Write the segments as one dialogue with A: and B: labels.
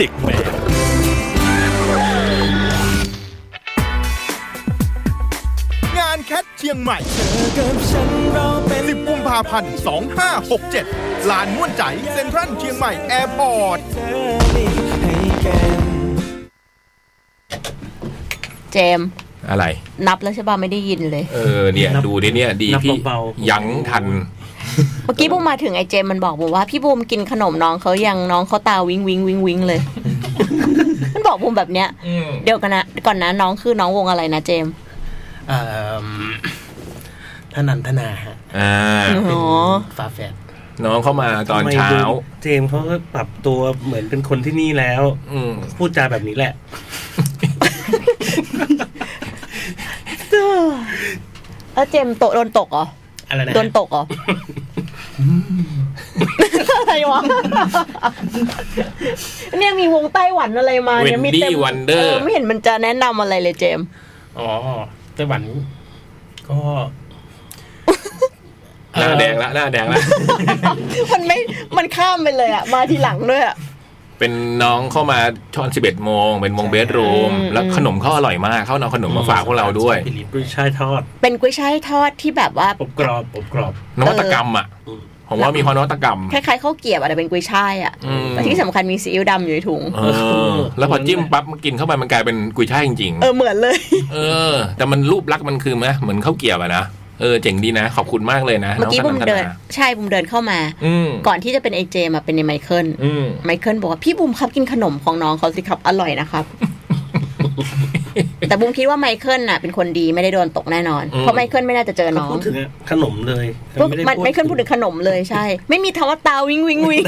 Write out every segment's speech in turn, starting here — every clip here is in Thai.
A: ติกแมนงานแคทเชียงใหม่ 10 กุมภาพันธ์ 2567 ลานม่วนใจเซ็นทรัลเชียงใหม่ แอร์พอร์ต
B: เจมส์
C: อะไร
B: นับแล้วใช่ป่ะไม่ได้ยินเลย
C: เออเนี่ย
D: นับ
C: ดูดิเนี่ยดี
D: นับ
C: ที่
D: เบาๆ
C: ยังทัน
B: เมื่อกี้บูมมาถึงไอ้เจมส์มันบอกบอกว่าพี่บูมกินขนมน้องเขายังน้องเขาตาวิงวิงวิงวิง เลย มันบอกบูมแบบเนี้ย
C: อืม
B: เดี๋ยวกันนะก่อนนะน้องคือน้องวงอะไรนะเจมส์
D: เอิ่มท่านันทนาฮะ
C: อ่า
B: อ๋อ
D: ฝาแฝด
C: น้องเข้ามาตอนเช้า
E: ทำไมดูเจมส์เขาก็ปรับตัวเหมือนเป็นคนที่นี่แล้ว
C: อืม
E: พูดจาแบบนี้แหละ
B: แล้วเจมส์โตโดนตกเหรอ
E: อะไรนะ
B: โดนตกเหรอ อะไรวะ เนี่ยมีวงไต้หวันอะไรมา
C: เว
B: เนี่ย
C: น
B: มีเต็
C: ดี้
B: ม
C: วันเด
B: เอ
C: อ
B: อ
C: ร์
B: ไม่เห็นมันจะแนะนำอะไรเลยเจมส์
E: อ๋อไต้หวัน ก็
C: หน้าแดงละหน้าแดงละ
B: มันไม่มันข้ามไปเลยอ่ะมาทีหลังด้วยอ่ะ
C: เป็นน้องเข้ามาตอน11โมง เป็นวงเบสรูม
B: อืม
C: แล้วขนมเขาอร่อยมาก เขานำขนมมาฝากพวกเราด้วย
D: ฟิลิป
E: กุ้ยช่ายทอด
B: เป็นกุ้ยช่ายทอดที่แบบว่า
E: อบกรอบอบกรอบ
C: นวัตกรรมอ่ะ
E: เออ
C: ผมว่ามีความนวัตกรรม
B: คล้ายๆข้าวเกรียบอะไรเป็นกุ้ยช่ายอ่ะ
C: อืม
B: แต่ที่สำคัญมีซีอิ๊วดำอยู่ในถุง
C: เออ แล้วพอจิ้มปั๊บมันกินเข้าไปมันกลายเป็นกุยช่ายจริง
B: เออเหมือนเลย
C: ๆ เออ แต่มันรูปลักษณ์มันคือไหมเหมือนข้าวเกรี๊ยวอะนะ เออ เจ๋งดีนะ ขอบคุณมากเลยนะ
B: เมื่อกี้
C: น้
B: บุ
C: ง
B: ม
C: สัน
B: เดิน
C: ทา
B: ใช่บุมเดินเข้ามา
C: อืม
B: ก่อนที่จะเป็นไอเจมาเป็นในไมเคิล
C: อืม
B: ไมเคิลบอกว่า พี่บุมครับกินขนมของน้องเขาสิครับ อร่อยนะครับ แต่บุมคิดว่าไมเคิลน่ะเป็นคนดีไม่ได้โดนตกแน่นอน เพราะไมเคิลไม่น่าจะเจอ
E: เขา
B: น้อง
E: พูดถึงขนมเลย
B: พวกมันไมเคิลพูดถึงขนมเลยใช่ ไม่มีทว่าตาวิงวิงวิง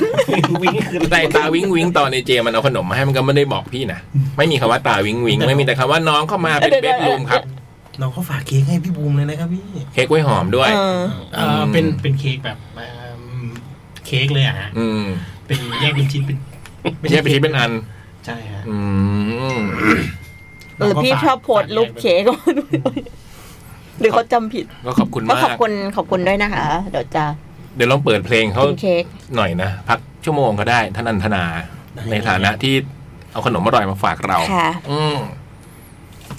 E: วิ่งคือ
C: แต่ตาวิงวิงตอนในเจมันเอาขนมมาให้มันก็ไม่ได้บอกพี่นะ ไม่มีคำว่าตาวิงวิงไม่มีแต่คำว่าน้องเข้ามาเป็นเบสรูมครับ
E: น้องเขาฝากเค้กให้พี่บูมเลยนะครับพี่
C: เค้กกล้วยหอมด้วย
B: เออ
D: เอ่อเป็นเป็นเค้กแบบเอิ่มเค้กเลยอะฮะ
C: อืม
D: เป็นแยกเป็นชิ้นเป็น
C: ไม่ใช่ไปชิ้นเป็นอัน
D: ใช่ฮะ
C: อืม
B: เออพี่ชอบโพสต์รูปเค้กหรือเขาจำผิด
C: ก็ขอบคุณ
B: ก็
C: มาก
B: ขอบคุณขอบคุณด้วยนะคะ เดี๋ยวจะ
C: เดี๋ยวลองเปิดเพลงเขา
B: กินเค้ก
C: หน่อยนะ พักชั่วโมงก็ได้ท่านอันธนา ในฐานะที่เอาขนมอร่อยมาฝากเรา
B: ค่ะ
C: อืม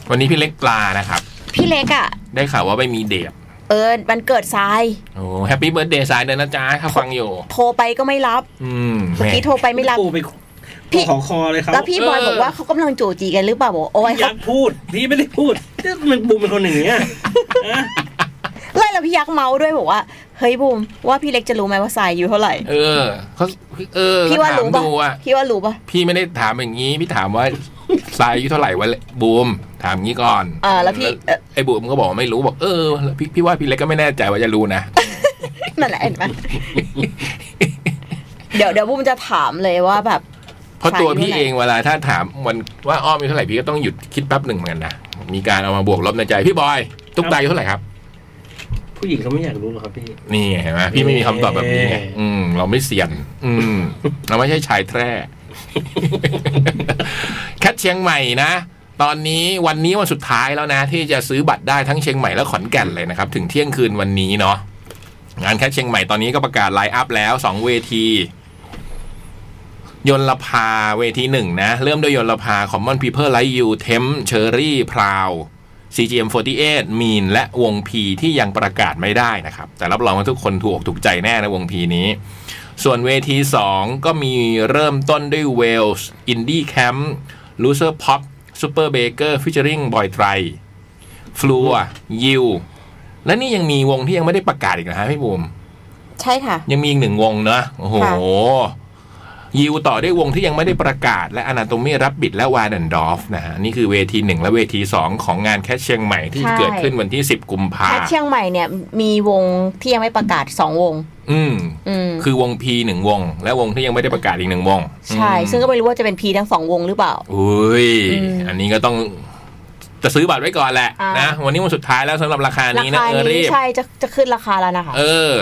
C: วันนี้พี่เล็กปลานะครับ
B: พี่เล็กอ่ะ
C: ได้ข่าวว่าไปมีเดท
B: เออมันเกิดทราย
C: โอ้แฮปปี้เบิร์ดเดย์สายเดินนะจ๊ะข้าฟังอยู่
B: โทรไปก็ไม่รับ
C: อืม
B: เมื่อกี้โทรไปไม่รับ
E: ปูไป
B: พี่
E: ขอคอเลยครับ
B: แล้วพี่บอยบอกว่าเขากำลังจู่จีกันหรือเปล่าบอกว่าโอ้ย
E: ยั
B: เขา
E: กษ์พูดพี่ไม่ได้พูดเนี่ยมันบูมเป็นคนอย่างเงี้ยฮะ
B: ไล่แล้วพี่ยักษ์เมาส์ด้วยบอกว่า เฮ้ยบูมว่าพี่เล็กจะรู้ไหมว่าทรายอยู่เท่าไหร่
C: เออเขาเออ
B: พี่ว่า
C: ถาม
B: รู้ป่ะ
C: ดูอ่ะ
B: พี่ว่ารู้ป่ะ
C: พี่ไม่ได้ถามอย่างนี้ พี่ถามว่าทรายอายุเท่าไหร่วะบูม ถามงี้ก่อน
B: อ่าแล้วพี่เอ่อ
C: ไอ้บูมก็บอกว่าไม่รู้บอกเออแล้วพี่พี่ว่าพี่เล็กก็ไม่แน่ใจว่าจะรู้นะ
B: นั่นแหละเห็นไหมเดี๋ยวเดี๋ยวบูมจะถามเลยว่าแบบ
C: เพราะตัว
B: ใคร
C: พี่
B: ด้วยแหละ
C: เองเวลาถ้าถามวันว่าอ้อมอายุเท่าไหร่พี่ก็ต้องหยุดคิดแป๊บหนึ่งเหมือนกันนะมีการเอามาบวกลบในใจพี่บอย ตุ๊กตาอายุเท่าไหร่ครับ
E: ผู้หญิงเขาไม่อยากรู้หรอกครับพี่
C: นี่ไงเห็นไหมพี่ไม่มีคำตอบแบบนี้ไง
E: เอ๊ะ
C: อืม เราไม่เสี่ยงอื ม เราไม่ใช่ชายแท้ แคทเชียงใหม่นะ ตอนนี้วันนี้วันสุดท้ายแล้วนะ ที่จะซื้อบัตรได้ทั้งเชียงใหม่และขอนแก่นเลยนะครับ ถึงเที่ยงคืนวันนี้เนาะงานแคทเชียงใหม่ตอนนี้ก็ประกาศไลน์อัพแล้วสองเวที ยนลภาเวทีหนึ่งนะ เริ่มด้วยยนลภา Common People Like You เทมเชอรี่พราว CGM48 มีน และวงพีที่ยังประกาศไม่ได้นะครับ แต่รับรองว่าทุกคนถูกอกถูกใจแน่นะวงพีนี้ ส่วนเวที 2 ก็มีเริ่มต้นด้วยเวลส์อินดี้แคมป์ลูเซอร์พ็อปซูเปอร์เบเกอร์ฟิชเชอริงบอยไตรฟลัวยิวและนี่ยังมีวงที่ยังไม่ได้ประกาศอีกนะฮะพี่บูม
B: ใช่ค่ะ
C: ยังมีอีกหนึ่งวงนะ โอ้โห
B: ค่ะ
C: ยิวต่อด้วยวงที่ยังไม่ได้ประกาศ และอนาโตมีรับบิดและวาดันดอฟนะฮะ นี่คือเวทีหนึ่งและเวทีสองของงานแคชเชียงใหม่ที่เกิดขึ้นวันที่ 10 กุมภา
B: แคทเชียงใหม่เนี่ยมีวงที่ยังไม่ประกาศสองวง
C: อืม
B: อืม
C: คือวงพีหนึ่งวง และวงที่ยังไม่ได้ประกาศอีกหนึ่งวง
B: ใช่ ซึ่งก็ไม่รู้ว่าจะเป็นพีทั้งสองวงหรือเปล่า
C: อุ้ย
B: อืม
C: อันนี้ก็ต้องจะซื้อบัตรไว้ก่อนแหละ
B: อ่าน
C: นะ วันนี้วันสุดท้ายแล้วสำหรับราคา
B: รา
C: นี้นะ
B: คา
C: เออรี
B: นี้
C: บ
B: ใช่จะจะขึ้นราคาแล้วนะคะ
C: เออ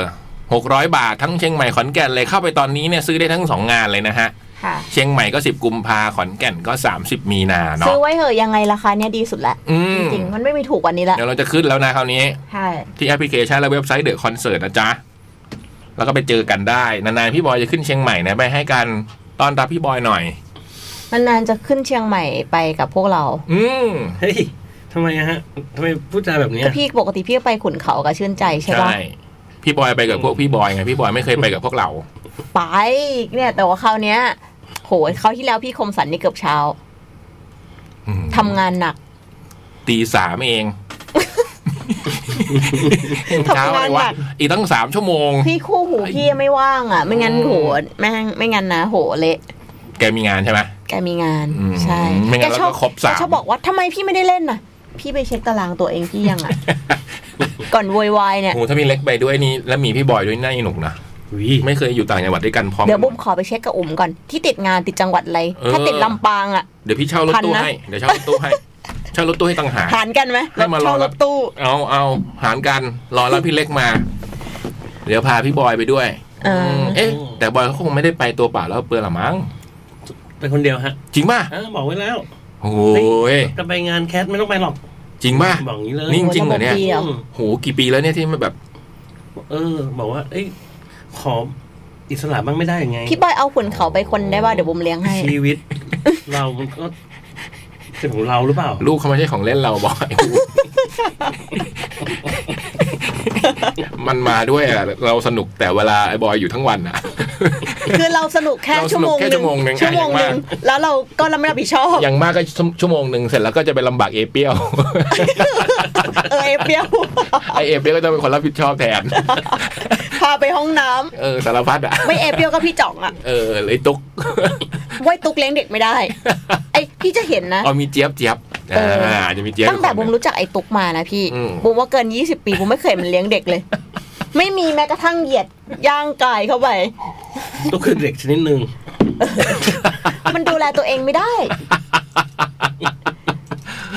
C: หกร้อยบาททั้งเชียงใหม่ขอนแก่นเลยเข้าไปตอนนี้เนี่ยซื้อได้ทั้งสองงานเลยนะฮะ
B: ค่ะ
C: เชียงใหม่ก็ 10 กุมภาขอนแก่นก็ 30 มีนาเนาะ
B: ซื้อไว้เหอะยังไงราคาเนี้ยดีสุดแหละ
C: อื
B: จ
C: ม
B: ริงๆ มันไม่มีถูกกว่านี้ละ
C: เดี๋ยวเราจะขึ้นแล้วนะคราวนี้
B: ใช่
C: ที่แอปพลิเคชันและเว็บไซต์เดอะคอนเสิร์ตนะจ๊ะ แล้วก็ไปเจอกันได้ นานๆ พี่บอยจะขึ้นเชียงใหม่นะ ไปให้การต้อนรับพี่บอยหน่อย
B: นานๆจะขึ้นเชียงใหม่ไปกับพวกเรา
C: อืม
E: เฮ้ยทำไมอะฮะทำไมพูดจาแบบเนี้ย
B: ก็พี่ปกติพี่ก็ไปขุนเขากับชื่นใจใช่ปะ
C: ใช่ พี่บอยไปกับพวกพี่บอยไง พี่บอยไม่เคยไปกับพวกเรา
B: ไปเนี่ยแต่ว่าคราวเนี้ยโหยคราวที่แล้วพี่คมสันนี่เกือบเช้า
C: อืม
B: ทำงานหนัก
C: ตีสามเอง
B: ทำงาน
C: เช้าอะไรวะ
B: หนัก
C: อีกตั้งสามชั่วโมง
B: พี่คู่หูพี่ยังไม่ว่างอ่ะ ไม่งั้น
C: อืม
B: โหแม่งไม่งั้นนะโหเละ
C: แกมีงานใช่ไหม
B: แกมีงาน
C: อืม
B: ใช่
C: ไม่งั้นเราก็ครบสาม
B: แกชอบบอกว่าทำไมพี่ไม่ได้เล่นน่ะ พี่ไปเช็คตารางตัวเองพี่ยังอ่ะ ก่อนโวยวายเนี่ย
C: โหถ้ามีเล็กไปด้วยนี่แล้วมีพี่บอยด้วยน่าหนุกนะ
E: อุ้ย
C: ไม่เคยอยู่ต่างจังหวัดด้วยกันพร้อม
B: เดี๋ยวบุ้มขอไปเช็คกับอุ๋มก่อน ที่ติดงานติดจังหวัดอะไร
C: เออ
B: ถ้าติดลำปางอ่ะ
C: เดี๋ยวพี่เช่ารถตู้
B: พันนะ
C: ให้ เดี๋ยวเช่ารถตู้ให้ เช่ารถตู้ให้ต่างหาก
B: หารกันไหม
C: ให้มารอ
B: เช่า
C: รั
B: ร
C: บ
B: ถตู้
C: เอาเอาหารกัน รอรับพี่เล็กมา เดี๋ยวพาพี่บอยไปด้วย
B: เอออื
C: มเอ๊ะ แต่บอยเขาคงไม่ได้ไปตัวเปล่าแล้วเปลือยละมั้ง
E: ไปคนเดียวฮะ
C: จริงป่ะ
E: อ้าวบอกไว้แล้ว
C: โอ้ย
E: จะไปงานแคสไม่ต้องไปหรอก
C: จริงป่ะ
E: บอกอย่างนี้เลย
C: นี่ จริงๆเหรอเนี่ย
B: โยระบบดีอะ
E: อืม
C: โหกี่ปีแล้วเนี่ยที่มันแบบ
E: เออ บอกว่า เอ้ยขออิสระบ้างไม่ได้ยังไง
B: พี่บอยเอาขุนเขาไปคนได้ป่ะเดี๋ยวบุ้มเลี้ยงให้
E: ชีวิต เรามันก็ เป็นของเราหรือเปล่า
C: ลูกเขาไม่ใช่ของเล่นเราบอย มันมาด้วยอะเราสนุกแต่เวลาไอ้บอยอยู่ทั้งวันอะ
B: คือเราสนุกแค่
C: เราส
B: ชั่ว
C: นุ
B: โม
C: ก
B: ง
C: แค่
B: หนึ่ง
C: ชั่วโมงหนึ่ง
B: ชั่วโมงหนึ่ง
C: อย่างม
B: แล้วเราก็เราไม่รับผิดชอบ
C: อย่างมากก็ชั่วโมงหนึ่งเสร็จแล้วก็จะไปลำบากเอเปียว
B: เออไอ้เปรี้ยว
C: ไอเอเปียวก็จะเป็นคนรับผิดชอบแทน
B: พาไปห้องน้ำ
C: เออสารพัดอะ
B: ไม่เอเปรี้ยวก็พี่จ่องอ่ะ
C: เออเลย ตุ๊ก
B: ว่ายตุกเลี้ยงเด็ก ไม่ได้ ไอ้พี่จะเห็นนะ
C: เอามีเจี๊ยบเจี๊ยบ
B: เอออ่
C: าจะมีเจี๊ยบ
B: ตั้งแต่
C: อยู่
B: บุม
C: คนหนึ่
B: รู้จักไอ้ตุกมานะพี่
C: อืม
B: บุมว่าเกิน 20 ปีบุมไม่เคยเห็นมันเลี้ยงเด็กเลย ไม่มีแม้กระทั่งเหยียดย่างกายเข้าไป
E: ก็คือเด็กชนิดหนึ่ง
B: มันดูแลตัวเองไม่ได้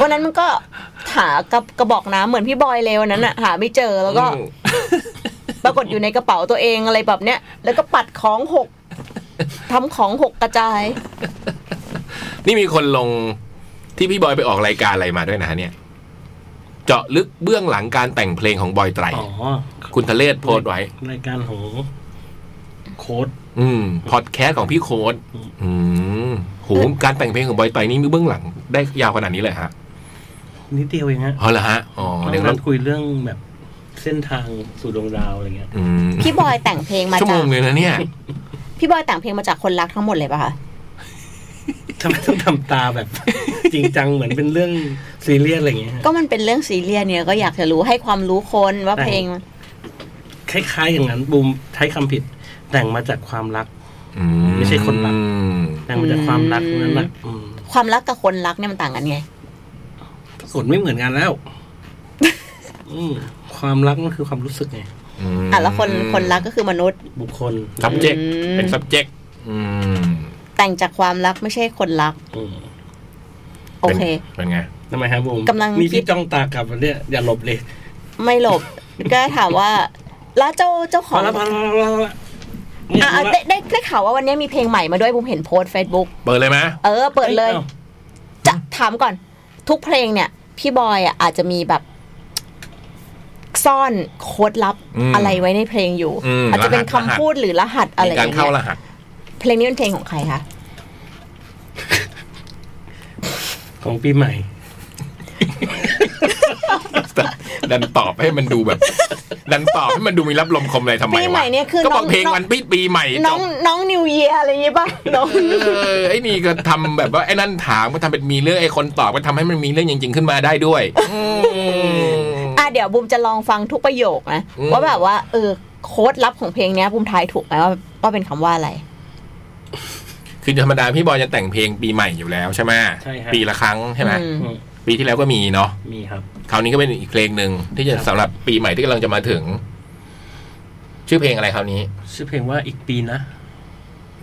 B: วันนั้นมันก็หากระกระบอกน้ำเหมือนพี่บอยเลยวันนั้นอะหาไม่เจอแล้วก็
C: อืม
B: ปรากฏอยู่ในกระเป๋าตัวเองอะไรแบบเนี้ย แล้วก็ปัดของหกทำของหกกระจาย
C: นี่มีคนลงที่พี่บอยไปออกรายการอะไรมาด้วยนะฮะเนี่ย เจาะลึกเบื้องหลังการแต่งเพลงของบอยไตร
E: อ๋อ
C: คุณทะเลศโพสต์ไว้
E: รายการของโค้ด
C: อืม พอดแคสต์ของพี่โค้ด
E: อืม
C: อืมโหการแต่งเพลงของบอยไตรนี่มีเบื้องหลังได้ยาวขนาดนี้เลยฮะ
E: นิดเดียวเองฮะ
C: เอาละฮะ อ๋อเดี๋ยว
E: เรา
C: เรา
E: คุยเรื่องแบบเส้นทางสู่ดวงดาวอะไรเงี้ย
C: อืม
B: พี่บอยแต่งเพลงมา
C: ชั่วโม
B: จาก
C: งเลยนะเนี่ย
B: พี่บอยแต่งเพลงมาจากคนรักทั้งหมดเลยป่ะคะ
E: ทำไมต้องทำตาแบบ จริงจังเหมือนเป็นเรื่องซีเรียสอะไรเงี้ยฮะ
B: ก็มันเป็นเรื่องซีเรียสเนี่ยก็อยากจะรู้ให้ความรู้คนว่า
E: แต่ง
B: เพลง
E: คล้ายๆอย่างนั้นบูมใช้คำผิด แต่งมาจากความรัก
C: อื
E: ไม่ใช่คนรัก
C: อืม
E: แต่งมาจากความรักนั้นแหละอืม
B: ความรักกับคนรักเนี่ยมันต่างกันไง
E: ส่วนไม่เหมือนกันแล้ว อืมความรักมันคือความรู้สึกไง
C: ม
B: อ่ะแล้วคนคนรักก็คือมนุษย์
E: บุคคล
C: subject
B: อืม
C: เป็น subject อืม
B: แต่งจากความรักไม่ใช่คนรัก
E: อืม
B: โอเค
C: ป็นเป็นไง
E: ทำไมครับผม
B: กำลัง
E: มี
B: คิด
E: ที่จ้องตากลับมาเนี่ยอย่าหลบเลย
B: ไม่หลบ ก็ถามว่า แล้วเจ้าเจ้าข
E: พ
B: อ
E: อง แล้วพอ
B: อ่ะ
E: แล้วพอแล้วพอแล้วเนี่ย
B: อ่ะ
E: รู้ละ
B: ได้ได้ได้ข่าวว่าวันนี้มีเพลงใหม่มาด้วยผมเห็นโพสต์เฟซบุ๊ก
C: เปิดเลยไหม
B: เออ เปิดเลย
E: อ้า
B: จะถามก่อน ทุกเพลงเนี่ย พี่บอยอ่ะอาจจะมีแบบซ่อนโค้ดลับอะไรไว้ในเพลงอยู่
C: อืม
B: อาจจะเป็น
C: ร
B: คำ
C: หัสรหัส
B: พูดหรือรหัสอะไรอ
C: มีการ
B: ย่าง
C: เข้า
B: เงี้ย
C: รหัส
B: เพลงนี้เป็นเพลงของใครคะ
E: ของปีใหม่
C: ดันตอบให้มันดูแบบ ดันตอบให้มันดูมีรับลมคมอะไรทำไมวะ
B: ปีใหม่เนี่ยคือ
C: ก็บ
B: น้
C: อ
B: อก ง
C: เพลง
B: น้อง
C: วันปีปีใหม่จ
B: น้อง
C: บ
B: น้องนิวเยียอะไรอย่างงี้ป่ะน้อง
C: เออไอ้นี่ก็ทำแบบว่าไอ้นั่นถามก็ทำเป็นมีเรื่องไอ้คนตอบก็ทำให้มันมีเรื่องจริง ๆ ขึ้นมาได้ด้วยอืม
B: อ่ะเดี๋ยวบูมจะลองฟังทุกประโยคนะ
C: อืม
B: ว่าแบบว่าเออโค้ดลับของเพลงเนี้ยบูมทายถูกไหมว่าว่าเป็นคำว่าอะไร
C: คือธรรมดาพี่บอยจะแต่งเพลงปีใหม่อยู่แล้วใช่ไหม
E: ใช่ครับ
C: ปีละครั้งใช่ไหม
B: อืม
E: อืม
C: ปีที่แล้วก็มีเนาะ
E: มีครับ
C: คราวนี้ก็เป็นอีกเพลงหนึ่งที่จะสำหรับปีใหม่ที่กำลังจะมาถึง ชื่อเพลงอะไรคราวนี้
E: ชื่อเพลงว่าอีกปีนะ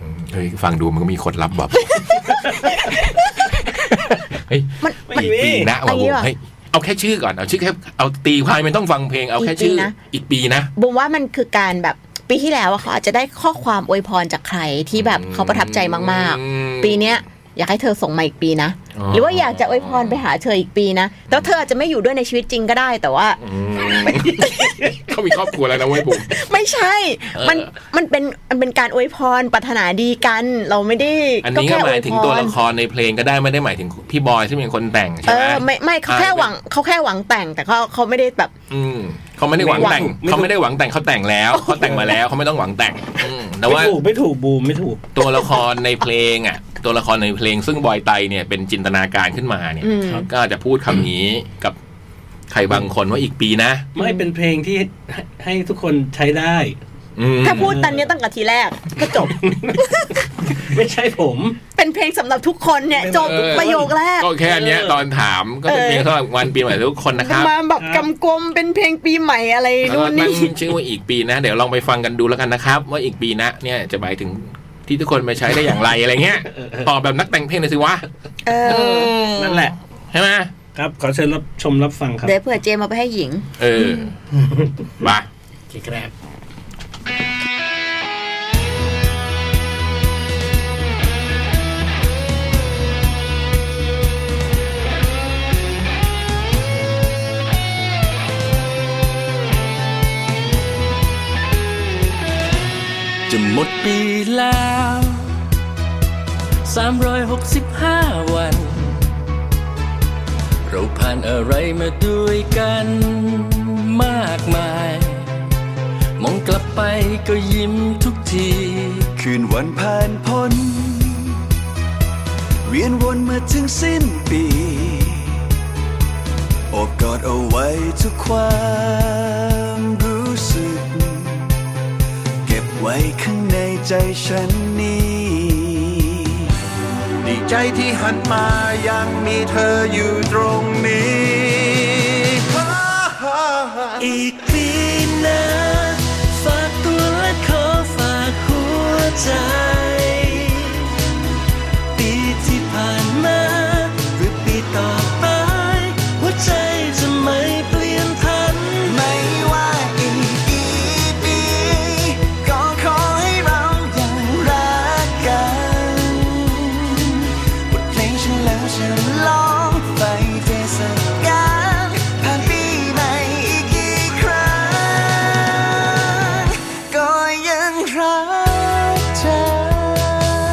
C: อืมเฮ้ยฟังดูมันก็มีคนรับแบบ เฮ้ย
E: ไม่
C: อีก
E: มี
C: ปีนะ
B: อั
C: ว่ะ
B: นนี้
C: ผม
B: เหรอ
C: เฮ้ยเอาแค่ชื่อก่อนเอาชื่อแค่เอาตีความไม่ต้องฟังเพลงเอาแค่ชื่อ
B: อีกปีนะ
C: อีกปีนะ
B: บูมว่ามันคือการแบบปีที่แล้วอะเขาอาจจะได้ข้อความอวยพรจากใครที่แบบเขาประทับใจมาก
C: อืม
B: ๆ ปีเนี้ยอยากให้เธอส่งมาอีกปีนะ หรือว่าอยากจะอวยพรไปหาเธออีกปีนะแต่ว่าเธออาจจะไม่อยู่ด้วยในชีวิตจริงก็ได้แต่ว่า
C: อืม เขามีครอบครัวแล้วนะเว้ยผม
B: ไม่ใช่ มัน มันเป็น มันเป็นการอวยพรปรารถนาดีกัน เราไม่ได้
C: อันนี้ก็หมายถึงตัวละครในเพลงก็ได้ไม่ได้หมายถึงพี่บอยซึ่งเป็นคนแต่งใช่
B: เออ
C: ไหม
B: ไม่ ไม่เขาแค่หวังเขาแค่หวังแต่ง แต่เขาเขาไม่ได้แบบ
C: อืมเขาไม่ได้หวังแต่ง
E: ไม่ถูก
C: เขาไม่ได้หวังแต่งเขาแต่งแล้วเขาแต่งมาแล้วเขาไม่ต้องหวังแต่งอืมแต่ว่า
E: ไม่ถูกไม่ถูกบูมไม่ถูก
C: ตัวละครในเพลงอ่ะ ตัวละครในเพลงซึ่งบอยไตเนี่ยเป็นจินตนาการขึ้นมาเนี่ย
B: อืม
C: ก็อาจจะพูดคำนี้กับใครบางคนว่าอีกปีนะ
E: ไม่เป็นเพลงที่ ให้ให้ทุกคนใช้ได้
C: อืม
B: ถ้าพูดตันเนี้ยตั้งแต่ทีแรก ก็จบ
E: ไม่ใช่ผม
B: เป็นเพลงสำหรับทุกคนเนี่ย จบ
C: เออ
B: ประโยคแรก
C: ก็แค่เนี้ยตอนถามก็เป็นเพลงสำหรับวันปีใหม่ทุกคนนะครับ
B: มาแบบกำกวมเป็นเพลงปีใหม่อะไรนู่นนี่
C: ตั้งชื่อว่าอีกปีนะ เดี๋ยวลองไปฟังกันดูแล้วกันนะครับ ว่าอีกปีนะเนี่ยจะหมายถึงที่ทุกคนไปใช้ได้อย่างไรอะไรเงี้ยตอบแบบนักแต่งเพลงเลยสิวะ
B: เออ
E: นั่นแหละ
C: ใช่ไหม
E: ครับ ขอเชิญรับชมรับฟังครับ
B: เดี๋ยวเผื่อเจมมาไปให้หญิง
C: เออมา
D: เค้กแรก
F: จะหมดปีแล้ว 365 วัน เราผ่านอะไรมาด้วยกันมากมาย มองกลับไปก็ยิ้มทุกที
G: คืนวันผ่านพ้น เวียนวนมาถึงสิ้นปีโอบกอดเอาไว้ทุกความรู้สึก เก็บไว้ข้างในใจฉันนี้ ดีใจที่หันมายังมีเธออยู่ตรงนี้ฮ่าฮ่าฮ่า
F: อีกปีนะ ฝากตัวและขอฝากหัวใจ ปีที่ผ่านมาหรือปีต่อไป หัวใจจะไม่เปลี่ยนพัน
G: ไม่ว่าอีกกี่ปีก็ขอให้เรายังรักกันบทเพลงฉันแล้วฉันลองไปเทศกาลผ่านปีใหม่อีกกี่ครั้ง ก็ยังรักเธอ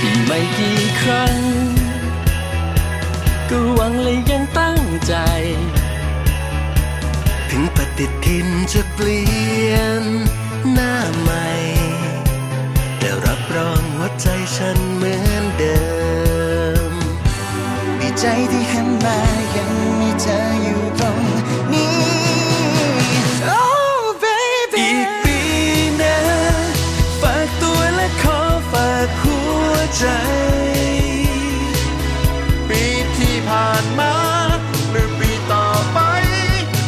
F: ปีใหม่กี่ครั้ง ก็หวังและยังตั้งใจ ถึงปฏิทินจะเปลี่ยนหน้าใหม่ แต่รับรองหัวใจฉันเหมือนเดิม
G: ดีใจที่หันมายังมีเธออยู่ตรงนี้ Oh baby
F: อีกปีนะ ฝากตัวและขอฝากหัวใจ
G: ปีที่ผ่านมาหรือปีต่อไป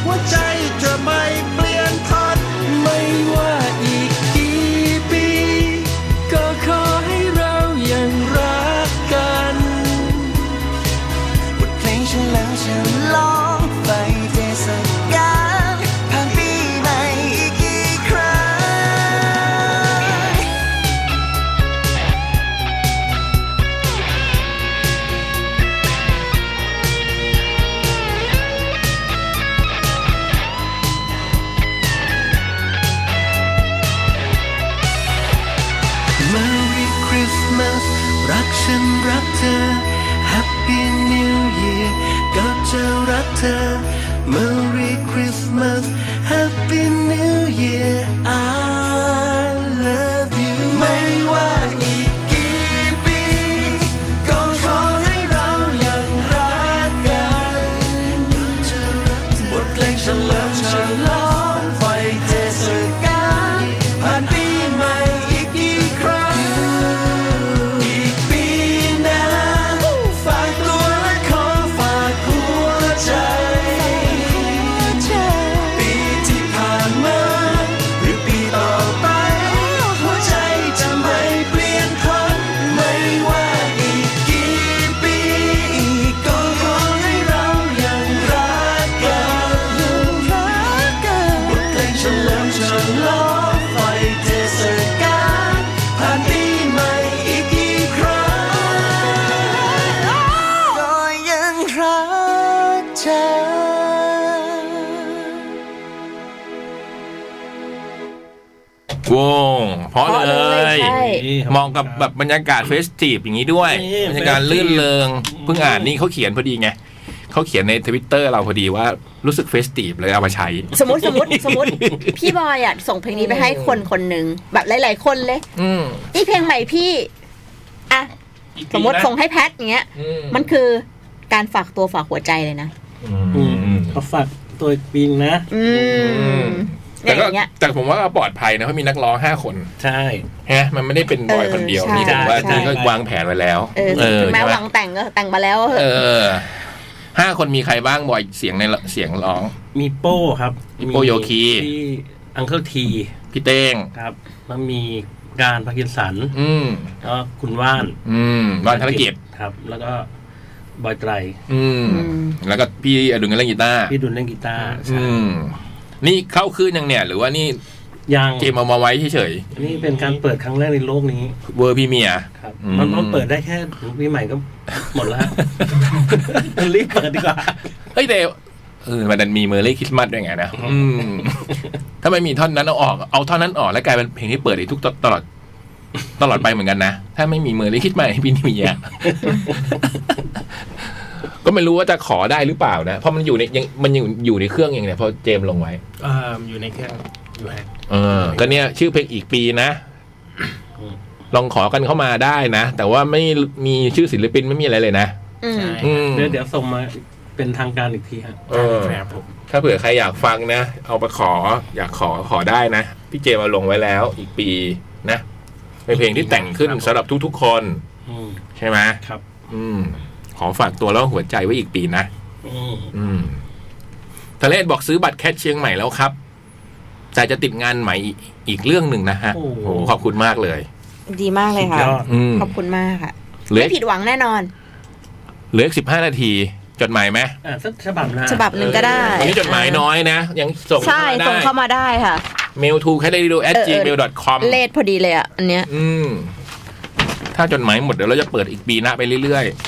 G: หัวใจจะไม่เปลี่ยนทัน
F: ไม่ว่าอีกกี่ปี ก็ขอให้เรายังรักกัน
G: บทเพลงฉันแล้วฉันลองไปเทศกาลผ่านปีใหม่อีกกี่ครั้ง
F: Merry Christmas รักฉันรักเธอ Happy New Year ก็จะรักเธอ Merry Christmas Happy New Year I love you ไม่ว่าอีกกี่ปี ก็ขอให้เรายังรักกันบทเพลงฉันเลิมฉันลองไปเทศกาลผ่านปีใหม่อีกกี่ครั้ง อีกปีนะฝากตัวและขอฝากหัวใจ ปีที่ผ่านมา หรือปีต่อไป หัวใจจะไม่เปลี่ยนคนไม่ว่าอีกกี่
C: วงเพราะ
B: เพราะ
C: เล
B: เลย
C: ย
B: ใช่
C: มองกับแบบบรรยากาศเฟสทีฟอย่างนี้ด้วย
E: นี่
C: บรรยากาศ
E: festive
C: ลื่นเริงเพิ่งอ่านนี่เขาเขียนพอดีไงเขาเขียนในทวิตเตอร์เราพอดีว่ารู้สึกเฟสทีฟเลยเอามาใช้
B: สมมติสมมติสมมติ พี่บอยอ่ะส่งเพลงนี้ไปให้คนคนหนึ่งแบบหลาย ๆ คนเลย
C: อืม
B: นี่เพลงใหม่พี่อ่ะ
D: อีกปี
B: สมมติ
D: นะ
B: ส่งให้แพทอย่างเงี้ย
C: อื
B: มันคือการฝากตัวฝากหัวใจเลยนะ
C: อืม
E: เขาฝากตัวอีกปีนึงนะ
B: อืมเนี่ยอ
C: แต่ก็
B: ย่างเงี้ย
C: แต่ผมว่าปลอดภัยนะเพราะมีนักร้องห้าคน
E: ใช่
C: ฮะมันไม่ได้เป็นบอยคนเดียว
B: เออ
C: นี่
B: ใช่
C: ผมว่า
B: ใช่
C: นี่ก็วางแผนไว้แล้ว
B: เออถึงแม้
C: ใช่
B: ห
C: ปะ
B: วังแต่งก็แต่งมาแล้ว
C: เออห้าคนมีใครบ้างบอยเสียงในละเสียงร้อง
E: มีโป้ครับ
C: มีโป้โยคี
E: ที่อังเคิลที
C: พี่เต้ง
E: ครับแล้วมีการพากินสัน
C: อืม
E: แล้วก็คุณว่าน
C: อืมบ้านธนกิจ
E: ครับ แล้วก็บอยไตร
C: อืม แล้วก็พี่อดุลกันเล่นกีตาร์
E: พี่ดุลเล่นกีตาร์ใช่
C: อืม นี่เข้าคืนยังเนี่ย หรือว่านี่
E: ยัง
C: เกมเอามาไว้เฉย
E: อันนี่เป็นการเปิดครั้งแรกในโลกนี้
C: ๆเวอร์พี่เมีย
E: ครับ
C: อืม
E: มันมันเปิดได้แค่ถึงปีใหม่ก็หมดแล้ว ฮะ รีบเปิดดีกว่า
C: เฮ้ยแต่เออมันดันมีเมอร์ลี่คริสต์มาสด้วยไงนะอืม ถ้าไม่มีท่อนนั้นเอาออกเอาท่อนนั้นออกแล้วกลายเป็นเพลงที่เปิดในทุกตตลอด ตลอดไปเหมือนกันนะ ถ้าไม่มีเมอร์ลี่คริสต์มาสให้พี่นิวเยีย ร์ ก็ไม่รู้ว่าจะขอได้หรือเปล่านะเพราะมันอยู่ในยังมันอยู่อยู่ในเครื่องยังเนี่ยเพราะเจมส์ลงไว้
D: เอ่ออยู่ในเครื่องอยู่ฮะ
C: เออ ก็เนี่ยชื่อเพลงอีกปีนะ ลองขอกันเข้ามาได้นะ แต่ว่าไม่มีชื่อศิลปินไม่มีอะไรเลยนะ
B: อืม
D: ใช่
C: อืม
E: เดี๋ยวเดี๋ยวส่งมาเป็นทางการอีกทีฮะ
C: เออ
D: ครับผม
C: ถ้าเผื่อใครอยากฟังนะ เอาไปขออยากขอขอได้นะ พี่เจมาลงไว้แล้วอีกปีนะเป็นเพลงที่แต่งขึ้นสำหรับทุกๆคน
E: อืม
C: ใช่ไหม
E: ครับ
C: อืม ขอฝากตัวแล้วหัวใจไว้อีกปีนะ
E: อืม
C: อืมทะเลศบอกซื้อบัตรแคทเชียงใหม่แล้วครับ แต่จะติดงานใหม่อีกอีกเรื่องหนึ่งนะฮะ โอ้โหขอบคุณมากเลย
B: ดีมากเลยค่ะ
E: ยอด
C: อืม
B: ขอบคุณมากค่ะ
C: เหลือ
B: ไม่ผิดหวังแน่นอน
C: เหลือสิบห้านาที จดหมายไหม
E: อ่ะสักฉบับนะ
B: ฉบับหนึ่งก็ได้
C: วันนี้จดหมายน้อยนะ ยังส่งเข้า
B: ใช่
C: มาได้
B: ส่งเข้ามาได้ค่ะ
C: mail to c a t r a d i o at
B: เออเออ
C: gmail com
B: เลทพอดีเลยอ่ะ อันเนี้ย
C: อืม ถ้าจดหมายหมดเดี๋ยวเราจะเปิดอีกปีหน้าไปเรื่อย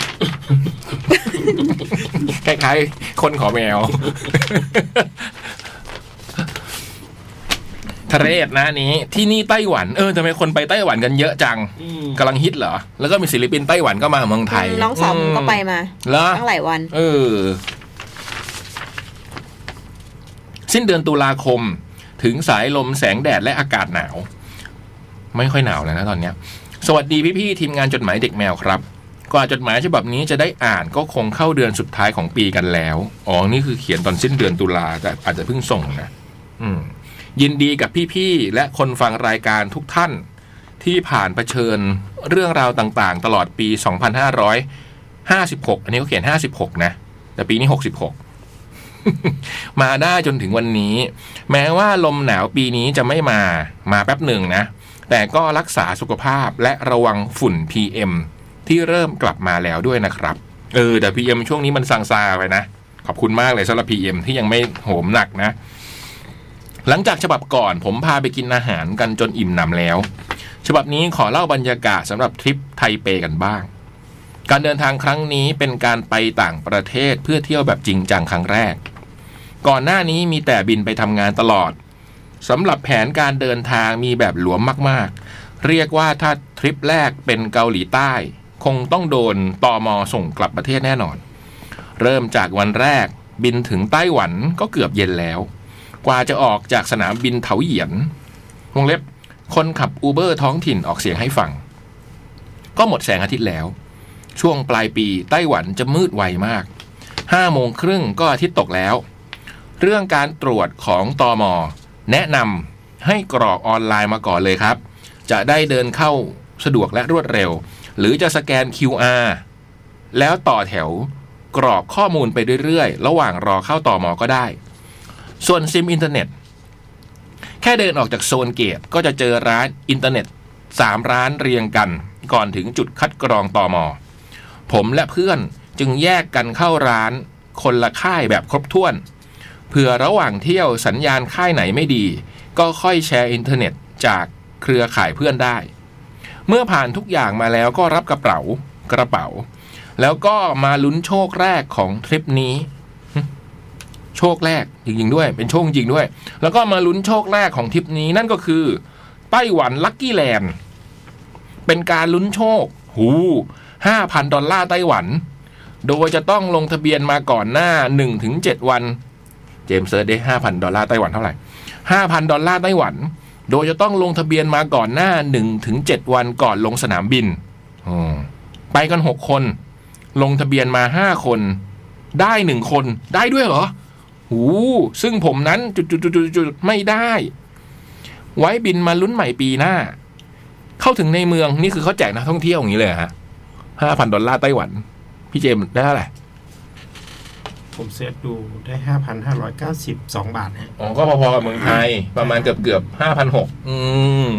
C: ๆ คล้ายๆ คนขอแมว ทะเลศนะอันนี้ ที่นี่ไต้หวัน เออทำไมคนไปไต้หวันกันเยอะจัง
E: อืม
C: กำลังฮิตเหรอ แล้วก็มีศิลปินไต้หวันก็มาเมืองไทย
B: น้องสาวผมก็ไปมา
C: เหรอ
B: ตั้งหลายวัน
C: เออ สิ้นเดือนตุลาคม ถึงสายลมแสงแดดและอากาศหนาว ไม่ค่อยหนาวแล้วนะตอนเนี้ย สวัสดีพี่ๆทีมงานจดหมายเด็กแมวครับ กว่าจดหมายฉบับนี้จะได้อ่านก็คงเข้าเดือนสุดท้ายของปีกันแล้วอ๋อนี่คือเขียนตอนสิ้นเดือนตุลาแต่อาจจะเพิ่งส่งนะอืม ยินดีกับพี่ๆและคนฟังรายการทุกท่าน ที่ผ่านเผชิญเรื่องราวต่างๆ ตลอดปี 2500 ห้าสิบหกอันนี้เขาเขียนห้าสิบหกนะ แต่ปีนี้หกสิบหก มาได้จนถึงวันนี้ แม้ว่าลมหนาวปีนี้จะไม่มามาแป๊บหนึ่งนะ แต่ก็รักษาสุขภาพและระวังฝุ่น PM ที่เริ่มกลับมาแล้วด้วยนะครับ เออ แต่ PM ช่วงนี้มันซางซาไปนะ ขอบคุณมากเลยสำหรับ PM ที่ยังไม่โหมหนักนะ หลังจากฉบับก่อนผมพาไปกินอาหารกันจนอิ่มหนำแล้ว ฉบับนี้ขอเล่าบรรยากาศสำหรับทริปไทเปกันบ้าง การเดินทางครั้งนี้เป็นการไปต่างประเทศเพื่อเที่ยวแบบจริงจังครั้งแรก ก่อนหน้านี้มีแต่บินไปทำงานตลอดสำหรับแผนการเดินทางมีแบบหลวมมากๆ เรียกว่าถ้าทริปแรกเป็นเกาหลีใต้ คงต้องโดนตอมอส่งกลับประเทศแน่นอน เริ่มจากวันแรกบินถึงไต้หวันก็เกือบเย็นแล้ว กว่าจะออกจากสนามบินเถาเหยียนวงเล็บคนขับอูเบอร์ท้องถิ่นออกเสียงให้ฟัง ก็หมดแสงอาทิตย์แล้ว ช่วงปลายปีไต้หวันจะมืดไวมาก 5 โมงครึ่งก็อาทิตย์ตกแล้ว เรื่องการตรวจของตอมแนะนำให้กรอกออนไลน์มาก่อนเลยครับ จะได้เดินเข้าสะดวกและรวดเร็ว หรือจะสแกน QR แล้วต่อแถวกรอกข้อมูลไปเรื่อยๆ ระหว่างรอเข้าตอมก็ได้ ส่วนซิมอินเทอร์เน็ต แค่เดินออกจากโซนเกตก็จะเจอร้านอินเทอร์เน็ต 3 ร้านเรียงกัน ก่อนถึงจุดคัดกรองตอมอ ผมและเพื่อนจึงแยกกันเข้าร้านคนละค่ายแบบครบถ้วน เผื่อระหว่างเที่ยวสัญญาณค่ายไหนไม่ดี ก็ค่อยแชร์อินเทอร์เน็ตจากเครือข่ายเพื่อนได้ เมื่อผ่านทุกอย่างมาแล้วก็รับกระเป๋ากระเป๋า แล้วก็มาลุ้นโชคแรกของทริปนี้ หึโชคแรกจริงๆด้วย เป็นโชคจริงๆด้วย แล้วก็มาลุ้นโชคแรกของทริปนี้นั่นก็คือ ไต้หวันลั c กี้แลนด์เป็นการลุ้นโชค หูห้าพันดอลลาร์ไต้หวัน โดยจะต้องลงทะเบียนมาก่อนหน้าหนึ่งถึงเจ็ดวัน เจมส์เซิร์ชได้ห้าพันดอลลาร์ไต้หวันเท่าไหร่ห้าพันดอลลาร์ไต้หวัน โดยจะต้องลงทะเบียนมาก่อนหน้าหนึ่งถึงเจ็ดวันก่อนลงสนามบินอืมไปกันหกคน ลงทะเบียนมาห้าคน ได้หนึ่งคนได้ด้วยเหรอ หูซึ่งผมนั้นจุดๆๆๆไม่ได้ ไว้บินมาลุ้นใหม่ปีหน้า เข้าถึงในเมืองนี่คือเขาแจกนักท่องเที่ยวอย่างนี้เลยเหรอฮะห้าพันดอลลาร์ไต้หวัน พี่เจมส์ได้เท่าไหร่
D: ผมเสิร์ชดูได้ 5,592 บาทนะ
C: อ๋อก็พอๆกับเมืองไทย ประมาณเกือบเกือบห้าพันหกอืม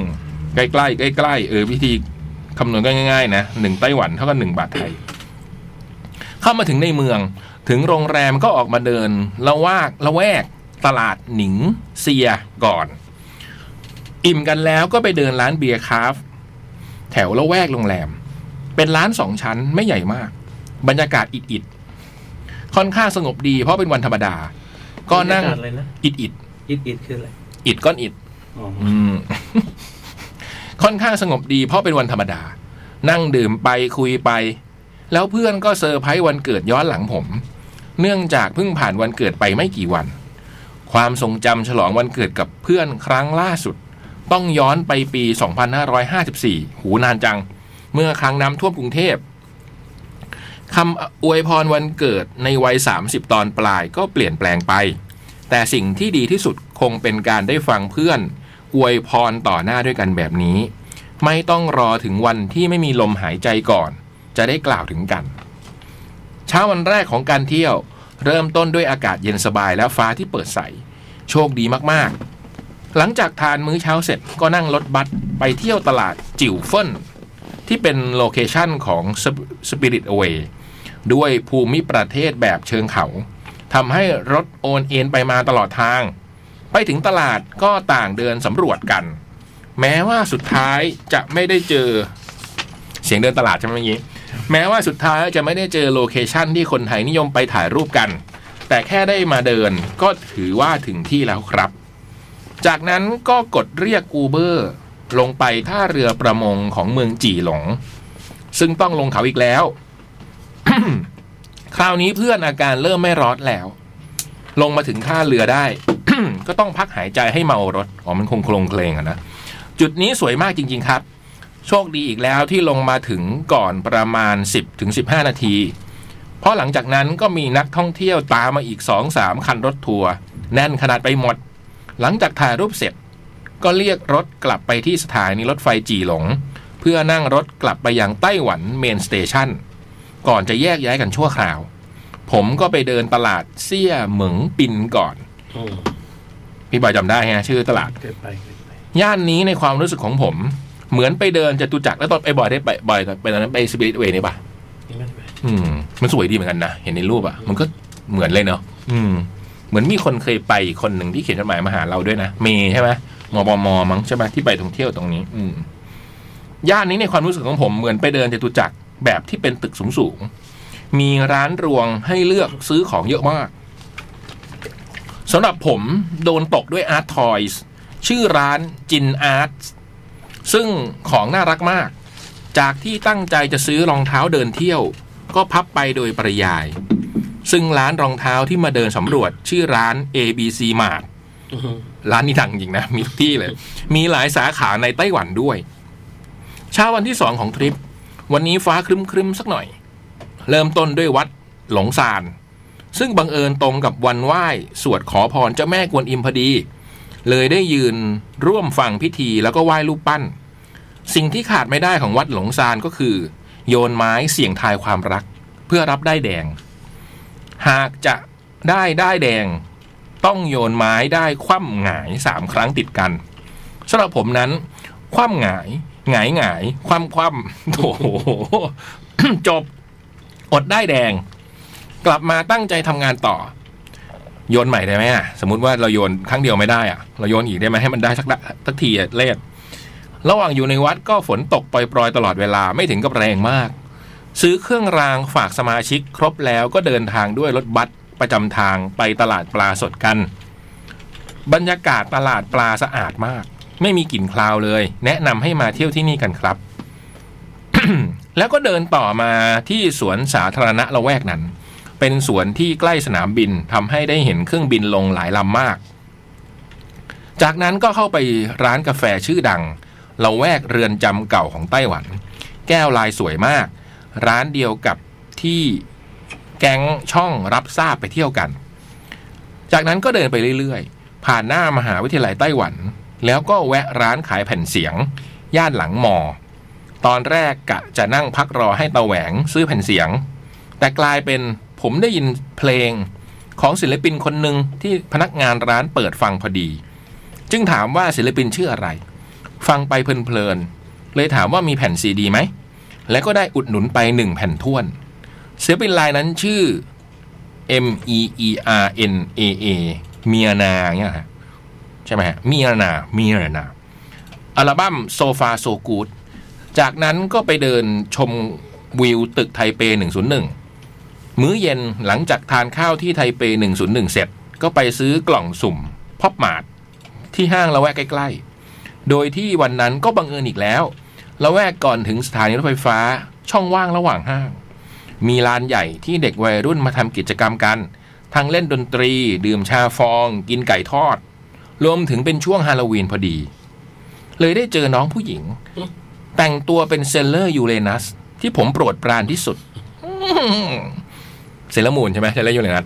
C: ใกล้ๆใกล้ๆเออพิธีคำนวณก็ง่ายๆนะหนึ่งไต้หวันเท่ากับหนึ่งบาทไทย เข้ามาถึงในเมือง ถึงโรงแรมก็ออกมาเดินละวากละแวก ตลาดหนิงเซียก่อน อิ่มกันแล้วก็ไปเดินร้านเบียร์คราฟต์แถวละแวกโรงแรม เป็นร้านสองชั้นไม่ใหญ่มาก บรรยากาศอิดอิดๆค่อนข้างสงบดีเพราะเป็นวันธรรมดา ก็นั่ง
E: บรรยาาศอะไรนะ
C: อิดอิด
E: อิดอิดคืออะไร
C: ๆอิดก้อนอิด
E: อ๋อ
C: อืม ค่อนข้างสงบดีเพราะเป็นวันธรรมดา นั่งดื่มไปคุยไป แล้วเพื่อนก็เซอร์ไพรส์วันเกิดย้อนหลังผม เนื่องจากเพิ่งผ่านวันเกิดไปไม่กี่วัน ความทรงจำฉลองวันเกิดกับเพื่อนครั้งล่าสุด ต้องย้อนไปปี 2554 หูนานจัง เมื่อครั้งน้ำท่วมกรุงเทพคำอวยพรวันเกิดในวัย 30 ตอนปลายก็เปลี่ยนแปลงไป แต่สิ่งที่ดีที่สุดคงเป็นการได้ฟังเพื่อน อวยพรต่อหน้าด้วยกันแบบนี้ ไม่ต้องรอถึงวันที่ไม่มีลมหายใจก่อน จะได้กล่าวถึงกัน เช้าวันแรกของการเที่ยว เริ่มต้นด้วยอากาศเย็นสบายและฟ้าที่เปิดใส โชคดีมากๆ หลังจากทานมื้อเช้าเสร็จก็นั่งรถบัสไปเที่ยวตลาดจิ๋วเฟินที่เป็นโลเคชั่นของ Spirit Away ด้วยภูมิประเทศแบบเชิงเขาทำให้รถโอนเอ็นไปมาตลอดทาง ไปถึงตลาดก็ต่างเดินสำรวจกัน แม้ว่าสุดท้ายจะไม่ได้เจอเสียงเดินตลาดใช่ไหมเมื่อกี้แม้ว่าสุดท้ายจะไม่ได้เจอโลเคชันที่คนไทยนิยมไปถ่ายรูปกัน แต่แค่ได้มาเดินก็ถือว่าถึงที่แล้วครับ จากนั้นก็กดเรียกอูเบอร์ลงไปท่าเรือประมงของเมืองจีหลง ซึ่งต้องลงเขาอีกแล้ว คราวนี้เพื่อนอาการเริ่มไม่ร้อนแล้ว ลงมาถึงท่าเรือได้ ก็ต้องพักหายใจให้เมารถ อ๋อ มันคงโครงเคลงอะนะ จุดนี้สวยมากจริง ๆ ครับ โชคดีอีกแล้วที่ลงมาถึงก่อนประมาณ 10ถึง15 นาที เพราะหลังจากนั้นก็มีนักท่องเที่ยวตามมาอีก 2-3 คันรถทัวร์แน่นขนาดไปหมด หลังจากถ่ายรูปเสร็จ ก็เรียกรถกลับไปที่สถานีรถไฟจีหลง เพื่อนั่งรถกลับไปยังไต้หวันเมนสเตชันก่อนจะแยกย้ายกันชั่วคราว ผมก็ไปเดินตลาดเซี่ยเหมิงปินก่อน
E: อืม
C: พี่บอยจำได้ฮะชื่อตลาด
E: เกิดไปเกิดไป
C: ย่านนี้ในความรู้สึกของผม เหมือนไปเดินจตุจักรแล้วตอนไอ้บอยได้ไปบอยไปตอนนั้นไปสปิริตเวนี่ปะอืม มันสวยดีเหมือนกันนะ เห็นในรูปอ่ะ มันก็เหมือนเลยเนาะอืม เหมือนมีคนเคยไปอีกคนหนึ่งที่เขียนจดหมายมาหาเราด้วยนะเมย์ใช่ไหมมบมมั้งใช่ไหมที่ไปท่องเที่ยวตรงนี้ อืมย่านนี้ในความรู้สึกของผมเหมือนไปเดินจตุจักรแบบที่เป็นตึกสูงสูงๆมีร้านรวงให้เลือกซื้อของเยอะมากสำหรับผมโดนตกด้วยอาร์ตทอย ชื่อร้านจินอาร์ตซึ่งของน่ารักมาก จากที่ตั้งใจจะซื้อรองเท้าเดินเที่ยว ก็พับไปโดยปริยาย ซึ่งร้านรองเท้าที่มาเดินสำรวจ ชื่อร้าน ABC Mart
E: อือฮึ
C: ร้านนี้ดังจริงนะ มีทุกที่เลย มีหลายสาขาในไต้หวันด้วย เช้าวันที่สองของทริป วันนี้ฟ้าครึ้มครึมๆสักหน่อย เริ่มต้นด้วยวัดหลงซาน ซึ่งบังเอิญตรงกับวันไหว้สวดขอพรเจ้าแม่กวนอิมพอดี เลยได้ยืนร่วมฟังพิธีแล้วก็ไหว้รูปปั้น สิ่งที่ขาดไม่ได้ของวัดหลงซานก็คือ โยนไม้เสี่ยงทายความรัก เพื่อรับได้แดง หากจะได้ได้แดง ต้องโยนไม้ได้คว่ำหงายสามครั้งติดกันสำหรับผมนั้น คว่ำหงายหงายหงายคว่ำคว่ำโถ จบ อดได้แดง กลับมาตั้งใจทำงานต่อ โยนใหม่ได้ไหมอ่ะสมมติว่าเราโยนครั้งเดียวไม่ได้อ่ะ เราโยนอีกได้ไหมให้มันได้สักละสักทีอะเลขระหว่างอยู่ในวัดก็ฝนตกปล่อยๆตลอดเวลาไม่ถึงกับแรงมาก ซื้อเครื่องรางฝากสมาชิกครบแล้วก็เดินทางด้วยรถบัสประจำทางไปตลาดปลาสดกัน บรรยากาศตลาดปลาสะอาดมาก ไม่มีกลิ่นคลาวเลย แนะนำให้มาเที่ยวที่นี่กันครับ แล้วก็เดินต่อมาที่สวนสาธารณะละแวกนั้น เป็นสวนที่ใกล้สนามบินทำให้ได้เห็นเครื่องบินลงหลายลำมาก จากนั้นก็เข้าไปร้านกาแฟชื่อดังละแวกเรือนจำเก่าของไต้หวัน แก้วลายสวยมาก ร้านเดียวกับที่แก๊งช่องรับทราบไปเที่ยวกัน จากนั้นก็เดินไปเรื่อยๆ ผ่านหน้ามหาวิทยาลัยไต้หวัน แล้วก็แวะร้านขายแผ่นเสียง ย่านหลังมอ ตอนแรกกะจะนั่งพักรอให้ตาแหวงซื้อแผ่นเสียง แต่กลายเป็นผมได้ยินเพลงของศิลปินคนหนึ่งที่พนักงานร้านเปิดฟังพอดี จึงถามว่าศิลปินชื่ออะไร ฟังไปเพลินๆ เลยถามว่ามีแผ่นซีดีไหม และก็ได้อุดหนุนไปหนึ่งแผ่นท้วน ศิลปินรายนั้นชื่อ M E E R N A A เมียนาเนี่ยฮะใช่ไหมฮะเมียนาเมียนา อัลบั้มโซฟาโซกูดจากนั้นก็ไปเดินชมวิวตึกไทเป 101 มื้อเย็นหลังจากทานข้าวที่ไทเป 101 เสร็จ ก็ไปซื้อกล่องสุ่มพอบมาดที่ห้างละแวกใกล้ ๆ โดยที่วันนั้นก็บังเอิญอีกแล้ว ละแวกก่อนถึงสถานีรถไฟฟ้าช่องว่างระหว่างห้าง มีลานใหญ่ที่เด็กวัยรุ่นมาทำกิจกรรมกัน ทั้งเล่นดนตรี ดื่มชาฟอง กินไก่ทอด รวมถึงเป็นช่วงฮาโลวีนพอดี เลยได้เจอน้องผู้หญิง แต่งตัวเป็นเซลเลอร์ยูเรนัส ที่ผมโปรดปรานที่สุดอื้อหือเซเลอร์มูนใช่ไหมเซเลอร์ยูเรนัส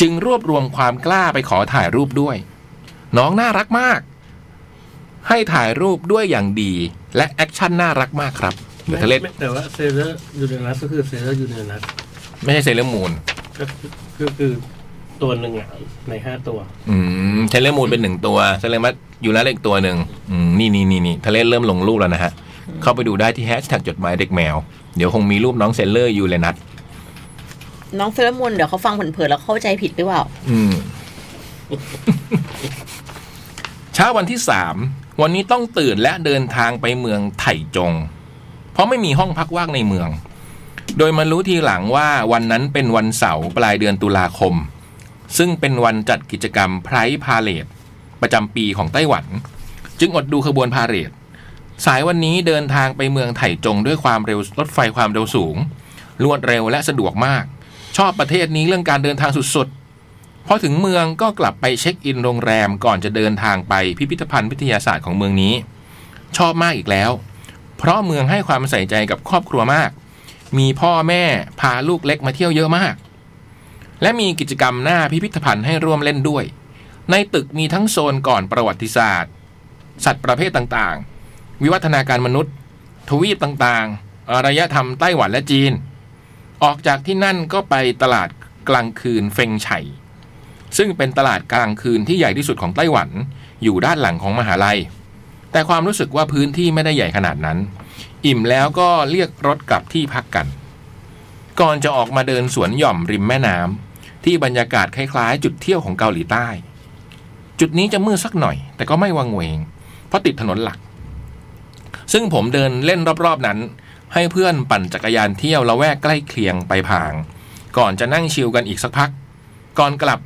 C: จึงรวบรวมความกล้าไปขอถ่ายรูปด้วย น้องน่ารักมาก ให้ถ่ายรูปด้วยอย่างดี และแอคชั่นน่ารักมากครับเดี๋ยวเธอเล่น
E: ไม่แต่ว่าเซเลอร์ยูเนนัสก็คือเซเลอร์ยูเนนัส
C: ไม่ใช่เซเลอร์มูน
E: ก็คือก็คือตัวหนึ่งอ่ะในห้าตัว
C: อืมเทเลมูนเป็นหนึ่งตัวเทเลมัสยูรัสอีกตัวหนึ่งอืมนี่นี่นี่นี่ทะเลเริ่มลงรูปแล้วนะฮะ เข้าไปดูได้ที่แฮชแท็กจดหมายเด็กแมว เดี๋ยวคงมีรูปน้องเซนเลอร์ยูเรนัส
B: น้องเซเลอร์มูนเดี๋ยวเขาฟังเผินๆแล้วเข้าใจผิดหรือเปล่า
C: อืม เช้าวันที่สาม วันนี้ต้องตื่นและเดินทางไปเมืองไถ่จง เพราะไม่มีห้องพักว่างในเมือง โดยมารู้ทีหลังว่าวันนั้นเป็นวันเสาร์ปลายเดือนตุลาคม ซึ่งเป็นวันจัดกิจกรรมไพรพาเลตประจำปีของไต้หวัน จึงอดดูขบวนพาเหรดสายวันนี้เดินทางไปเมืองไถ่จงด้วยความเร็วรถไฟความเร็วสูง รวดเร็วและสะดวกมาก ชอบประเทศนี้เรื่องการเดินทางสุดๆพอถึงเมืองก็กลับไปเช็คอินโรงแรมก่อนจะเดินทางไปพิพิธภัณฑ์วิทยาศาสตร์ของเมืองนี้ ชอบมากอีกแล้ว เพราะเมืองให้ความใส่ใจกับครอบครัวมาก มีพ่อแม่พาลูกเล็กมาเที่ยวเยอะมาก และมีกิจกรรมหน้าพิพิธภัณฑ์ให้ร่วมเล่นด้วย ในตึกมีทั้งโซนก่อนประวัติศาสตร์ สัตว์ประเภทต่างๆ วิวัฒนาการมนุษย์ ทวีปต่างๆ อารยธรรมไต้หวันและจีน ออกจากที่นั่นก็ไปตลาดกลางคืนเฟงไฉ ซึ่งเป็นตลาดกลางคืนที่ใหญ่ที่สุดของไต้หวัน อยู่ด้านหลังของมหาลัย แต่ความรู้สึกว่าพื้นที่ไม่ได้ใหญ่ขนาดนั้น อิ่มแล้วก็เรียกรถกลับที่พักกัน ก่อนจะออกมาเดินสวนหย่อมริมแม่น้ำที่บรรยากาศคล้ายๆ จุดเที่ยวของเกาหลีใต้ จุดนี้จะมืดสักหน่อย แต่ก็ไม่วังเวง เพราะติดถนนหลัก ซึ่งผมเดินเล่นรอบๆนั้น ให้เพื่อนปั่นจักรยานเที่ยวละแวกใกล้เคียงไปพาง ก่อนจะนั่งชิลกันอีกสักพัก ก่อนกลับ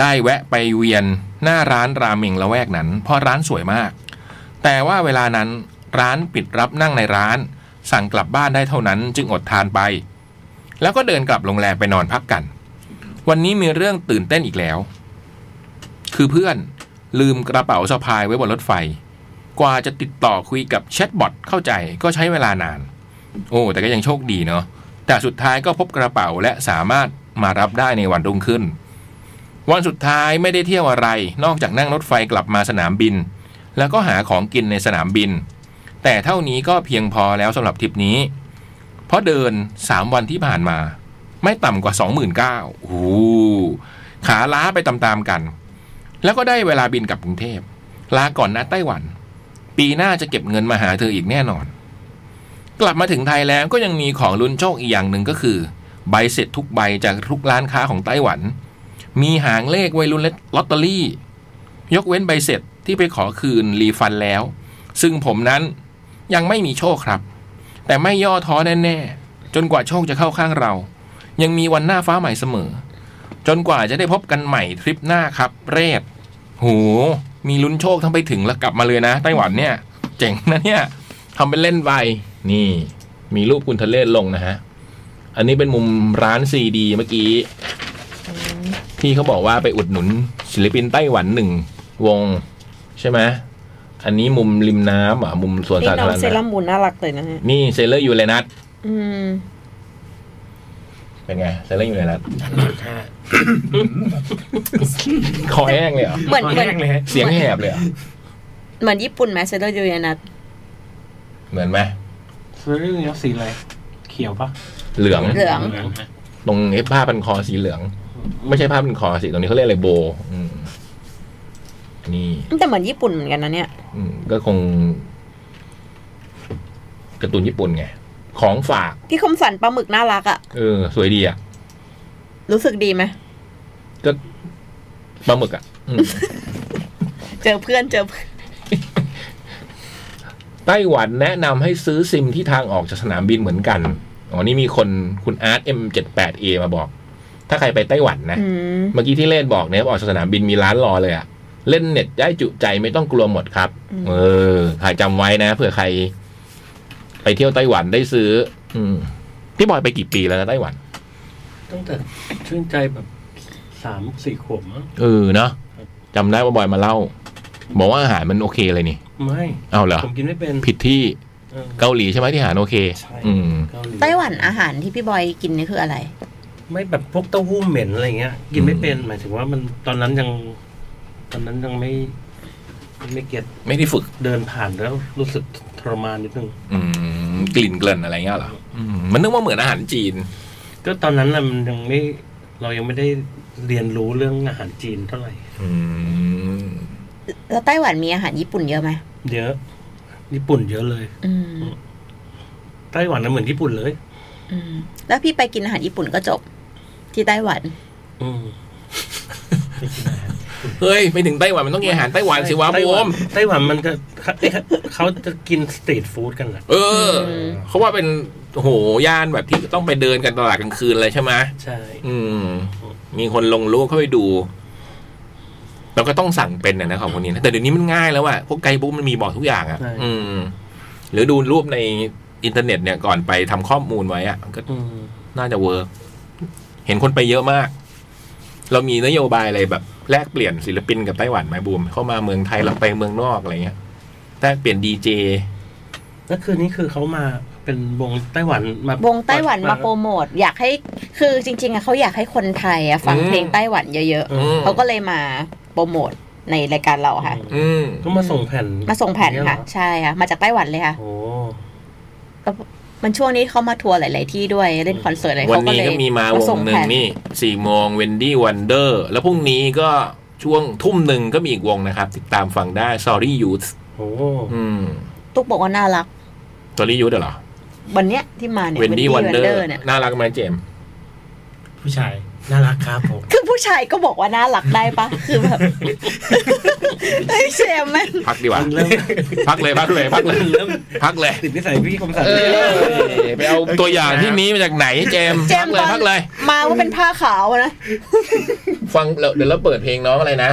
C: ได้แวะไปเวียนหน้าร้านราเมงละแวกนั้น เพราะร้านสวยมาก แต่ว่าเวลานั้นร้านปิดรับนั่งในร้าน สั่งกลับบ้านได้เท่านั้นจึงอดทานไป แล้วก็เดินกลับโรงแรมไปนอนพักกัน วันนี้มีเรื่องตื่นเต้นอีกแล้ว คือเพื่อนลืมกระเป๋าสะพายไว้บนรถไฟ กว่าจะติดต่อคุยกับแชทบอทเข้าใจก็ใช้เวลานาน โอ้ แต่ก็ยังโชคดีเนาะแต่สุดท้ายก็พบกระเป๋าและสามารถมารับได้ในวันรุ่งขึ้น วันสุดท้ายไม่ได้เที่ยวอะไร นอกจากนั่งรถไฟกลับมาสนามบิน แล้วก็หาของกินในสนามบิน แต่เท่านี้ก็เพียงพอแล้วสำหรับทริปนี้ เพราะเดิน 3 วันที่ผ่านมา ไม่ต่ำกว่า 29,000โอ้โหขาล้าไปตามๆกัน แล้วก็ได้เวลาบินกลับกรุงเทพ ลาก่อนนะไต้หวัน ปีหน้าจะเก็บเงินมาหาเธออีกแน่นอน กลับมาถึงไทยแล้วก็ยังมีของลุ้นโชคอีกอย่างหนึ่งก็คือ ใบเสร็จทุกใบจากทุกร้านค้าของไต้หวัน มีหางเลขไว้ลุ้นลอตเตอรี่ ยกเว้นใบเสร็จที่ไปขอคืนรีฟันแล้ว ซึ่งผมนั้นยังไม่มีโชคครับ แต่ไม่ย่อท้อแน่ๆ จนกว่าโชคจะเข้าข้างเรา ยังมีวันหน้าฟ้าใหม่เสมอ จนกว่าจะได้พบกันใหม่ทริปหน้าครับ เรศ หู มีลุ้นโชคทั้งไปถึงแล้วกลับมาเลยนะ ไต้หวันเนี่ย เจ๋งนะเนี่ยทำเป็นเล่นไปนี่ มีรูปคุณทะเลศลงนะฮะ อันนี้เป็นมุมร้านซีดีเมื่อกี้ ที่เขาบอกว่าไปอุดหนุนศิลปินไต้หวันหนึ่งวง ใช่ไหมอันนี้มุมริมน้ำอ่ะมุมสวน
B: นี่
C: สา
B: น้อ
C: ธาง ร
B: เซรา
C: ณะ
B: มูนน่ารักเลยนะเนี่ย
C: นี่เซเลอร์ยูเลนัส
B: อืม
C: เป็นไงเซเลอร์ยูเลนัสคอแห้งเลยเหรอ
B: เหมือนเหมือน
D: เลย
C: เสียงแหบเลยเหรอ
B: เหมือนญี่ปุ่นไหมเซเลอร์ยูเรนัส
C: เหมือนไหม
E: ซื้อเนี้ยสีอะไร เขียวปะ
C: เหลือง
B: เหลือง
C: ตรงเอฟผ้าพันคอสีเหลือง ไม่ใช่ผ้าพันคอสิตรงนี้เขาเรียกอะไรโบอืมนี่
B: แต่เหมือนญี่ปุ่นเหมือนกันนะเนี่ย
C: อืมก็คงการ์ตูนญี่ปุ่นไงของฝาก
B: พี่คมสันปลาหมึกน่ารักอะ
C: เออ สวยดีอ่ะ
B: รู้สึกดีไหม
C: ก็ปลาหมึกอ่ะอืม
B: เจอเพื่อนเจอเพื่อน
C: ไต้หวันแนะนำให้ซื้อซิมที่ทางออกจากสนามบินเหมือนกัน อ๋อ นี่มีคนคุณอาร์ต M78A มาบอก ถ้าใครไปไต้หวันนะ
B: อืม
C: เมื่อกี้ที่เล่นบอกเนี่ยออกจากสนามบินมีร้านรอเลยอะเล่นเน็ตได้จุใจไม่ต้องกลัวหมดครับ เออใครจำไว้นะเผื่อใคร ไปเที่ยวไต้หวันได้ซื้อ อืมพี่บอยไปกี่ปีแล้วนะไต้หวัน
E: ตั้งแต่ชื่นใจแบบสามสี่ขวบมั้ง
C: เออเนาะจำได้ว่าบอยมาเล่า บอกว่าอาหารมันโอเคเลยนี่
E: ไม่
C: เอาเหรอ
E: ผมกินไม่เป็น
C: ผิดที่
E: เออ
C: เกาหลีใช่ไหมที่อาหารโอเค
E: ใช่
C: อืม
E: เกาลี
B: ไต้หวันอาหารที่พี่บอยกินนี่คืออะไร
E: ไม่แบบพวกเต้าหู้เหม็นอะไรเงี้ย กินไม่เป็นหมายถึงว่ามันตอนนั้นยัง ตอนนั้นยังไม่ ไม่เก็ต
C: ไม่ได้ฝึก
E: เดินผ่านแล้วรู้สึกทรมานนิดนึง
C: อืมกลิ่นเกลิ่นอะไรเงี้ยเหรออืมมันนึกว่าเหมือนอาหารจีน
E: ก็ตอนนั้นน่ะมันยังไม่เรายังไม่ได้เรียนรู้เรื่องอาหารจีนเท่าไหร่
C: อืม
B: แล้วไต้หวันมีอาหารญี่ปุ่นเยอะไหม
E: เยอะ ญี่ปุ่นเยอะเลย
B: อืม
E: ไต้หวันน่ะเหมือนญี่ปุ่นเลย
B: อืมแล้วพี่ไปกินอาหารญี่ปุ่นก็จบ ที่ไต้หวัน
E: อืม
C: เฮ้ยไปถึงไต้หวันมันต้องกินอาหารไต้หวันสิวะ
E: ไต้
C: บู
E: หวัน
C: ม
E: ไต้หวันมันจะเขาเขาจะกินสตรีทฟู้ดกันแหละ
C: เอออ เขาว่าเป็นโหย่านแบบที่ต้องไปเดินกันตลาดกลางคืนเลยใช่ไหม
E: ใช่
C: อืม มีคนลงรูปเข้าไปดู เราก็ต้องสั่งเป็นนะนะของคนนี้นะแต่เดี๋ยวนี้มันง่ายแล้วอะพวกไกด์บุ๊กมันมีบอกทุกอย่างอะอืม หรือดูรูปในอินเทอร์เน็ตเนี่ยก่อนไปทำข้อมูลไว้อะก็
E: อืม
C: น่าจะเวิร์กเห็นคนไปเยอะมาก เรามีนโยบายอะไรแบบแลกเปลี่ยนศิลปินกับไต้หวันไหมบูม เข้ามาเมืองไทยเราไปเมืองนอกอะไรเงี้ยแลกเปลี่ยนดีเจ
E: แล้วคืนนี้คือเขามาเป็นวงไต้หวันมาว
B: งไต้หวันมาโปรโมท อยากให้คือจริง ๆอะเขาอยากให้คนไทยอะฟัง
C: อืม
B: เพลงไต้หวันเยอะ
C: อืม
B: ๆเขาก็เลยมาโปรโมทในรายการเราค่ะ
C: อืม
E: ก็มาส่งแผ่น
B: มาส่งแผ่นค่ะ ใช่ค่ะมาจากไต้หวันเลยค่ะ
E: โอ้
B: มันช่วงนี้เขามาทัวร์หลาย ๆ ที่ด้วยเล่นคอนเสิร์ตอะไร
C: วัน
B: เขาก็
C: นี้
B: เลย
C: ก็มีมาว
B: ส่
C: งหนึ่ง
B: แผ่
C: นี่สี่โมงเวนดี้วันเดอร์แล้วพรุ่งนี้ก็ช่วงทุ่มหนึ่งก็มีอีกวงนะครับ ติดตามฟังได้ Sorry Youth
E: โห
C: อืม
B: ตุ๊กบอกว่าน่ารัก
C: Sorry Youth เหรอ
B: วันเนี้ยที่มาเนี่ย
C: เวนดี้วันเดอร์
B: เนี่ย
C: น่ารักไหมเจมส์
D: ผู้ชาย น่ารักครับผม
B: คือผู้ชายก็บอกว่าน่ารักได้ ปะคือแบบ ไอ้ยเชมแม่ง
C: พักดีกว่า
E: เริ่ม
C: พักเลยพักเลยพักเลย
E: เริ่ม
C: พักเลย
E: ติดนิสัยพี่คมสัน
C: เออไปเอาตัวอย่างที่นี้มาจากไหนเจมส์
B: เจมตอน
C: พักเลยพักเลย
B: มาว่าเป็นผ้าขาวอะนะ
C: ฟังเดี๋ยวเราเปิดเพลงน้องอะไรนะ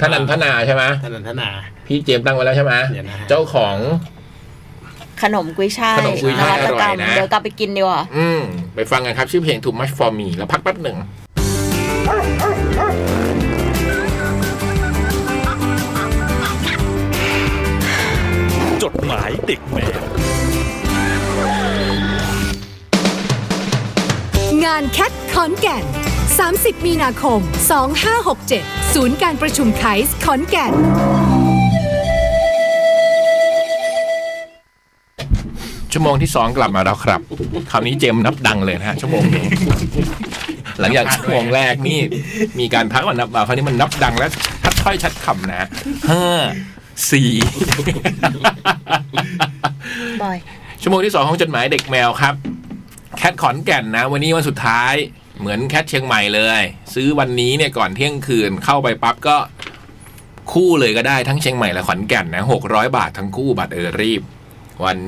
C: ท่านันทนาใช่ไหม
D: ธนันทนา
C: พี่เจมส์ตั้งไว้แล้วใช่ไหม
D: เดี๋ยวนะฮะ
C: เจ้าของ
B: ขนมกุ้ยช่าย
C: ขนมกุ้ยช่าย
B: นวัตกรรม
C: อร่อยนะ
B: เดี๋ยวกลับไปกินดีกว่า
C: อืมไปฟังกันครับชื่อเพลง Too Much For Me แล้วพักแป๊บหนึ่ง
H: จดหมายเด็กแมว
I: งานแคทขอนแก่น 30 มีนาคม 2567 ศูนย์การประชุมไคส์ขอนแก่น
C: ชั่วโมงที่สองกลับมาแล้วครับ คราวนี้เจมส์นับดังเลยนะฮะชั่วโมง นี้ หลังจากชั่วโมงแรกนี่ มีการพักวันนับมาคราวนี้มันนับดังแล้วชัดถ้อยชัดคำนะฮะห้าสี่
B: บอย
C: ชั่วโมงที่สองของจดหมายเด็กแมวครับ แคทขอนแก่นนะ วันนี้วันสุดท้ายเหมือนแคทเชียงใหม่เลย ซื้อวันนี้เนี่ยก่อนเที่ยงคืนเข้าไปปั๊บก็คู่เลยก็ได้ทั้งเชียงใหม่และขอนแก่นนะหกร้อยบาททั้งคู่บัตรเออรีบ วัน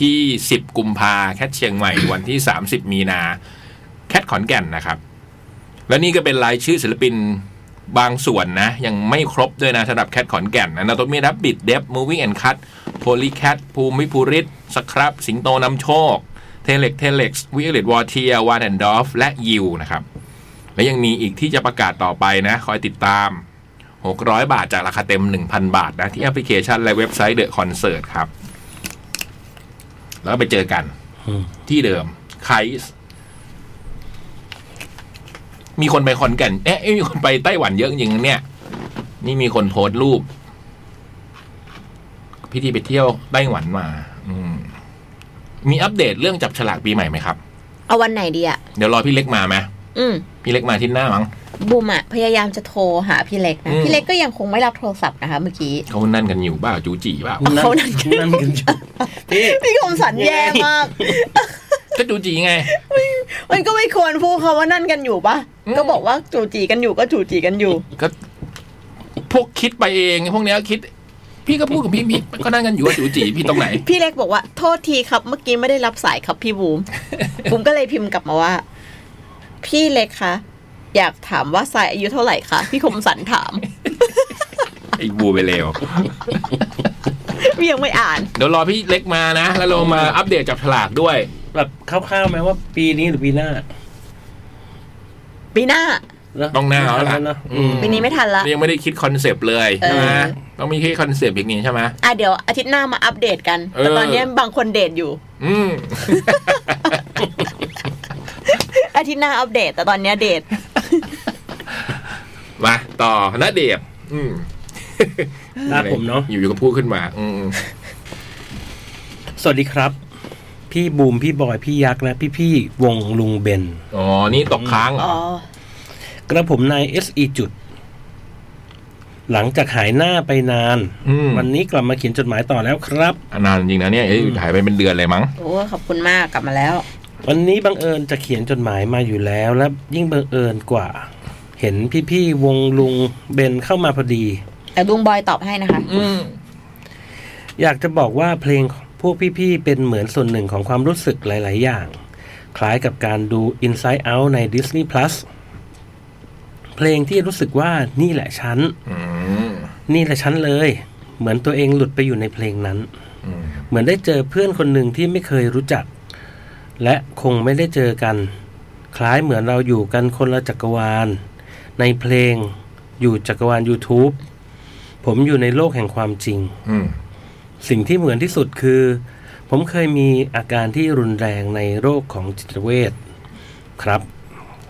C: ที่สิบกุมภาแคทเชียงใหม่ วันที่สามสิบมีนา แคทขอนแก่นนะครับ และนี่ก็เป็นรายชื่อศิลปิน บางส่วนนะ ยังไม่ครบด้วยนะสำหรับแคทขอนแก่นนะนาโตมีรับบิดเดฟมูวี่แอนคัทโพลีแคทภูมิภูริศสครับ สิงโตนำโชค เทเล็กเทเล็กวิเลตวอเทียวานแอนดอฟและยิวนะครับ และยังมีอีกที่จะประกาศต่อไปนะ คอยติดตาม 600 บาทจากราคาเต็ม 1,000 บาทนะ ที่แอปพลิเคชันและเว็บไซต์เดอะคอนเสิร์ตครับ แล้วก็ไปเจอกัน
E: อืม
C: ที่เดิมไคส์มีคนไปคอนแก่น เอ๊ะ มีคนไปไต้หวันเยอะจริงๆนะเนี่ย นี่มีคนโพสต์รูป พิธีไปเที่ยวไต้หวันมา อืม มีอัปเดตเรื่องจับฉลากปีใหม่ไหมครับ
B: เอาวันไหนดีอ่ะ
C: เดี๋ยวรอพี่เล็กมาไหม
B: อืม
C: พี่เล็กมาอาที่หน้ามั้ง
B: บุมอะพยายามจะโทรหาพี่เล็กนะ
C: อืม
B: พี่เล็กก็ยังคงไม่รับโทรศัพท์นะคะเมื่อกี้
C: เขานั่นกันอยู่บ้าจูจีบ้า
E: นั่
B: เขา
E: น
B: นั่ง
E: นั่นกันอยู่พี่
B: พี่คมสันแย่มาก
C: ก็จูจีไง
B: มันก็ไม่ควรพูดคำว่านั่นกันอยู่ปะ
C: อืม
B: ก็บอกว่าจูจีกันอยู่ก็จูจีกันอยู่
C: ก็ พวกคิดไปเองพวกเนี้ยคิด พี่ก็พูดกับพี่พี่ก็นั่นกันอยู่ว่าจูจีพี่ตรงไหน
B: พี่เล็กบอกว่าโทษทีครับเมื่อกี้ไม่ได้รับสายครับพี่ บูม บูมก็เลยพิมพ์กลับมาว่า พี่เล็กคะอยากถามว่าสายอายุเท่าไหร่คะพี่คมสันถาม
C: ไอ้บูไปเร็ว
B: พี่ยังไม่อ่าน
C: เดี๋ยวรอพี่เล็กมานะ แล้วเรามาอัปเดตจับฉลากด้วย
E: แบบคร่าวๆไหมว่าปีนี้หรือปีหน้า
B: ปีหน้า
E: ะ
C: ต้องหน้าแล้วล่ะ
E: เนอะ
C: อืม
B: ปีนี้ไม่ทันละ
C: ยังไม่ได้คิดคอนเซปต์เลย
B: เออ
C: ใช่ไหมต้องมีคิดคอนเซปต์อีกนี้ใช่ไหม
B: อ่ะเดี๋ยวอาทิตย์หน้ามาอัปเดตกัน
C: เออ
B: แต่ตอนนี้บางคนเดทอยู่
C: อื ม
B: อาทิตย์หน้าอัปเดต แต่ตอนนี้เดท
C: มาต่อณเดบอืม
E: หน้าผมเนาะ
C: อยู่ๆก็พูดขึ้นมา อืม
E: สวัสดีครับ พี่บูมพี่บอยพี่ยักษ์และพี่ๆวงลุงเบน
C: อ๋อนี่ตกค้างเหร
B: อ๋
C: อ
B: อก
E: ระผมนายเอสีจุด หลังจากหายหน้าไปนาน
C: อืม
E: วันนี้กลับมาเขียนจดหมายต่อแล้วครับ
C: อ่ะนานจริงนะเนี่ยเอ้ยถ่ายไปเป็นเดือนเลยมั้ง
B: โอ้ขอบคุณมากกลับมาแล้ว
E: วันนี้บังเอิญจะเขียนจดหมายมาอยู่แล้ว และยิ่งบังเอิญกว่า เห็นพี่ๆวงลุงเบนเข้ามาพอดี
B: แต่ลุงบอยตอบให้นะคะ
C: อืม
E: อยากจะบอกว่าเพลงพวกพี่ๆเป็นเหมือนส่วนหนึ่งของความรู้สึกหลาย ๆ อย่าง คล้ายกับการดู Inside Out ใน Disney Plus เพลงที่รู้สึกว่านี่แหละฉัน
C: อืม
E: นี่แหละฉันเลย เหมือนตัวเองหลุดไปอยู่ในเพลงนั้น
C: อืม
E: เหมือนได้เจอเพื่อนคนหนึ่งที่ไม่เคยรู้จัก และคงไม่ได้เจอกัน คล้ายเหมือนเราอยู่กันคนละจักรวาล ในเพลงอยู่จักรวาล YouTube ผมอยู่ในโลกแห่งความจริง
C: อืม
E: สิ่งที่เหมือนที่สุดคือ ผมเคยมีอาการที่รุนแรงในโรคของจิตเวชครับ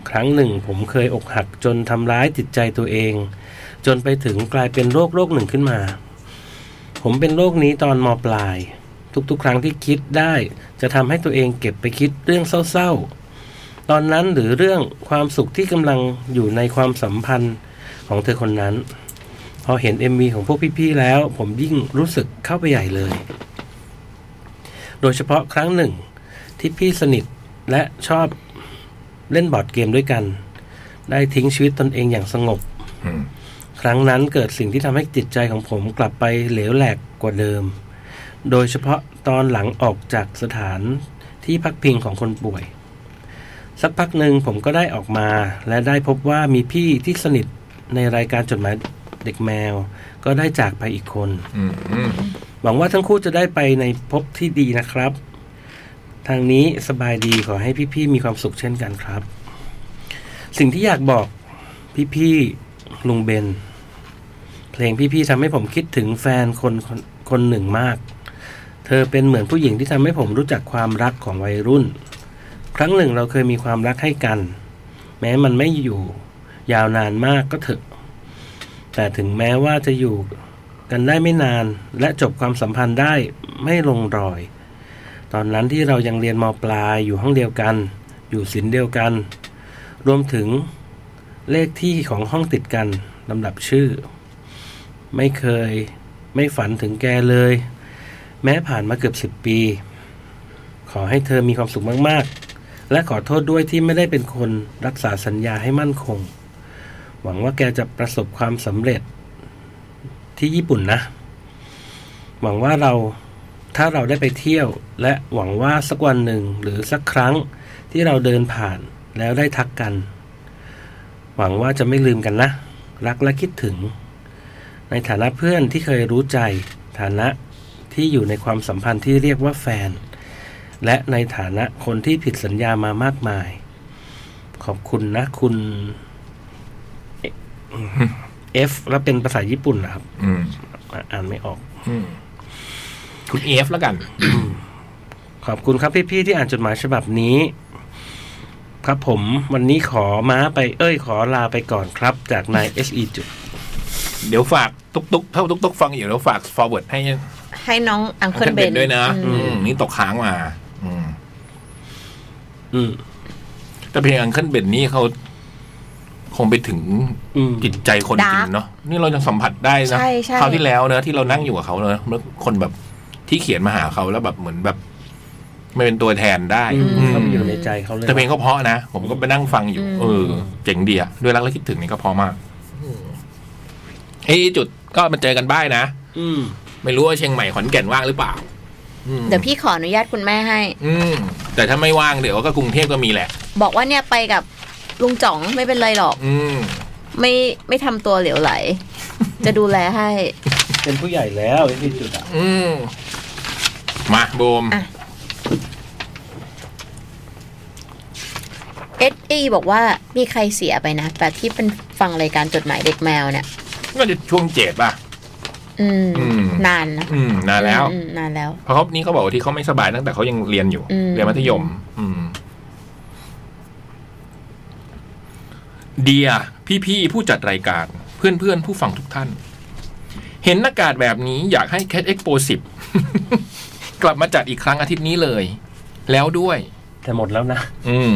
E: ครั้งหนึ่งผมเคยอกหักจนทำร้ายจิตใจตัวเอง จนไปถึงกลายเป็นโรคโรคหนึ่งขึ้นมา ผมเป็นโรคนี้ตอนมปลาย ทุกๆ ครั้งที่คิดได้ จะทำให้ตัวเองเก็บไปคิดเรื่องเศร้าๆ ตอนนั้นหรือเรื่องความสุขที่กำลังอยู่ในความสัมพันธ์ของเธอคนนั้น พอเห็น MV ของพวกพี่ ๆ แล้ว ผมยิ่งรู้สึกเข้าไปใหญ่เลย โดยเฉพาะครั้งหนึ่งที่พี่สนิทและชอบเล่นบอร์ดเกมด้วยกัน ได้ทิ้งชีวิตตนเองอย่างสงบ
C: อืม
E: ครั้งนั้นเกิดสิ่งที่ทำให้จิตใจของผมกลับไปเหลวแหลกกว่าเดิม โดยเฉพาะตอนหลังออกจากสถานที่พักพิงของคนป่วย สักพักหนึ่งผมก็ได้ออกมา และได้พบว่ามีพี่ที่สนิทในรายการจดหมายเด็กแมว ก็ได้จากไปอีกคน
C: อืมอืม
E: หวังว่าทั้งคู่จะได้ไปในภพที่ดีนะครับ ทางนี้สบายดีขอให้พี่ๆมีความสุขเช่นกันครับ สิ่งที่อยากบอกพี่ๆลุงเบน เพลงพี่ๆทำให้ผมคิดถึงแฟนคนคนคนหนึ่งมาก เธอเป็นเหมือนผู้หญิงที่ทำให้ผมรู้จักความรักของวัยรุ่น ครั้งหนึ่งเราเคยมีความรักให้กัน แม้มันไม่อยู่ ยาวนานมากก็เถอะ แต่ถึงแม้ว่าจะอยู่ กันได้ไม่นานและจบความสัมพันธ์ได้ไม่ลงรอย ตอนนั้นที่เรายังเรียนมปลายอยู่ห้องเดียวกัน อยู่ศิลป์เดียวกัน รวมถึงเลขที่ของห้องติดกันลำดับชื่อ ไม่เคยไม่ฝันถึงแกเลย แม้ผ่านมาเกือบสิบปี ขอให้เธอมีความสุขมากๆ และขอโทษด้วยที่ไม่ได้เป็นคนรักษาสัญญาให้มั่นคง หวังว่าแกจะประสบความสำเร็จ ที่ญี่ปุ่นนะ หวังว่าเราถ้าเราได้ไปเที่ยว และหวังว่าสักวันหนึ่งหรือสักครั้งที่เราเดินผ่านแล้วได้ทักกัน หวังว่าจะไม่ลืมกันนะ รักและคิดถึง ในฐานะเพื่อนที่เคยรู้ใจ ฐานะที่อยู่ในความสัมพันธ์ที่เรียกว่าแฟน และในฐานะคนที่ผิดสัญญามามากมาย ขอบคุณนะคุณเอเอฟแล้วเป็นภาษาญี่ปุ่นนะครับ
C: อืม
E: อ่ะอ่านไม่ออก
C: อืมคุณเอฟแล้วกัน
E: ขอบคุณครับพี่ๆที่อ่านจดหมายฉบับนี้ ครับผมวันนี้ขอม้าไปเอ้ยขอลาไปก่อนครับ จากนาย SE จุด
C: เดี๋ยวฝากตุกตุกๆเท่าตุกตุกๆฟังอยู่แล้วฝาก forward ให้
B: ให้น้องอังเคิลเบน
C: ด้วยนะ
B: อืม
C: อืมนี่ตกค้างมา อืม
E: อืม
C: แต่เพลงอังเคิลเบนนี่เขาคงไปถึง
E: อืม
C: จิตใจคนจริงเนาะนี่เรายังสัมผัสได้นะ
B: ใช่ใช่
C: คราวที่แล้วเนอะที่เรานั่งอยู่กับเขาเนอะแล้วคนแบบที่เขียนมาหาเขาแล้วแบบเหมือนแบบ ไม่เป็นตัวแทนได้
E: อืม
C: อืม
E: เขาอยู่ในใจเขาเลย
C: แต่เพลงก็เพราะนะ ผมก็ไปนั่งฟังอยู่ เออ เจ๋งดีอะด้วยรักและคิดถึงนี่ก็เพราะมากเฮ้ยจุดก็มาเจอกันบ้ายนะ
E: อืม
C: ไม่รู้ว่าเชียงใหม่ขอนแก่นว่างหรือเปล่า อืม
B: เดี๋ยวพี่ขออนุญาตคุณแม่ให้
C: อืมแต่ถ้าไม่ว่างเดี๋ยวก็กรุงเทพก็มีแหละ
B: บอกว่าเนี่ยไปกับลุงจ๋องไม่เป็นไรหรอก
C: อืม
B: ไม่ไม่ทำตัวเหลวไหล จะดูแลให้
E: เป็นผู้ใหญ่แล้ว SE จุดอ่ะ
C: อืม มาโบม
B: อ่ะ เอสอีบอกว่ามีใครเสียไปนะ แต่ที่เป็นฟังรายการจดหมายเด็กแมวเนี่ย
C: ก็จะช่วงเจ็ดป่ะ
B: อืม
C: อืม
B: นานนะ
C: อืมนานแล้ว
B: อืมอืมนานแล้ว
C: เพราะเขานี้เขาบอกว่าที่เขาไม่สบายตั้งแต่เขายังเรียนอยู่
B: อืม
C: เรียนมัธยม อืม เดีย พี่ๆ ผู้จัดรายการ เพื่อนๆ ผู้ฟังทุกท่าน เห็นอากาศแบบนี้อยากให้ Cat Expo 10 กลับมาจัดอีกครั้งอาทิตย์นี้เลย แล้วด้วย
E: แต่หมดแล้วนะ
C: อืม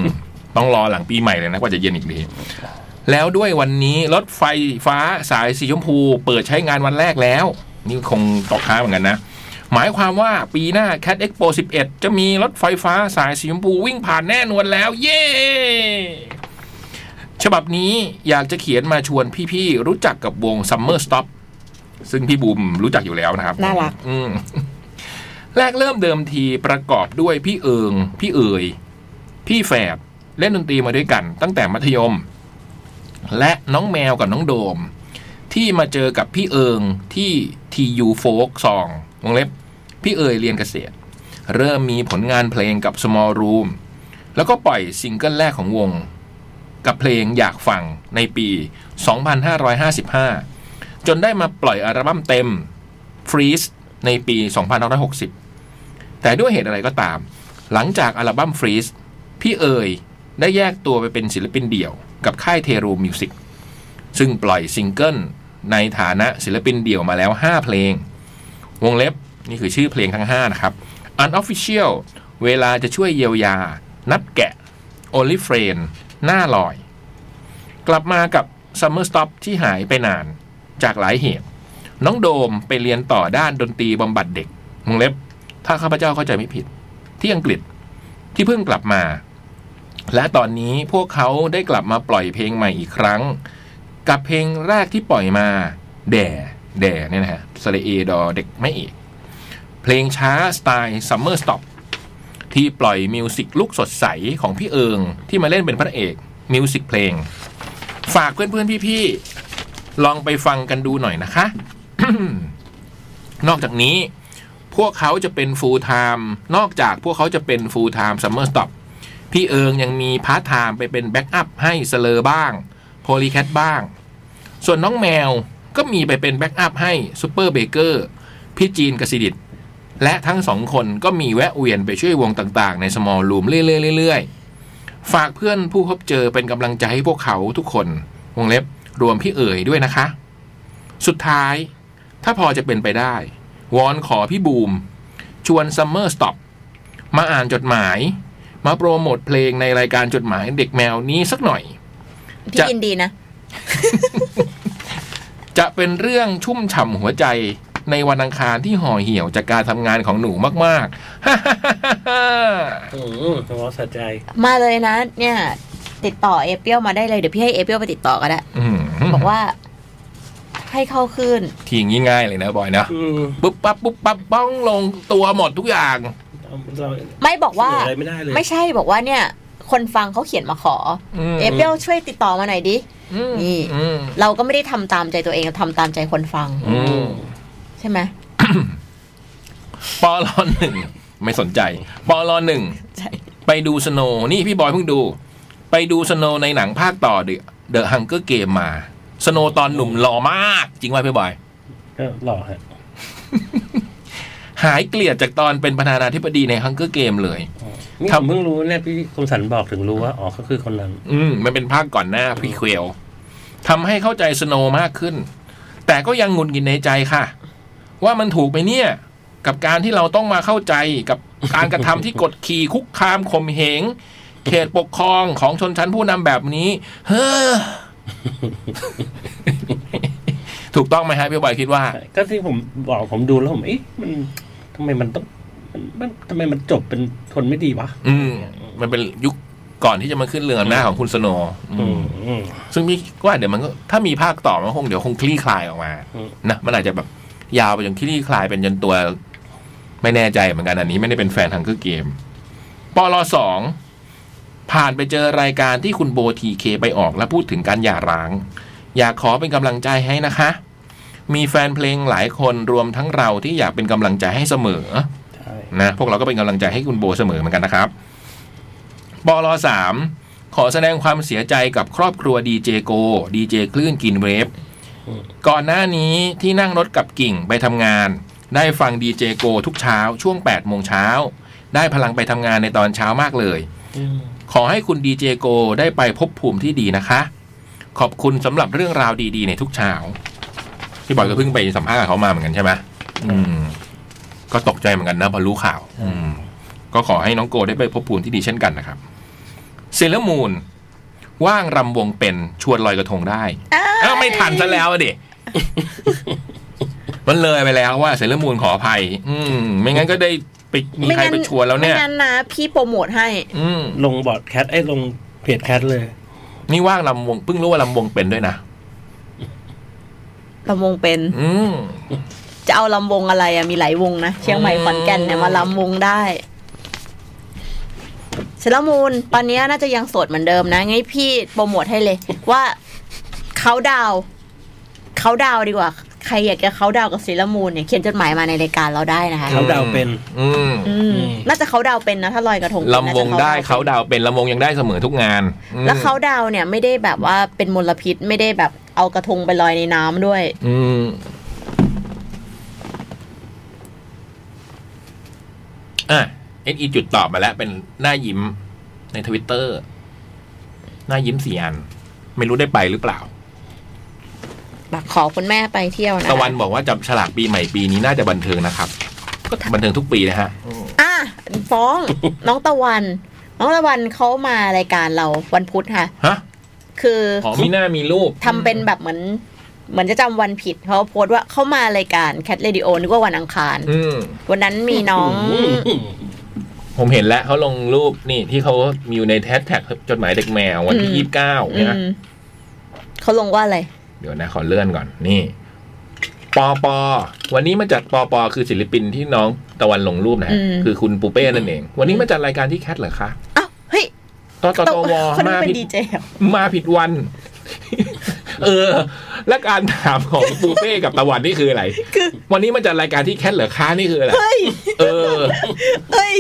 C: ต้องรอหลังปีใหม่เลยนะกว่าจะเย็นอีกทีแล้วด้วยวันนี้รถไฟฟ้าสายสีชมพู เปิดใช้งานวันแรกแล้ว นี่คงตอกค้างเหมือนกันนะ หมายความว่าปีหน้า Cat Expo 11 จะมีรถไฟฟ้าสายสีชมพูวิ่งผ่านแน่นอนแล้ว เย้ ฉบับนี้อยากจะเขียนมาชวนพี่ๆ รู้จักกับวง Summer Stop ซึ่งพี่บูมรู้จักอยู่แล้วนะครับ
B: น่ารัก
C: อืม แรกเริ่มเดิมทีประกอบด้วยพี่เอิง พี่เอ๋ย พี่แฝดเล่นดนตรีมาด้วยกัน ตั้งแต่มัธยม และน้องแมวกับน้องโดม ที่มาเจอกับพี่เอิงที่ TU Folk Song วงเล็บ พี่เอ๋ยเรียนเกษตร เริ่มมีผลงานเพลงกับ Small Room แล้วก็ปล่อยซิงเกิลแรกของวง กับเพลงอยากฟังในปี 2555 จนได้มาปล่อยอัลบั้มเต็ม Freeze ในปี 2560 แต่ด้วยเหตุอะไรก็ตาม หลังจากอัลบั้ม Freeze พี่เอ๋ยได้แยกตัวไปเป็นศิลปินเดี่ยวกับค่ายเทรูมิวสิกซึ่งปล่อยซิงเกิลในฐานะศิลปินเดี่ยวมาแล้ว 5 เพลง วงเล็บนี่คือชื่อเพลงทั้ง 5 นะครับ Unofficial เวลาจะช่วยเยียวยา นับแกะ Only Friend หน้าลอย กลับมากับ Summer Stop ที่หายไปนานจากหลายเหตุ น้องโดมไปเรียนต่อด้านดนตรีบำบัดเด็กวงเล็บ ถ้าข้าพเจ้าเข้าใจไม่ผิด ที่อังกฤษ ที่เพิ่งกลับมา และตอนนี้พวกเขาได้กลับมาปล่อยเพลงใหม่อีกครั้ง กับเพลงแรกที่ปล่อยมา แด่แด่เนี่ยนะฮะสระเอดอเด็กไม่เอกเพลงช้าสไตล์ Summer Stop ที่ปล่อยมิวสิกลุกสดใสของพี่เอิง ที่มาเล่นเป็นพระเอกมิวสิกเพลง ฝากเพื่อนๆพี่ๆ ลองไปฟังกันดูหน่อยนะคะ นอกจากนี้ พวกเขาจะเป็น full time นอกจากพวกเขาจะเป็น full time summer stop พี่เอิงยังมีพาร์ทไทม์ไปเป็นแบ็กอัพให้สเลอบ้าง โพลีแคทบ้าง ส่วนน้องแมวก็มีไปเป็นแบ็กอัพให้ซูเปอร์เบเกอร์พี่จีนกสิดิตและทั้งสองคนก็มีแวะเวียนไปช่วยวงต่างๆ ในสมอลรูมเรื่อยๆเรื่อยๆ ฝากเพื่อนผู้พบเจอเป็นกำลังใจให้พวกเขาทุกคน วงเล็บรวมพี่เอ๋ยด้วยนะคะ สุดท้ายถ้าพอจะเป็นไปได้ วอนขอพี่บูม ชวนซัมเมอร์สต็อปมาอ่านจดหมาย มาโปรโมทเพลงในรายการจดหมายเด็กแมวนี้สักหน่อย
B: พี่
C: จะ
B: ยินดีนะ
C: จะเป็นเรื่องชุ่มฉ่ำหัวใจในวันอังคารที่ห่อเหี่ยวจากการทำงานของหนูมากๆ
E: อืมหัวสะใจ
B: มาเลยนะ เนี่ย ติดต่อเอเปียวมาได้เลยเดี๋ยวพี่ให้เอเปียวไปติดต่อก็ได้
C: อืม
B: บอกว่า ให้เข้าขึ้น
C: ทีอย่างนี้ง่ายเลยนะบอยนะ
E: อืม
C: ปุ๊บปั๊บปุ๊บปั๊บบ้องลงตัวหมดทุกอย่าง
E: เอาเรา
B: ไม่บอกว่า
E: เสียอะไรไม่ได้เลย
B: ไม่ใช่บอกว่าเนี่ย คนฟังเขาเขียนมาขออ
C: ม
B: เอเปียวช่วยติดต่อมาหน่อยดิ นี่
C: อืม
B: เราก็ไม่ได้ทำตามใจตัวเองเราทำตามใจคนฟัง
C: อืม
B: ใช่ไหม
C: ปอลอหนึ่งไม่สนใจปอลอหนึ่ง
B: ใช่
C: ไปดูสโนว์นี่พี่บอยเพิ่งดู ไปดูสโนว์ในหนังภาคต่อเดอะเดอะฮังเกอร์เกมมา สโนว์ตอนหนุ่มหล่อมาก จริงไหมพี่บอย
E: ก็หล่อฮะ
C: หายเกลียดจากตอนเป็นประธานาธิบดีในฮังเกอร์เกมเลย
E: นี่
C: ครั
E: ผ
C: บ
E: มเพิ่งรู้เนี่ยพี่คมสันบอกถึงรู้ว่าอ๋อก็คือคนนั้น
C: อืมมันเป็นภาคก่อนหน้าพรีเควลทำให้เข้าใจสโนว์มากขึ้น แต่ก็ยังหงุนงินในใจค่ะ ว่ามันถูกไหมเนี่ย กับการที่เราต้องมาเข้าใจกับการกระทำที่กดขี่คุกคามข่มเหงเขตปกครองของชนชั้นผู้นำแบบนี้ เฮ้อ ถูกต้องไหมฮะพี่บอยคิดว่า
E: ก็ที่ผมบอกผมดูแล้วผมเอ๊ะมันทำไมมันต้องมันมันทำไมมันจบเป็นคนไม่ดีวะ
C: อืม มันเป็นยุคก่อนที่จะมาขึ้นเรืองอำนาจของคุณสโนว์อืม
E: อืม
C: ซึ่งพี่ว่าเดี๋ยวมันก็ถ้ามีภาคต่อมันคงเดี๋ยวคงคลี่คลายออกมา
E: อืม
C: นะมันอาจจะแบบ ยาวไปจนคลี่คลายเป็นจนตัว ไม่แน่ใจเหมือนกันอันนี้ไม่ได้เป็นแฟนทังเกอร์เกมปลสองผ่านไปเจอรายการที่คุณโบทีเคไปออกและพูดถึงการหย่าร้าง อยากขอเป็นกำลังใจให้นะคะ มีแฟนเพลงหลายคนรวมทั้งเราที่อยากเป็นกำลังใจให้เสมอ
E: ใช่
C: นะพวกเราก็เป็นกำลังใจให้คุณโบเสมอเหมือนกันนะครับปลสามขอแสดงความเสียใจกับครอบครัวดีเจโกดีเจคลื่นกินเวฟ
E: อืม
C: ก่อนหน้านี้ที่นั่งรถกับกิ่งไปทำงาน ได้ฟังดีเจโกทุกเช้าช่วง8โมงเช้า ได้พลังไปทำงานในตอนเช้ามากเลย ขอให้คุณดีเจโกได้ไปพบภูมิที่ดีนะคะ ขอบคุณสำหรับเรื่องราวดีๆ ในทุกเช้าพี่บอยก็เพิ่งไปสัมภาษณ์กับเขามาเหมือนกันใช่ไหมอืม ก็ตกใจเหมือนกันนะพอรู้ข่าว อืม ก็ขอให้น้องโกได้ไปพบภูมิที่ดีเช่นกันนะครับเซเลอร์มูนว่างรำวงเป็นชวนลอยกระทงได้อ้าวไม่ทันซะแล้วอะดิ มันเลยไปแล้วว่าเซเลอร์มูนขออภัย อืม ไม่งั้นก็ได้ไปมีใครไปชวนแล้วเนี่ย
B: ไม่งั้นนะ พี่โปรโมทให้
C: อืม
E: ลงบอร์ดแคทไอ้ยลงเพจแคทเลย
C: นี่ว่างลำวงเพิ่งรู้ว่าลำวงเป็นด้วยนะ
B: ลำวงเป็น
C: อืม
B: จะเอาลำวงอะไรอะมีหลายวงนะ เชียงใหม่ขอนแก่นเนี่ยมาลำวงได้เซรามูลตอนเนี้ยน่าจะยังโสดเหมือนเดิมนะงั้นพี่โปรโมทให้เลย ว่าเขาดาวน์เขาดาวน์ดีกว่า ใครอยากจะเขาดาวน์กับเซรามูลเนี่ยเขียนจดหมายมาในรายการเราได้นะคะ
E: เขาดาวเป็น
C: อืม
B: อืมน่าจะเขาดาวน์เป็นนะ ถ้าลอยกระทงเป็นน่า
C: ลำว
B: จะ
C: ง
B: เข้า
C: ได้
B: น์
C: เขาดาวเป็นลำวงยังได้เสมอทุกงานอืม
B: แล้วเขาดาวน์เนี่ยไม่ได้แบบว่าเป็นมลพิษไม่ได้แบบเอากระทงไปลอยในน้ำด้วย
C: อืม อ่ะเอ็อีจุดตอบมาแล้ว เป็นหน้ายิ้มในทวิตเตอร์หน้ายิ้มสี่อัน ไม่รู้ได้ไปหรือเปล่า
B: แบบขอคุณแม่ไปเที่ยวนะ
C: ตะวันบอกว่าจับฉลากปีใหม่ปีนี้น่าจะบันเทิงนะครับ ก็บันเทิงทุกปีนะฮะ
B: อ่ะฟ้อง น้องตะวัน น้องตะวันเขามารายการเราวันพุธค่ะ
C: ฮะ
B: คือ
C: ขอมีหน้ามีรูป
B: ทำเป็นแบบเหมือน เหมือนจะจำวันผิดเขาโพสต์ว่าเข้ามารายการแคทเรดิโอนึกว่าวันอังคาร
C: อืม
B: วันนั้นมีน้อง
C: ผมเห็นแล้วเขาลงรูปนี่ที่เขามีอยู่ในแฮชแท็กจดหมายเด็กแมววันที่ยี่สิบเก้า
B: อื
C: เนี่ยนะ
B: มเขาลงว่าอะไร
C: เดี๋ยวนะขอเลื่อนก่อนนี่ปอปอวันนี้มาจัดปอปอคือศิลปินที่น้องตะวันลงรูปนะฮะ
B: อืม
C: คือคุณปูเป้นั่นเอง วันนี้มาจัดรายการที่แคทเหรอคะ
B: อ้าวเฮ้ย
C: ตอตอตอวอ
B: คนนี้
C: มา
B: เป็น
C: ผิด
B: ดีเจเหรอ
C: มาผิดวัน เออ และการถามของปูเป้กับตะวันนี่คืออะไร
B: คือ
C: วันนี้มาจัดรายการที่แคทเหรอคะนี่คืออะไร
B: เฮ้ย
C: เออ
B: เฮ้ย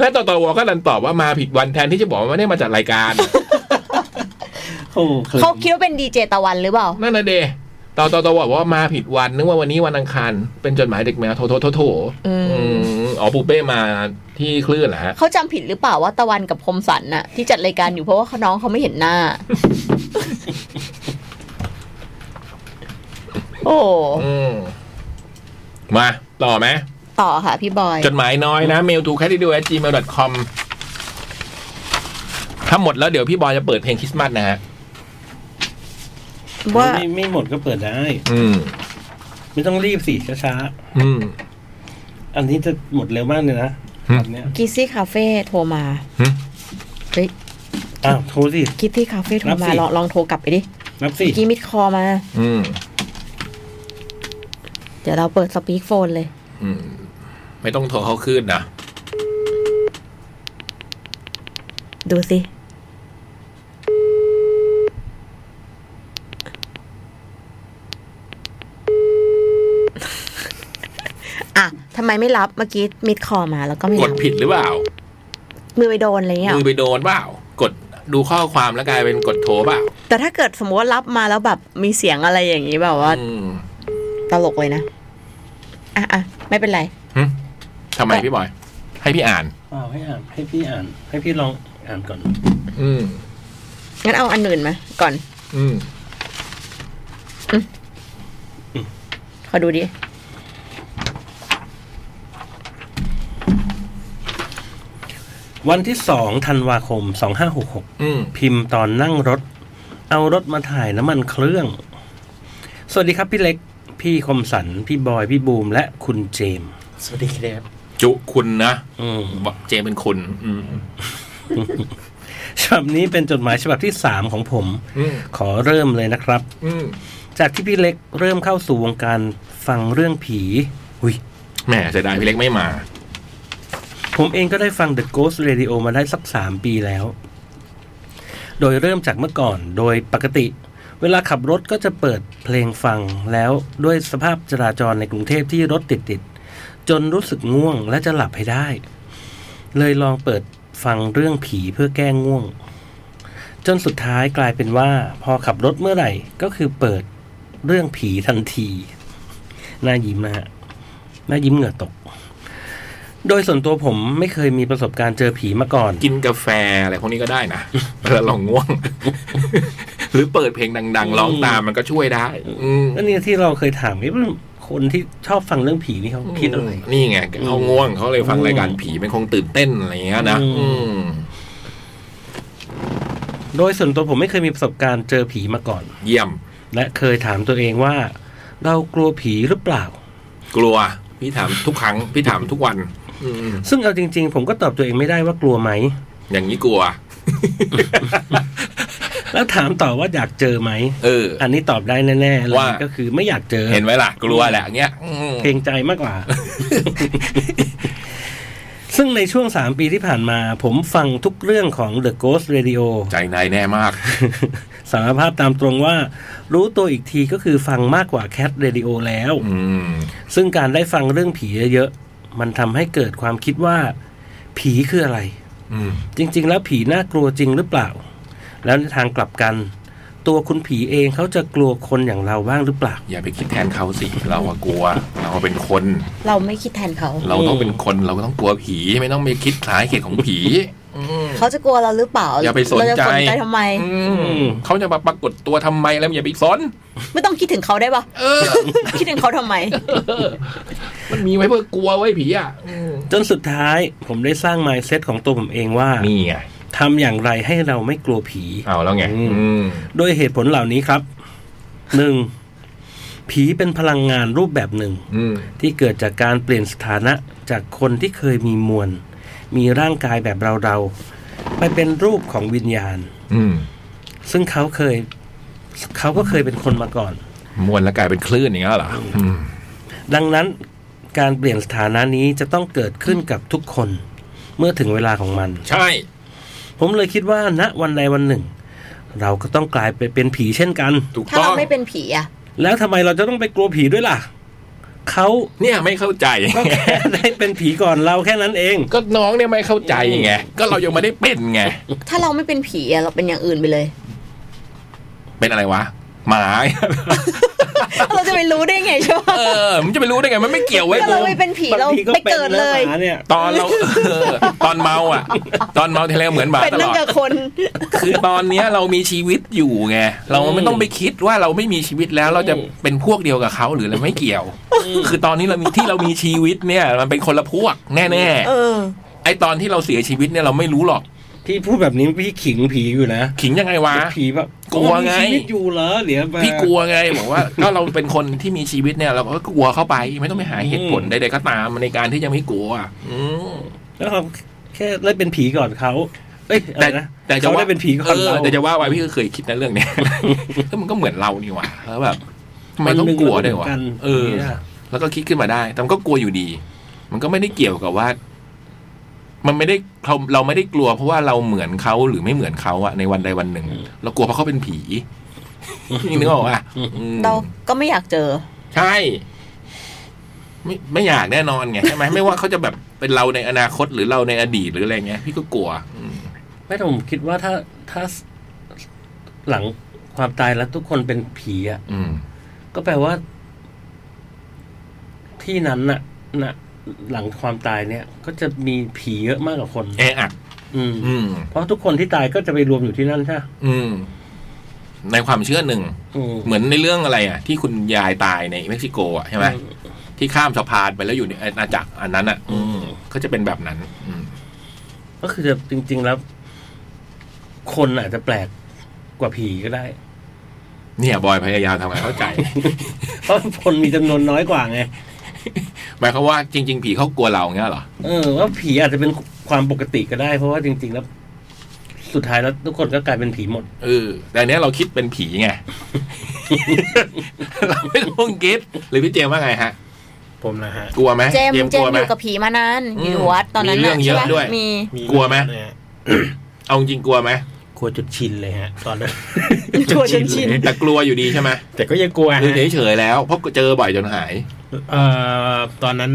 C: และตอตอวอก็ดันตอบว่ามาผิดวันแทนที่จะบอกว่าไม่ได้มาจัดราย การ
E: โอ้คือ
B: เขาคิดว่าเป็นดีเจตะวันหรือเปล่า
C: นั่นนะเดตอตอตอบอกว่ามาผิดวันนึกว่าวันนี้วันอังคาร เป็นจดหมายเด็กแมวโถโถโถโถ
B: อืม
C: อืมอ๋อปูเป้มาที่คลื่นเหรอฮะ
B: เขาจำผิดหรือเปล่าว่าตะวันกับคมสันน่ะที่จัดรายการอยู่เพราะว่าน้องเขาไม่เห็นหน้า โอ้
C: อืม มาต่อไหม
B: ต่อค่ะพี่บอย
C: จดหมายน้อยนะ mail to c a t i d o g m a i l c o m ถ้าหมดแล้วเดี๋ยวพี่บอยจะเปิดเพลงคริสต์มาสนะฮะ
B: ว่า
E: ไม่ไม่หมดก็เปิดได้
C: อืม
E: ไม่ต้องรีบสิช้า
C: อืม
E: ๆอันนี้จะหมดเร็วมากเลยนะ
C: หึ
E: แบบเนี้ย
B: กิซี่คาเฟ่โทรมา
C: หึ
B: เฮ้ย
E: อ้าวโทรสิ
B: กิซี่คาเฟ่โทร
E: รับ
B: มา
E: สิ
B: ลองลองโทรกลับไปดิ
E: รับสิ
B: เมื่อกี้มิดคอลมา
C: อืม
B: เดี๋ยวเราเปิดสปีกโฟนเลย
C: อืม ไม่ต้องโทรเขาขึ้นนะ
B: ดูสิ อ่ะทำไมไม่รับเมื่อกี้มิดคอมาแล้วก็ไม่
C: ก
B: รั
C: ด
B: บ
C: ผิดหรือเปล่า
B: มือไปโดนอะไรเงี้ย
C: มื
B: หร
C: อ
B: อ
C: ไปโดนเปล่ากดดูข้อความแล้วกลายเป็นกดโทรเปล่า
B: แต่ถ้าเกิดสมมติว่ารับมาแล้วแบบมีเสียงอะไรอย่างนี้แบบว่า
C: อืม
B: ตลกเลยนะ อ่ะอ่ะไม่เป็นไร
C: หึทำไมพี่บอย ให้พี่อ่าน
E: อ้าวให้อ่านให้พี่อ่าน ให้พี่ลองอ่านก่อน
C: อืม
B: งั้นเอาอันอื่นมาก่อน
C: อืม
B: ขอดูดิ
E: วันที่สองธันวาคมสองห้าหกหก
C: อืม
E: พิมพ์ตอนนั่งรถ เอารถมาถ่ายน้ำมันเครื่อง สวัสดีครับพี่เล็ก พี่คมสัน พี่บอย พี่บูม และคุณเจมส์
D: สวัสดีครับ
C: จุคุณนะ
E: อืม
C: บอกเจเป็นคุณ อืม
E: ฉบับนี้เป็นจดหมายฉบับที่สามของผม
C: อืม
E: ขอเริ่มเลยนะครับ
C: อืม
E: จากที่พี่เล็กเริ่มเข้าสู่วงการฟังเรื่องผีอุย
C: แหมเสียดายพี่เล็กไม่มา
E: ผมเองก็ได้ฟัง The Ghost Radio มาได้สักสามปีแล้ว โดยเริ่มจากเมื่อก่อน โดยปกติ เวลาขับรถก็จะเปิดเพลงฟังแล้วด้วยสภาพจราจรในกรุงเทพที่รถติดติดๆจนรู้สึกง่วงและจะหลับให้ได้ เลยลองเปิดฟังเรื่องผีเพื่อแก้ง่วง จนสุดท้ายกลายเป็นว่า พอขับรถเมื่อไหร่ก็คือเปิดเรื่องผีทันที น่ายิ้มนะฮะน่ายิ้มเหงื่อตก โดยส่วนตัวผมไม่เคยมีประสบการณ์เจอผีมาก่อน
C: กินกาแฟอะไรพวกนี้ก็ได้นะ แล้วลองง่ว ง หรือเปิดเพลงดัง ๆ ร้องตามมันก็ช่วยได้ อืม
E: ก็เนี่ยที่เราเคยถามไอ้คนที่ชอบฟังเรื่องผีนี่เขาคิดอะไร
C: นี่ไงเขาง่วงเขาเลยฟังรายการผีมันคงตื่นเต้นอะไรอย่างเงี้ยนะ
E: อื
C: อื
E: ม
C: ม
E: โดยส่วนตัวผมไม่เคยมีประสบการณ์เจอผีมาก่อน
C: เยี่ยม
E: และเคยถามตัวเองว่า เรากลัวผีหรือเปล่า
C: กลัว พี่ถามทุกครั้ง พี่ถามทุกวัน อืม
E: ซึ่งเอาจริง ๆ ผมก็ตอบตัวเองไม่ได้ว่ากลัวไหม
C: อย่างนี้กลัว
E: แล้วถามต่อว่าอยากเจอไหม
C: เออ
E: อันนี้ตอบได้แน่ๆเลย
C: ว่า
E: ก็คือไม่อยากเจอ
C: เห็นไหมล่ะ กลัวแหละอย่างเงี้ยอืม
E: เกรงใจมากกว่า ซึ่งในช่วง 3 ปีที่ผ่านมา ผมฟังทุกเรื่องของ The Ghost Radio
C: ใจนายแน่มาก
E: สารภาพตามตรงว่า รู้ตัวอีกทีก็คือฟังมากกว่า Cat Radio แล้ว
C: อืม
E: ซึ่งการได้ฟังเรื่องผีเยอะๆ มันทำให้เกิดความคิดว่า ผีคืออะไร
C: อืม
E: จริงๆ แล้วผีน่ากลัวจริงหรือเปล่า แล้วในทางกลับกัน ตัวคุณผีเองเขาจะกลัวคนอย่างเราบ้างหรือเปล่า
C: อย่าไปคิดแทนเขาสิ เราอะกลัว เราเป็นคน
B: เราไม่คิดแทนเขา
C: เราต้องเป็นคนเราก็ต้องกลัวผีไม่ต้องไปคิดสาเหตุของผี
B: เขาจะกลัวเราหรือเปล่า
C: อย่าไปสน
B: เราจะ
C: ใจ
B: สนใจทำไม
C: อืมเขาจะมาปรากฏตัวทำไมแล้วอย่าไปสน
B: ไม่ต้องคิดถึงเขาได้ปะ
C: เออ
B: คิดถึงเขาทำไม
C: มันมีไว้เพื่อกลัวไว้ผีอ่ะ
E: จนสุดท้ายผมได้สร้าง mindset ของตัวผมเองว่า
C: นี่ไง
E: ทำอย่างไรให้เราไม่กลัวผี
C: เอาแล้วไงอืม
E: โดยเหตุผลเหล่านี้ครับ หนึ่ง ผีเป็นพลังงานรูปแบบหนึ่ง
C: อืม
E: ที่เกิดจากการเปลี่ยนสถานะจากคนที่เคยมีมวล มีร่างกายแบบเราๆ ไปเป็นรูปของวิญญาณ
C: อืม
E: ซึ่งเขาเคย เขาก็เคยเป็นคนมาก่อน
C: มวลแล้วกลายเป็นคลื่นอย่างเงี้ยเหรออืม
E: ดังนั้นการเปลี่ยนสถานะนี้จะต้องเกิดขึ้นกับทุกคน เมื่อถึงเวลาของมัน
C: ใช่
E: ผมเลยคิดว่าณวันใดวันหนึ่ง เราก็ต้องกลายไปเป็นผีเช่นกัน
C: ถูก
B: ถ้า
C: ต้อ
B: เรา
C: ง
B: ไม่เป็นผีอะ
E: แล้วทำไมเราจะต้องไปกลัวผีด้วยล่ะ เขา
C: เนี่ยไม่เข้าใจ
E: ก็แค่ได้เป็นผีก่อนเราแค่นั้นเอง
C: ก็น้องเนี่ยไม่เข้าใจไงก็เรายังไม่ได้เป็นไง
B: ถ้าเราไม่เป็นผีอะเราเป็นอย่างอื่นไปเลย
C: เป็นอะไรวะหมา
B: เราจะไปรู้ได้ไงใช่ปะ
C: เออมันจะไปรู้ได้ไงมันไม่เกี่ยวไว้ย
B: ถ้าเรา
C: กู
B: ไม่เป็นผีเรา
E: บางที
B: ไปเกิด
E: นะ
B: เลย
E: หมาเนี่ย
C: ตอนเรา เออตอนเมาอ่ะ ตอนเมาทีแรกเหมือนหมา
B: เป็น
C: ตล
B: นั่ง
C: อด
B: กับคน
C: คือตอนเนี้ยเรามีชีวิตอยู่ไงเราไม่ต้องไปคิดว่าเราไม่มีชีวิตแล้วเราจะเป็นพวกเดียวกับเขาหรือเราไม่เกี่ยว คือตอนนี้เรามีที่เรามีชีวิตเนี่ย มันเป็นคนละพวกแน่
B: เออ
C: ๆไอตอนที่เราเสียชีวิตเนี่ยเราไม่รู้หรอก
E: พี่พูดแบบนี้พี่ขิงผีอยู่นะ
C: ขิงยังไงวะ
E: ผีแบบ
C: กลัวไง
E: มีชีวิตอยู่เหรอเดี๋ยวมา
C: พี่กลัวไงบอกว่า ก็เราเป็นคนที่มีชีวิตเนี่ย เราก็กลัวเข้าไปไม่ต้องไปหาเหตุผลใดๆก็ตามในการที่จะไม่กลัวอืม
E: แล้วเราแค่ได้เป็นผีก่อนเขาเอ้ยอะไร
C: แต่
E: นะ
C: แต่จะ
E: เขา
C: ว่า
E: ได้เป็นผีก่อนเรา
C: แต่จะว่าไว้พี่ก็เคยคิดนะเรื่องเนี้ย แล้วมันก็เหมือนเรานี่หว่าแล้วแบบทำไม
E: น
C: ต้อง
E: หนึ่
C: กลัวด้วย
E: เหมื
C: วะ
E: อนกัน
C: เออ
E: นี่ย
C: แล้วก็คิดขึ้นมาได้ แต่มันก็กลัวอยู่ดี มันก็ไม่ได้เกี่ยวกับว่า มันไม่ได้เราเราไม่ได้กลัวเพราะว่าเราเหมือนเขาหรือไม่เหมือนเขาอะในวันใดวันหนึ่ง เรากลัวเพราะเขาเป็นผี นึกออกปะอืม
B: เราก็ไม่อยากเจอ
C: ใช่ ไม่ไม่อยากแน่นอนไงใช่ไหมไม่ว่าเขาจะแบบเป็นเราในอนาคตหรือเราในอดีตหรืออะไรเงี้ยพี่ก็กลัวอืม
E: ไม่แต่ผมคิดว่าถ้าถ้าหลังความตายแล้วทุกคนเป็นผีอ่ะ
C: อืม
E: ก็แปลว่า ที่นั้นน่ะนะหลังความตายเนี่ย ก็จะมีผีเยอะมากกว่าคน
C: แออัด
E: อืม
C: อืม
E: เพราะทุกคนที่ตายก็จะไปรวมอยู่ที่นั่นใช่ไหม
C: อืม ในความเชื่อหนึ่ง
E: อืม
C: เหมือนในเรื่องอะไรอ่ะ ที่คุณยายตายในเม็กซิโกอ่ะใช่ไหมที่ข้ามสะพานไปแล้วอยู่ในอาณาจักรอันนั้นอ่ะ อืมก็จะเป็นแบบนั้น อืม
E: ก็คือจริง ๆ แล้ว คนอาจจะแปลกกว่าผีก็ได้
C: เนี่ยบอยพยายามทำให้เข้าใจ
E: เพราะคนมีจำนวนน้อยกว่าไง
C: หมายความว่าจริง ๆ ผีเขากลัวเราเงี้ยเหรอ
E: เออว่าผีอาจจะเป็นความปกติก็ได้ เพราะว่าจริง ๆ แล้ว สุดท้ายแล้วทุกคนก็กลายเป็นผีหมด
C: เออ แต่อันเนี้ยเราคิดเป็นผีไง เราไม่ต้องคิด หรือพี่เจมส์ว่าไงฮะ
D: ผมนะฮะ
C: กลัวไหม
B: เจมส์
C: ส์
B: เจ
C: ก
B: ม
C: ลัว
B: ส์
C: ไห
B: อ
C: ม
B: ยู่กับผีมานาน
C: อืม
B: อยู่วัดตอนนั้น
C: มีเรื่องเยอะ
B: ใช่ป
C: ด้วย
B: มี
C: กลัวไหม
D: เนี่ย
C: เอาจริงๆกลัวไหม
D: กลัวจุดชินเลยฮะ ตอนนั้น
B: ชวนจนชิน
C: แต่กลัวอยู่ดีใช่ไหม
D: แต่ก็ยังกลัว
C: คือ
D: ฮะ
C: เฉยๆแล้วเพราะเจอบ่อยจนหาย
D: เอ่อตอนนั้น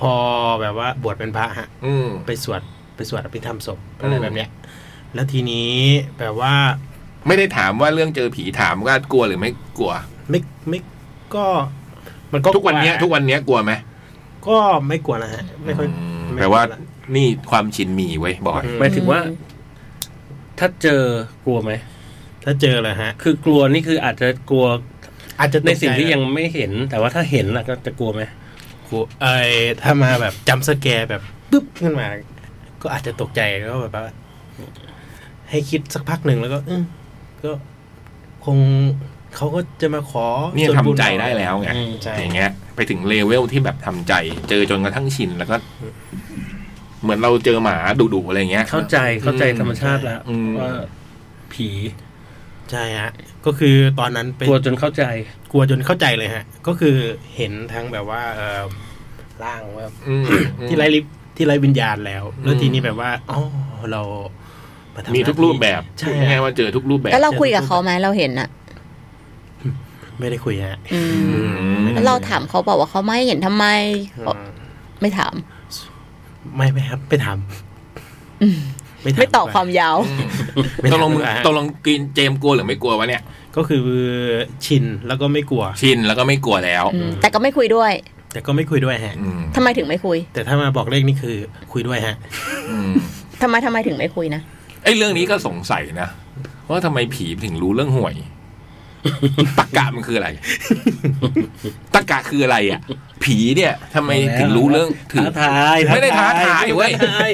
D: พอแบบว่าบวชเป็นพระฮะ
C: อืม
D: ไปสวดไปสวดอภิธรรมศพอะ
C: อืม
D: ไรแบบเนี้ย แล้วทีนี้แบบว่า
C: ไม่ได้ถามว่าเรื่องเจอผีถามว่ากลัวหรือไม่กลัว
D: ไม่ไม่ก็ มันก็
C: ทุกวันเนี้ย
D: ลั
C: ทุกวันเนี้ยกลัวไหม
D: ก็ไม่กลัวนะฮะ ไม่ค่อย
C: อืม
D: ไม่
C: แปลว่า
D: กะ
C: นี่ความชินมีไว้ยบ่อย
D: อืม
E: หมายถึงว่า ถ้าเจอกลัวไหม
D: ถ้าเจอเลยฮะ
E: คือกลัวนี่คืออาจจะกลัว
D: อาจจะตก
E: ในสิ่งที่
D: ใจะ
E: ยังไม่เห็น แต่ว่าถ้าเห็นล่ะก็จะกลัวไหม
D: กลัวเอยถ้ามาแบบจำสแกร์แบบปึ๊บขึ้นมา ก็อาจจะตกใจแล้วก็แบบว่า ให้คิดสักพักหนึ่งแล้วก็เออก็คงเขาก็จะมาขอ
C: เนี่ย
D: ส่ว
C: ทำ
D: บุญ
C: ใจได้แล้วไง
E: อืม
D: ใช่
C: อย่างเงี้ย ไปถึงเลเวลที่แบบทำใจ เจอจนกระทั่งชินแล้วก็ เหมือนเราเจอหมาดุๆอะไรเงี้ย
E: เข้าใจเข้าใจธรรมชาติแล้ว
C: อืม
E: ว่าผี
D: ใช่ฮะ ก็คือตอนนั้นไป
E: กลัวจนเข้าใจ
D: กลัวจนเข้าใจเลยฮะ ก็คือเห็นทั้งแบบว่าเออร่างแบบ
C: อืม
D: ที่ไร้ลิที่ไร้วิญญาณแล้ว แล้ว
C: อืม
D: ทีนี้แบบว่าอ๋อเรามาทำ
C: มีทุกรูปแบบ
D: ใช่
C: พูดง่ายๆ
D: ฮะ
C: ว่าเจอทุกรูปแบบ
B: แล้วเราคุยกับเขาไหมเราเห็นอะ
D: ไม่ได้คุยฮะ
B: อืม
C: อืม
B: แล้วเราถามเขาบอกว่าเขาไม่เห็นทำไมเขาไม่ถาม
D: ไม่ไม่ครับไม่ทำถา
B: ไม่ต่อ
D: ดีก
B: ความยาว
D: ไม่
C: ต
D: ถาม
C: กลงมึง
D: ดีกว่าฮะ
C: ตกลงกินเจมส์กลัวหรือไม่กลัววะเนี่ย
D: ก็คือชินแล้วก็ไม่กลัว
C: ชินแล้วก็ไม่กลัวแล้ว
B: แต่ก็ไม่คุยด้วย
D: แต่ก็ไม่คุยด้วยฮะ
C: อืม
B: ทำไมถึงไม่คุย
D: แต่ถ้ามาบอกเลขนี่คือคุยด้วยฮะ
C: อืม
B: ทำไมทำไมถึงไม่คุยนะ
C: ไอ้เรื่องนี้ก็สงสัยนะว่าทำไมผีถึงรู้เรื่องหวย ตะกะมันคือ อะไรตะกะคืออะไรอ่ะ ผีเนี่ยทำไมถึงรู้เรื่องถึง
E: ท้าทาย
C: ไม่ได้ท้าทายเว้ย
E: ท้าทาย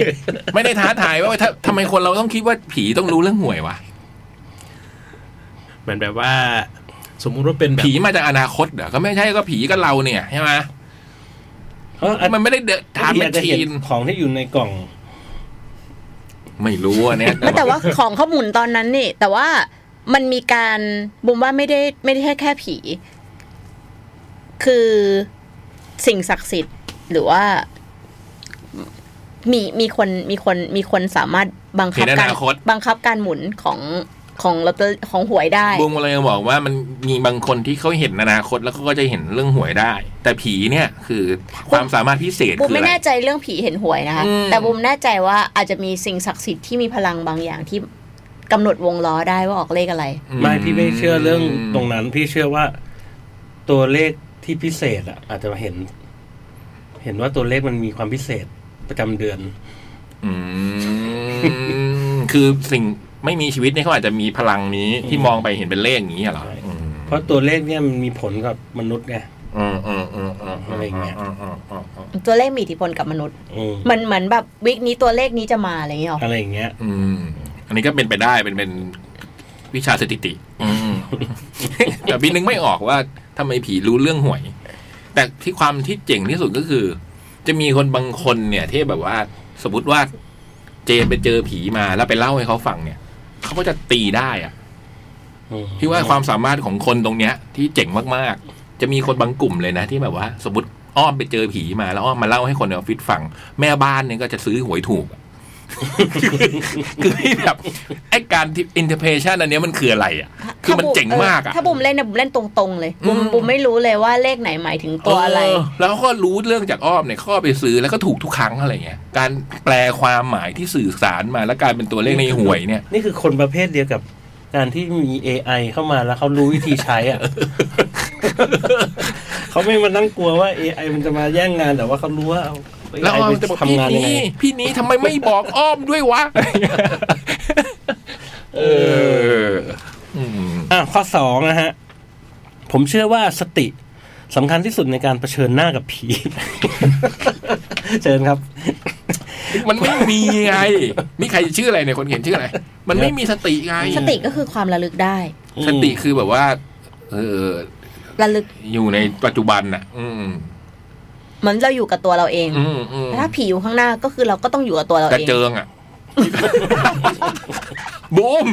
C: ไม่ได้ท้าทายว่าถ้าทำไมคนเราต้องคิดว่าผีต้องรู้เรื่องหวยวะ
D: เหมือนแบบว่า สมมุติว่าเป็นแบบ
C: ผีมาจากอนาคตเหรอก็ไม่ใช่ก็ผีก็เราเนี่ยใช่ไหม
E: เพราะอาจ
C: มันไม่ได้เดอะทามแม
E: อา
C: ช
E: จจะ
C: ชี
E: เห็น
C: น
E: ของที่อยู่ในกล่อง
C: ไม่รู้อันเนี่ย
B: ไม่ แต่ว่า ของเขาหมุนตอนนั้นนี่ แต่ว่ามันมีการบุมว่าไม่ได้ไม่ได้แค่แค่ผี คือสิ่งศักดิ์สิทธิ์หรือว่า มีมีคนมีคนมีคนสามารถบังคั
C: เห็
B: บ
C: นอ
B: การ
C: นาคต
B: บังคับการหมุนของของลอตเตอรี่ของหวยได้
C: บุงอะไรบอกว่ามันมีบางคนที่เขาเห็นอนาคตแล้วเขาก็จะเห็นเรื่องหวยได้ แต่ผีเนี่ยคือความสามารถพิเศษ
B: บุม
C: คือ
B: ไม่
C: อะไร
B: แน่ใจเรื่องผีเห็นหวยนะคะ
C: อืม
B: แต่บุมแน่ใจว่าอาจจะมีสิ่งศักดิ์สิทธิ์ที่มีพลังบางอย่างที่กำหนดวงล้อได้ว่าออกเลขอะไร
E: ไม่พี่ไม่เชื่อเรื่องตรงนั้น พี่เชื่อว่า ตัวเลขที่พิเศษอะอาจจะเห็น เห็นว่าตัวเลขมันมีความพิเศษประจำเดือน
C: อืม คือสิ่งไม่มีชีวิตเนี่ยเขาอาจจะมีพลังนี้ที่มองไปเห็นเป็นเลขอย่างนี้เหรอ
E: ใช่
C: อืม
E: เพราะตัวเลขเนี่ยมันมีผลกับมนุษย์ไง
C: อืมอืมอืมอืม
E: อะไรอย่างเงี้ย
C: อืมอืมอืมอืม
B: ตัวเลขมีอิทธิพลกับมนุษย์
E: อืม
B: มันเหมือนแบบวิกนี้ตัวเลขนี้จะมาอะไรอย่างเงี้ยหรอ
E: อะไรอย่างเงี้ย
C: อืมอันนี้ก็เป็นไปได้เป็นเป็นวิชาสถิติ อืม แต่พี่นึกไม่ออกว่าทำไมผีรู้เรื่องหวย แต่ที่ความที่เจ๋งที่สุดก็คือ จะมีคนบางคนเนี่ยที่แบบว่า สมมติว่า เจมไปเจอผีมาแล้วไปเล่าให้เขาฟังเนี่ยเขาก็จะตีได้อะ
E: อืม
C: พี่ว่าความสามารถของคนตรงเนี้ย ที่เจ๋งมากๆ จะมีคนบางกลุ่มเลยนะที่แบบว่า สมมติอ้อมไปเจอผีมาแล้วอ้อมมาเล่าให้คนในออฟฟิศฟัง แม่บ้านเนี่ยก็จะซื้อหวยถูกอะ คือคือที่แบบไอ้การที่ interpretation อันเนี้ยมันคืออะไรอ่ะ คือมันเจ๋งมากอ่ะ
B: ถ้าบุมเล่นนะบุมเล่นตรงๆเลยบุม
C: อืม
B: บุมไม่รู้เลยว่าเลขไหนหมายถึงตัวอะไร
C: เแล้วก็รู้เรื่องจากอ้อมเนี่ยเข้าไปซื้อแล้วก็ถูกทุกครั้งอะไรเงี้ย การแปลความหมายที่สื่อสารมาแล้วกลายเป็นตัวเลขในหวยเนี่ย
E: นี่คือคนประเภทเดียวกับการที่มี AI เข้ามาแล้วเขารู้วิธีใช้อ่ะ เขาไม่มานั่งกลัวว่า AI มันจะมาแย่งงานแต่ว่าเขารู้ว่าเอา AI
C: แล้วอ้อม
E: ไป
C: จะบอก
E: ทำ
C: พี่
E: งานยังไง
C: นี้พี่นี้ทำไมไม่บอกอ้อมด้วยวะ เอออืม
E: อ่ะข้อสองนะฮะ ผมเชื่อว่าสติสำคัญที่สุดในการเผชิญหน้ากับผี เชิญครับ
C: มันไม่มีไงนี่ใครชื่ออะไรเนี่ยคนเขียนชื่ออะไร มันไม่มีสติไง
B: สติก็คือความระลึกได้
C: สติคือแบบว่า เออ
B: ระลึก
C: อยู่ในปัจจุบันน่ะ อืม
B: เหมือนเราอยู่กับตัวเราเอง
C: อืมอืม
B: แต่ถ้าผีอยู่ข้างหน้าก็คือเราก็ต้องอยู่กับตัวเรา
C: กระ
B: เอง
C: เจิงอ่ะ บูม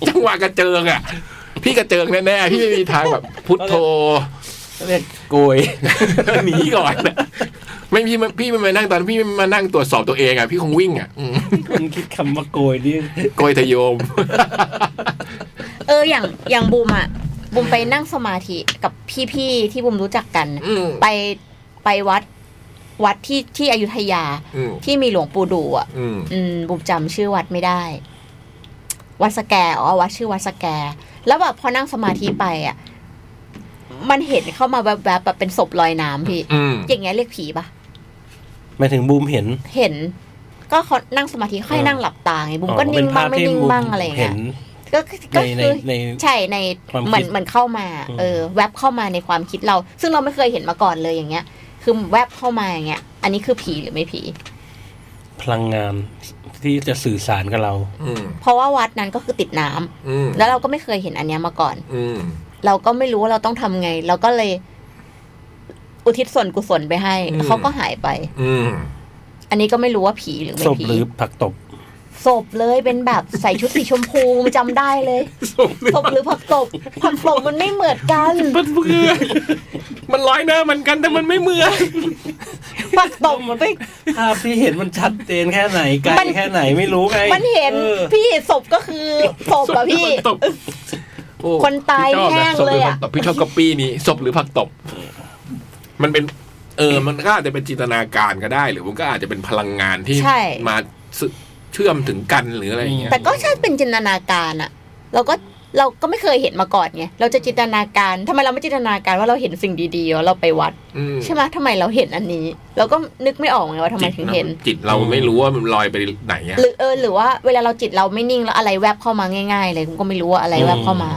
C: จังหวะกระเจิงอ่ะ พี่กระเจิงแน่ๆ พี่ไม่มีทางแบบ พุทโธ
E: เรียกโกย
C: หนีก่อนน่ะไม่พี่มันพี่มันมานั่งตอนพี่มันมานั่งตรวจสอบตัวเองอ่ะพี่คงวิ่งอ่ะอื ม
E: คุณคิดคำว่าโกยนี่
C: โกยทะโยม
B: เอออย่างอย่างบุมอะบุมไปนั่งสมาธิกับพี่ๆที่บุมรู้จักกัน
C: อืม
B: ไปไปวัดวัดที่ที่อยุธยา
C: อืม
B: ที่มีหลวงปู่ดูอ่ะ
C: อืม
B: อืมบุมจำชื่อวัดไม่ได้ วัดสแกอ๋อวัดชื่อวัดสแก แล้วแบบพอนั่งสมาธิไปอ่ะ มันเห็นเข้ามาแวบๆแบบเป็นศพลอยน้ำพี่
C: อืม
B: อย่างเงี้ยเรียกผีปะ
E: หมายถึงบูมเห็น
B: เห็น ก็เขานั่งสมาธิค่อยนั่งหลับตาไงบุมก็
E: อ๋อเป็
B: นิ่ง
E: ภ
B: บ้าง
E: พ
B: ไม่
E: ที่
B: นิ่ง
E: บู
B: บ้างอะไรอย่างเงี้
E: ห็
B: ย
E: น
B: ก็คือก็
E: ใน
B: คือ
E: ในใน
B: ใช่ใน
E: ความ
B: เหมือ
E: คิ
B: น
E: ด
B: เหมือนเข้ามา
E: อืม
B: เออ แวบเข้ามาในความคิดเรา ซึ่งเราไม่เคยเห็นมาก่อนเลยอย่างเงี้ย คือแวบเข้ามาอย่างเงี้ย อันนี้คือผีหรือไม่ผี
E: พลังงานที่จะสื่อสารกับเรา
C: อืม
B: เพราะว่าวัดนั้นก็คือติดน้ำ
C: อืม
B: แล้วเราก็ไม่เคยเห็นอันเนี้ยมาก่อน
C: อืม
B: เราก็ไม่รู้ว่าเราต้องทำไง เราก็เลย อุทิศส่วนกุศลไปให้แล้วเขาก็หายไป
C: อืม
B: อันนี้ก็ไม่รู้ว่าผีหรือไม่
E: ศพ
B: ผี
E: หรือผักตบ
B: ศพเลยเป็นแบบใส่ชุดสีชมพูจำได้เลยศพหรือผักตบผักตบมันไม่เหมือนกัน
C: มันเบื่อ มันลอยหน้าเหมือนกันแต่มันไม่เหมื อน
B: ผักตบมันไป
E: ภาพที่เห็นมันชัดเจนแค่ไหนไกล
B: มัน
E: แค่ไหนไม่รู้ไง
B: มันเห็น
E: ออ
B: พี่ศพก็คือศพอะพี่
C: ตบโอ้
B: คนตาย
C: พี่ชอบนะ
B: แห้ง
C: ศพหรื
B: เลยอะ
C: ผักตบพี่ชอบก๊อปปี้นี้ศพหรือผักตบ มันเป็น เออ มันก็อาจจะเป็นจินตนาการก็ได้ หรือมันก็อาจจะเป็นพลังงานที่
B: ใช่
C: มาเชื่อมถึงกันหรืออะไรอย่างเงี้ย
B: แต่ก็ใช่เป็นจินตนาการอะเราก็เราก็ไม่เคยเห็นมาก่อนไงเราจะจินตนาการทำไมเราไม่จินตนาการว่าเราเห็นสิ่งดีๆแล้วเราไปวัด
C: อืม
B: ใช่ไหมทำไมเราเห็นอันนี้ เราก็นึกไม่ออกไงว่าทำไมถึงเห็น
C: จิตเราไม่รู้ว่ามันลอยไปไหนอะ
B: หรือเออหรือว่าเวลาเราจิตเราไม่นิ่งแล้วอะไรแวบเข้ามาง่ายๆเลยผมก็ไม่รู้ว่าอะไรแวบเข้ามา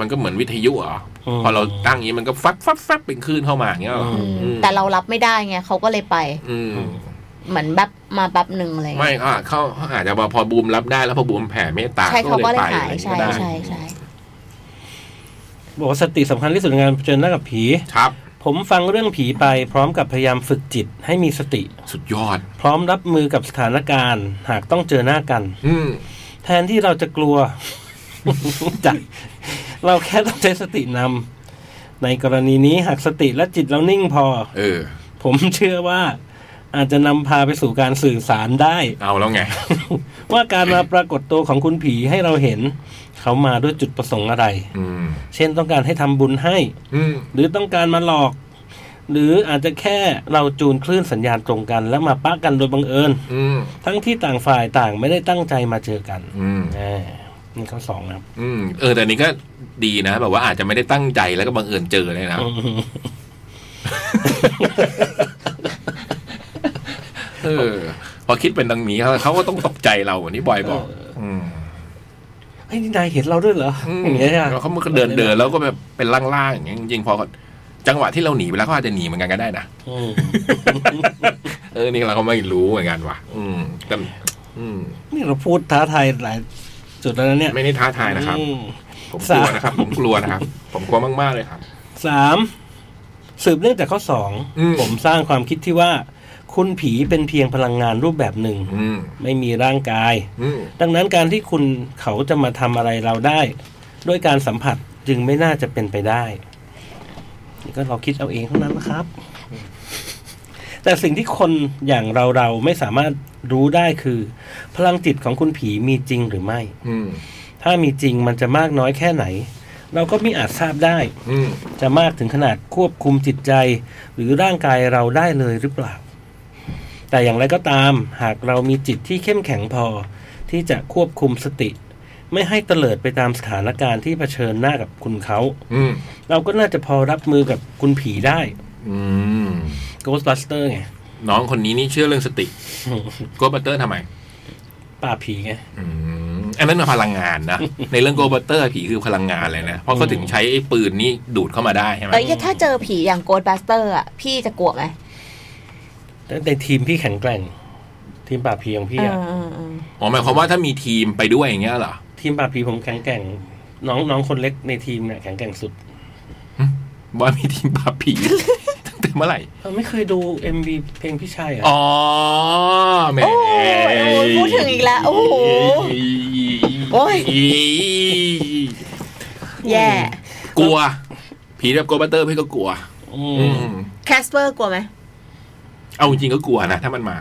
C: มันก็เหมือนวิทยุเหรออพอเราตั้งอย่างนี้มันก็ฟับฟับฟับเป็นคลื่นเข้ามาอย่างเงี้ยเหรอ
B: อืม
C: อืม
B: แต่เรารับไม่ได้ไงเขาก็เลยไป
C: อืม
B: เหมือนแบบมาแบบหนึ่งอะไรอย่าง
C: ไม่
B: เลย
C: อ่ะเขาอาจจะพอบูมรับได้แล้วพอบูมแผ่เมตตา
B: ใช่เขาก็เลย
C: ไป
B: หาย
C: ก็
B: ใช่
C: ได้
B: ใช่ใช่
E: บอกว่าสติสำคัญที่สุดในการเผชิญหน้ากับผี
C: ครับ
E: ผมฟังเรื่องผีไปพร้อมกับพยายามฝึกจิตให้มีสติ
C: สุดยอด
E: พร้อมรับมือกับสถานการณ์ หากต้องเจอหน้ากัน
C: อืม
E: แทนที่เราจะกลัว จัดเราแค่ต้องใช้สตินำในกรณีนี้หากสติและจิตเรานิ่งพอ
C: เออ
E: ผมเชื่อว่า อาจจะนำพาไปสู่การสื่อสารได้
C: เอาแล้วไง
E: ว่าการมาปรากฏตัวของคุณผีให้เราเห็น เขามาด้วยจุดประสงค์อะไร
C: อืม
E: เช่นต้องการให้ทำบุญให้
C: อืม
E: หรือต้องการมาหลอก หรืออาจจะแค่เราจูนคลื่นสัญญาณตรงกัน แล้วมาปะกันโดยบังเอิญ
C: อืม
E: ทั้งที่ต่างฝ่ายต่างไม่ได้ตั้งใจมาเจอกัน
C: อืม
E: อ่านี่ข้อสองนะครับ
C: อืมเออแต่อันนี้ก็ดีนะแบบว่าอาจจะไม่ได้ตั้งใจแล้วก็บังเอิญเจอเลยนะเออ พอคิดเป็นดังนี้เขาเขาก็ต้องตกใจเราเหมือนที่บอยบอก อืม
E: ไอ้ยนี่นายเห็นเราด้วยเหรออย่างเงี้ยใช่ปะ
C: แล้วเขามันก็เดินเดินแล้วก็แบบเป็นล่างๆอย่างเงี้ยจริงๆพอจังหวะที่เราหนีไปแล้วเขาอาจจะหนีเหมือนกันก็ได้นะ
E: อืม
C: เออนี่เราก็ไม่รู้เหมือนกันว่ะ อืมแต่อืม
E: นี่เราพูดท้าทายหลายจุดแล้วนะเนี่ย
C: ไม่ได้ท้าทายนะครับ
E: อืม
C: ผมกลัวนะครับ ผมกลัวนะครับ ผมกลัวมากๆเลยครับ
E: สามสืบเนื่องจากข้อสอง
C: อืม
E: ผมสร้างความคิดที่ว่า คุณผีเป็นเพียงพลังงานรูปแบบหนึ่ง
C: อืม
E: ไม่มีร่างกาย
C: อืม
E: ดังนั้นการที่คุณเขาจะมาทำอะไรเราได้ ด้วยการสัมผัสจึงไม่น่าจะเป็นไปได้นี่ก็เราคิดเอาเองเท่านั้นนะครับ แต่สิ่งที่คนอย่างเราเราๆไม่สามารถ รู้ได้คือ พลังจิตของคุณผีมีจริงหรือไม่
C: อืม
E: ถ้ามีจริงมันจะมากน้อยแค่ไหน เราก็ไม่อาจทราบได้
C: อืม
E: จะมากถึงขนาดควบคุมจิตใจ หรือร่างกายเราได้เลยหรือเปล่า แต่อย่างไรก็ตามหากเรามีจิตที่เข้มแข็งพอ ที่จะควบคุมสติ ไม่ให้เตลิดไปตามสถานการณ์ที่เผชิญหน้ากับคุณเขา
C: อืม
E: เราก็น่าจะพอรับมือกับคุณผีได้
C: อืม
E: Ghostbuster ไง
C: น้องคนนี้นี่เชื่อเรื่องสติ โกบัตเตอร์ทำไม
E: ป่าบผีไง
C: อืมอันนั้นมันพลังงานนะ ในเรื่องโกบัตเตอร์ผีคือพลังงานเลยนะ เพราะเขาถึงใช้ไอ้ปืนนี่ดูดเข้ามาได้ใช่ไหม
B: เอ้ยถ้าเจอผีอย่างโกดบัสเตอร์อ่ะพี่จะกลัวไหม
E: แต่ในทีมพี่แข็งแกร่ง ทีมป่าบผีของพี่
B: เอ
E: อะ
B: อเออเออ
C: อ๋อหมายความว่าถ้ามีทีมไปด้วยอย่างเงี้ยเหรอ
E: ทีมป่าบผีผมแข็งแกร่ง น้องน้องคนเล็กในทีมเนี่ยแข็งแกร่งสุด
C: ว่ามีทีมปราบผี ตั้งแต่เมื่อไหร่
E: เออไม่เคยดู MV เพลงพี่ชายเหรอ
C: อ๋อแหม่
B: โอ้ยโอ้ยพูดถึงอีกแล้ว โอ้โห โอ้ย
C: อี
B: แย่
C: กลัว ผีแบบโกบัตเตอร์พี่ก็กลัว
E: อื
C: อื
E: ม
C: ม
B: แคสเปอร์กลัวไหม
C: เอาจริงๆก็กลัวนะถ้ามันมา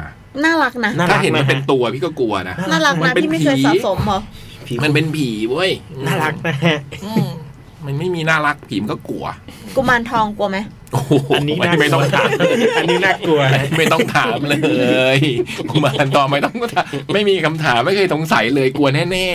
B: น่ารักนะ
D: น่ารัก
C: ถ้าเห็นมันเป็นตัวพี่ก็กลัวนะ
B: น่ารัก
C: มั
B: นะ
C: นเป็น
B: พี่ไม่
C: ผี
B: เคยสะสมหรอ
D: ผี
C: มันเป็นผีเว้ย
D: น่ารักนะฮะ
B: อืม
C: มันไม่มีน่ารักผีมันก็กลัว
B: กุมารทองกลัวไหม
C: โอ้โห
D: อันนี้น่า
C: ไม่ต้องถาม
D: อันนี้น่ากลัวนะ
C: ไม่ต้องถามเลยกุมารตองไม่ต้องถามไม่มีคำถามไม่เคยสงสัยเลยกลัวแน่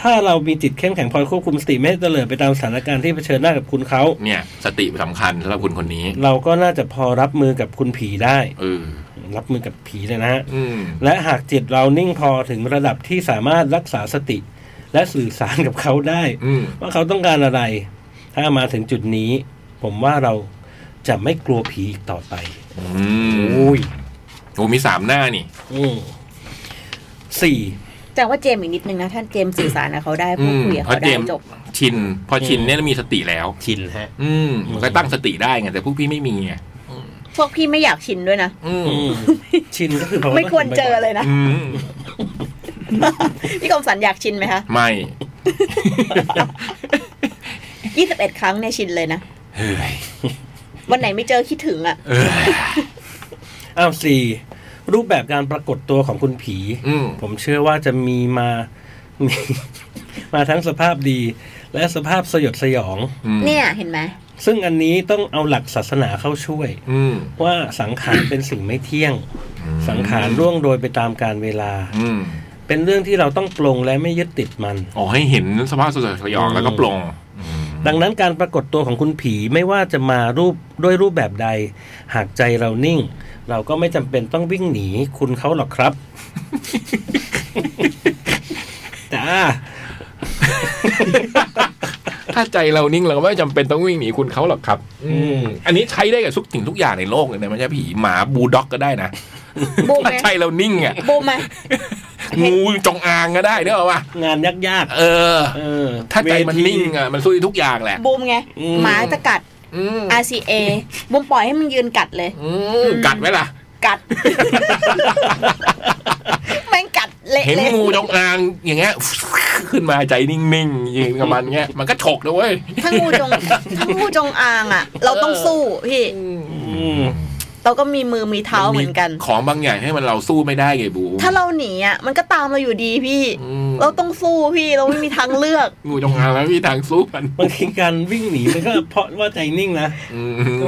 E: ถ้าเรามีจิตเข้มแข็งพอควบคุมสติไม่ให้เตลิดไปตามสถานการณ์ที่เผชิญหน้ากับคุณเขา
C: ๆ เนี่ย สติสำคัญสำหรับคุณคนนี้
E: เราก็น่าจะพอรับมือกับคุณผีได้
C: เออ
E: รับมือกับผีเลยนะฮะ
C: อืม
E: และหากจิตเรานิ่งพอถึงระดับที่สามารถรักษาสติ และสื่อสารกับเขาได้
C: อืม
E: ว่าเขาต้องการอะไร ถ้ามาถึงจุดนี้ ผมว่าเราจะไม่กลัวผีอีกต่อไป
C: อืมโอ้มีสามหน้านี่
E: อืมสี่
B: แต่ว่าเจมส์อีกนิดนึงนะท่านเจมส์สื่อสารกับเขาได้พูดคุยกับ
C: อืมเพ
B: เขา
C: ราะเจ
B: ได้
C: มส์
B: จบ
C: ชิน พอชินเนี่ยมีสติแล้ว
D: ชินฮะ
C: อืมมันก็ตั้งสติได้ไงแต่พวกพี่ไม่มีไง
B: พวกพี่ไม่อยากชินด้วยนะ
C: อืม
E: อืมชินก็คือภาะ
B: ไม่ควรเจอเลยนะ
C: อืม
B: พี่กมสันอยากชินไหมคะ
C: ไม่
B: ยี่สิบเอ็ดครั้งเนี่ยชินเลยนะ
C: เฮ้ย
B: วันไหนไม่เจอคิดถึงอ่ะ
C: เออ
E: อ้าวสี่รูปแบบการปรากฏตัวของคุณผี
C: อืม
E: ผมเชื่อว่าจะมีมา มี มาทั้งสภาพดี และสภาพสยดสยอง
C: อืม
B: เนี่ยเห็นไหม
E: ซึ่งอันนี้ต้องเอาหลักศาสนาเข้าช่วย
C: อืม
E: ว่าสังขาร เป็นสิ่งไม่เที่ยง สังขารร่วงโรยไปตามการเวลา
C: อืม
E: เป็นเรื่องที่เราต้องปลงและไม่ยึดติดมัน
C: อ๋อให้เห็นสภาพสดสยองแล้วก็ปลง
E: ดังนั้นการปรากฏตัวของคุณผีไม่ว่าจะมารูปด้วยรูปแบบใด หากใจเรานิ่ง เราก็ไม่จำเป็นต้องวิ่งหนีคุณเขาหรอกครับ จ้า
C: ถ้าใจเรานิ่งเราก็ไม่จำเป็นต้องวิ่งหนีคุณเขาหรอกครับ อืม อันนี้ใช้ได้กับทุกสิ่งทุกอย่างในโลกเลยนะไม่ใช่ผีหมาบูลด็อกก็ได้นะ
B: บูมไห
C: ถ้าม ใจเรานิ่งอ่ะ
B: บูมไหม
C: งูจงอางก็ได้เนกอะวะ
E: งานยาก
C: เออ
E: ๆเออ
C: ถ้าใจมัน
E: เวที
C: นิ่งอ่ะมันสู้ได้ทุกอย่างแหละ
B: บูมไง
E: อืม
B: หมาจะกัด
C: อืม
B: RCA บูมปล่อยให้มันยืนกัดเลย
C: อืมกัดไหมล่ะ
B: กัด แม่งกัดเละ
C: เห็น
B: เลย
C: งูจงอางอย่างเงี้ย ขึ้นมาใจนิ่งๆยืนกับมันเงี้ยมันก็ฉกนะเว้ย
B: ถ้างูจงถ้างูจงอางอ่ะ เราต้องสู้พี่
E: อืม
B: เราก็มีมือมีเท้าเหมือนกัน
C: ของบางอย่างให้มันเราสู้ไม่ได้ไงบู
B: ถ้าเราหนีอ่ะมันก็ตามเราอยู่ดีพี่
C: อืม
B: เราต้องสู้พี่เราไม่มีทางเลือก
C: งูจงอางมันไม่มีทางสู้มัน
E: บางทีการวิ่งหนีมันก็เพราะว่าใจนิ่งนะ
C: อืม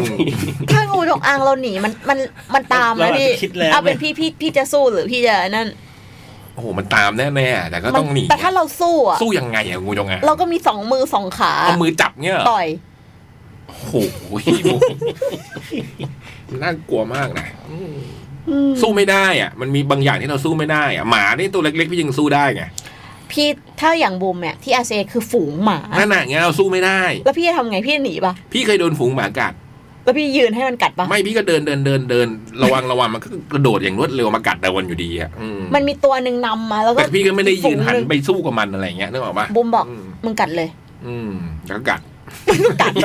B: ถ้างูจงอางเราหนีมันมันมันตามนะ
E: เราอาจ
B: พี่
E: จะคิดแล้ว
B: เอาเป็น
E: ไง
B: พี่พี่พี่จะสู้หรือพี่จะนั่น
C: โอ้โหมันตามแน่ๆแต่ก็ต้องหนี
B: มันแต่ถ้าเราสู้อ่ะ
C: สู้ยังไงอะงูจงอาง
B: เราก็มีสองมือสองขา
C: เอามือจับเงี้ยเหรอ
B: ต่อย
C: โอ้โห น่ากลัวมากนะอืมสู้ไม่ได้อ่ะ มันมีบางอย่างที่เราสู้ไม่ได้อ่ะหมานี่ตัวเล็กๆพี่ยังสู้ได้ไง
B: พี่ถ้าอย่างบูมเนี่ยที่อาเซคือฝูงหมา
C: นั่นน่ะอย่างเงี้ยเราสู้ไม่ได้
B: แล้วพี่จะทำไงพี่จะหนีปะ
C: พี่เคยโดนฝูงหมากัด
B: แล้วพี่ยืนให้มันกัดปะ
C: ไม่พี่ก็เดินเดินเดินเดินระวังระวังมันก็กระโดดอย่างรวดเร็วมากัดแต่วันอยู่ดีอ่ะอืม
B: มันมีตัวหนึ่งนำมาแล้วก็
C: แต่พี่ก็ไม่ได้ยืนหัน
B: ฝูง
C: ไปสู้กับมันอะไรเงี้ยนึกออกปะ
B: งบูมบอก
C: ม
B: มึงกัดเลย
C: อืมแล้วก็กัด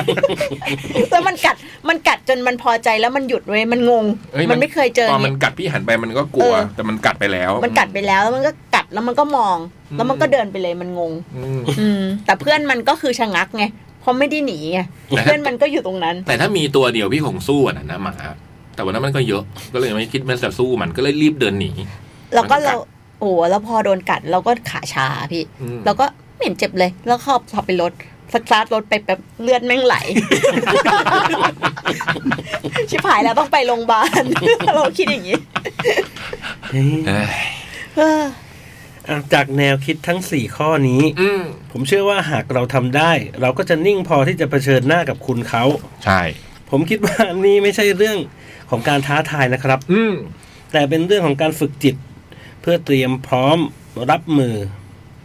B: แล้วมันกัดมันกัดจนมันพอใจแล้วมันหยุดเว้ยมันงง
C: เอ้ยมั
B: มัน นไม่เคยเจอ
C: ตอน
B: ไง
C: มันกัดพี่หันไปมันก็กลัว
B: เออ
C: แต่มันกัดไปแล้ว
B: มันกัดไปแล้วแล้วมันก็กัดแล้วมันก็มอง แล้วมันก็เดินไปเลยมันงง
C: อืม
B: อืมแต่เพื่อนมันก็คือชะงักไง พ เขาะไม่ได้หนี ไง
C: แต่ถ้า
B: เพื่อนมันก็อยู่ตรงนั้น
C: แต่ถ้ามีตัวเดียวพี่คงสู้อ่ะนะหมาแต่วันนั้นมันก็เยอะก็เลยไม่คิดมันจะสู้มันก็เลยรีบเดินหนี
B: แล้วก็เรา
C: มันกัด
B: โอ้แล้วพอโดนกัดเราก็ขาชาพี่
C: อืม
B: เราก็ไม่เห็นเจ็บเลย แล้วเข้าขับไปรถสตาร์ทรถไปแบบเลือดแม่งไหล ชิบหายแล้วต้องไปโรงพยาบาล เราคิดอย่างนี้
E: เฮ้ย
C: เอ้ย
B: เออ
E: อ่ะจากแนวคิดทั้งสี่ข้อนี้
C: อืม
E: ผมเชื่อว่าหากเราทำได้ เราก็จะนิ่งพอที่จะเผชิญหน้ากับคุณเขา
C: ใช่
E: ผมคิดว่านี่ไม่ใช่เรื่องของการท้าทายนะครับ
C: อืม
E: แต่เป็นเรื่องของการฝึกจิต เพื่อเตรียมพร้อมรับมือ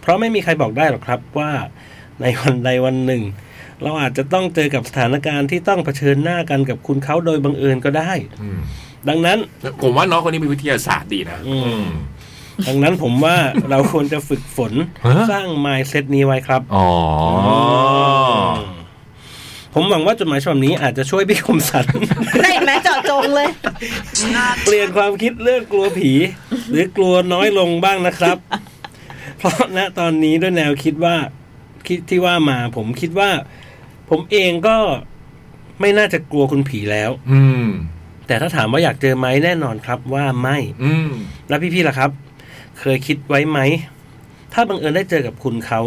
E: เพราะไม่มีใครบอกได้หรอกครับว่าในวันใดวันหนึ่ง เราอาจจะต้องเจอกับสถานการณ์ที่ต้องเผชิญหน้ากันกับคุณเขาโดยบังเอิญก็ได้
C: อืม
E: ดังนั้น
C: ผมว่าน้องคนนี้มีวิทยาศาสตร์ดีนะ
E: อืม
C: อืม
E: ดังนั้นผมว่า เราควรจะฝึกฝน
C: ฮะ
E: สร้าง mindset นี้ไว้ครับ
C: อ๋อ
E: มผมหวังว่าจดหมายฉบับนี้อาจจะช่วยพี่คมสัน
B: ได้เห็นไหมเจาะจงเลย
E: เปลี่ยนความคิดเรื่องกลัวผี หรือกลัวน้อยลงบ้างนะครับ เพราะณตอนนี้ด้วยแนวคิดว่า คิดที่ว่ามา ผมคิดว่า ผมเองก็ไม่น่าจะกลัวคุณผีแล้ว
C: อืม
E: แต่ถ้าถามว่าอยากเจอไหมแน่นอนครับว่าไม่
C: อืม
E: แล้วพี่ๆล่ะครับ เคยคิดไว้ไหม ถ้าบังเอิญได้เจอกับคุณเขา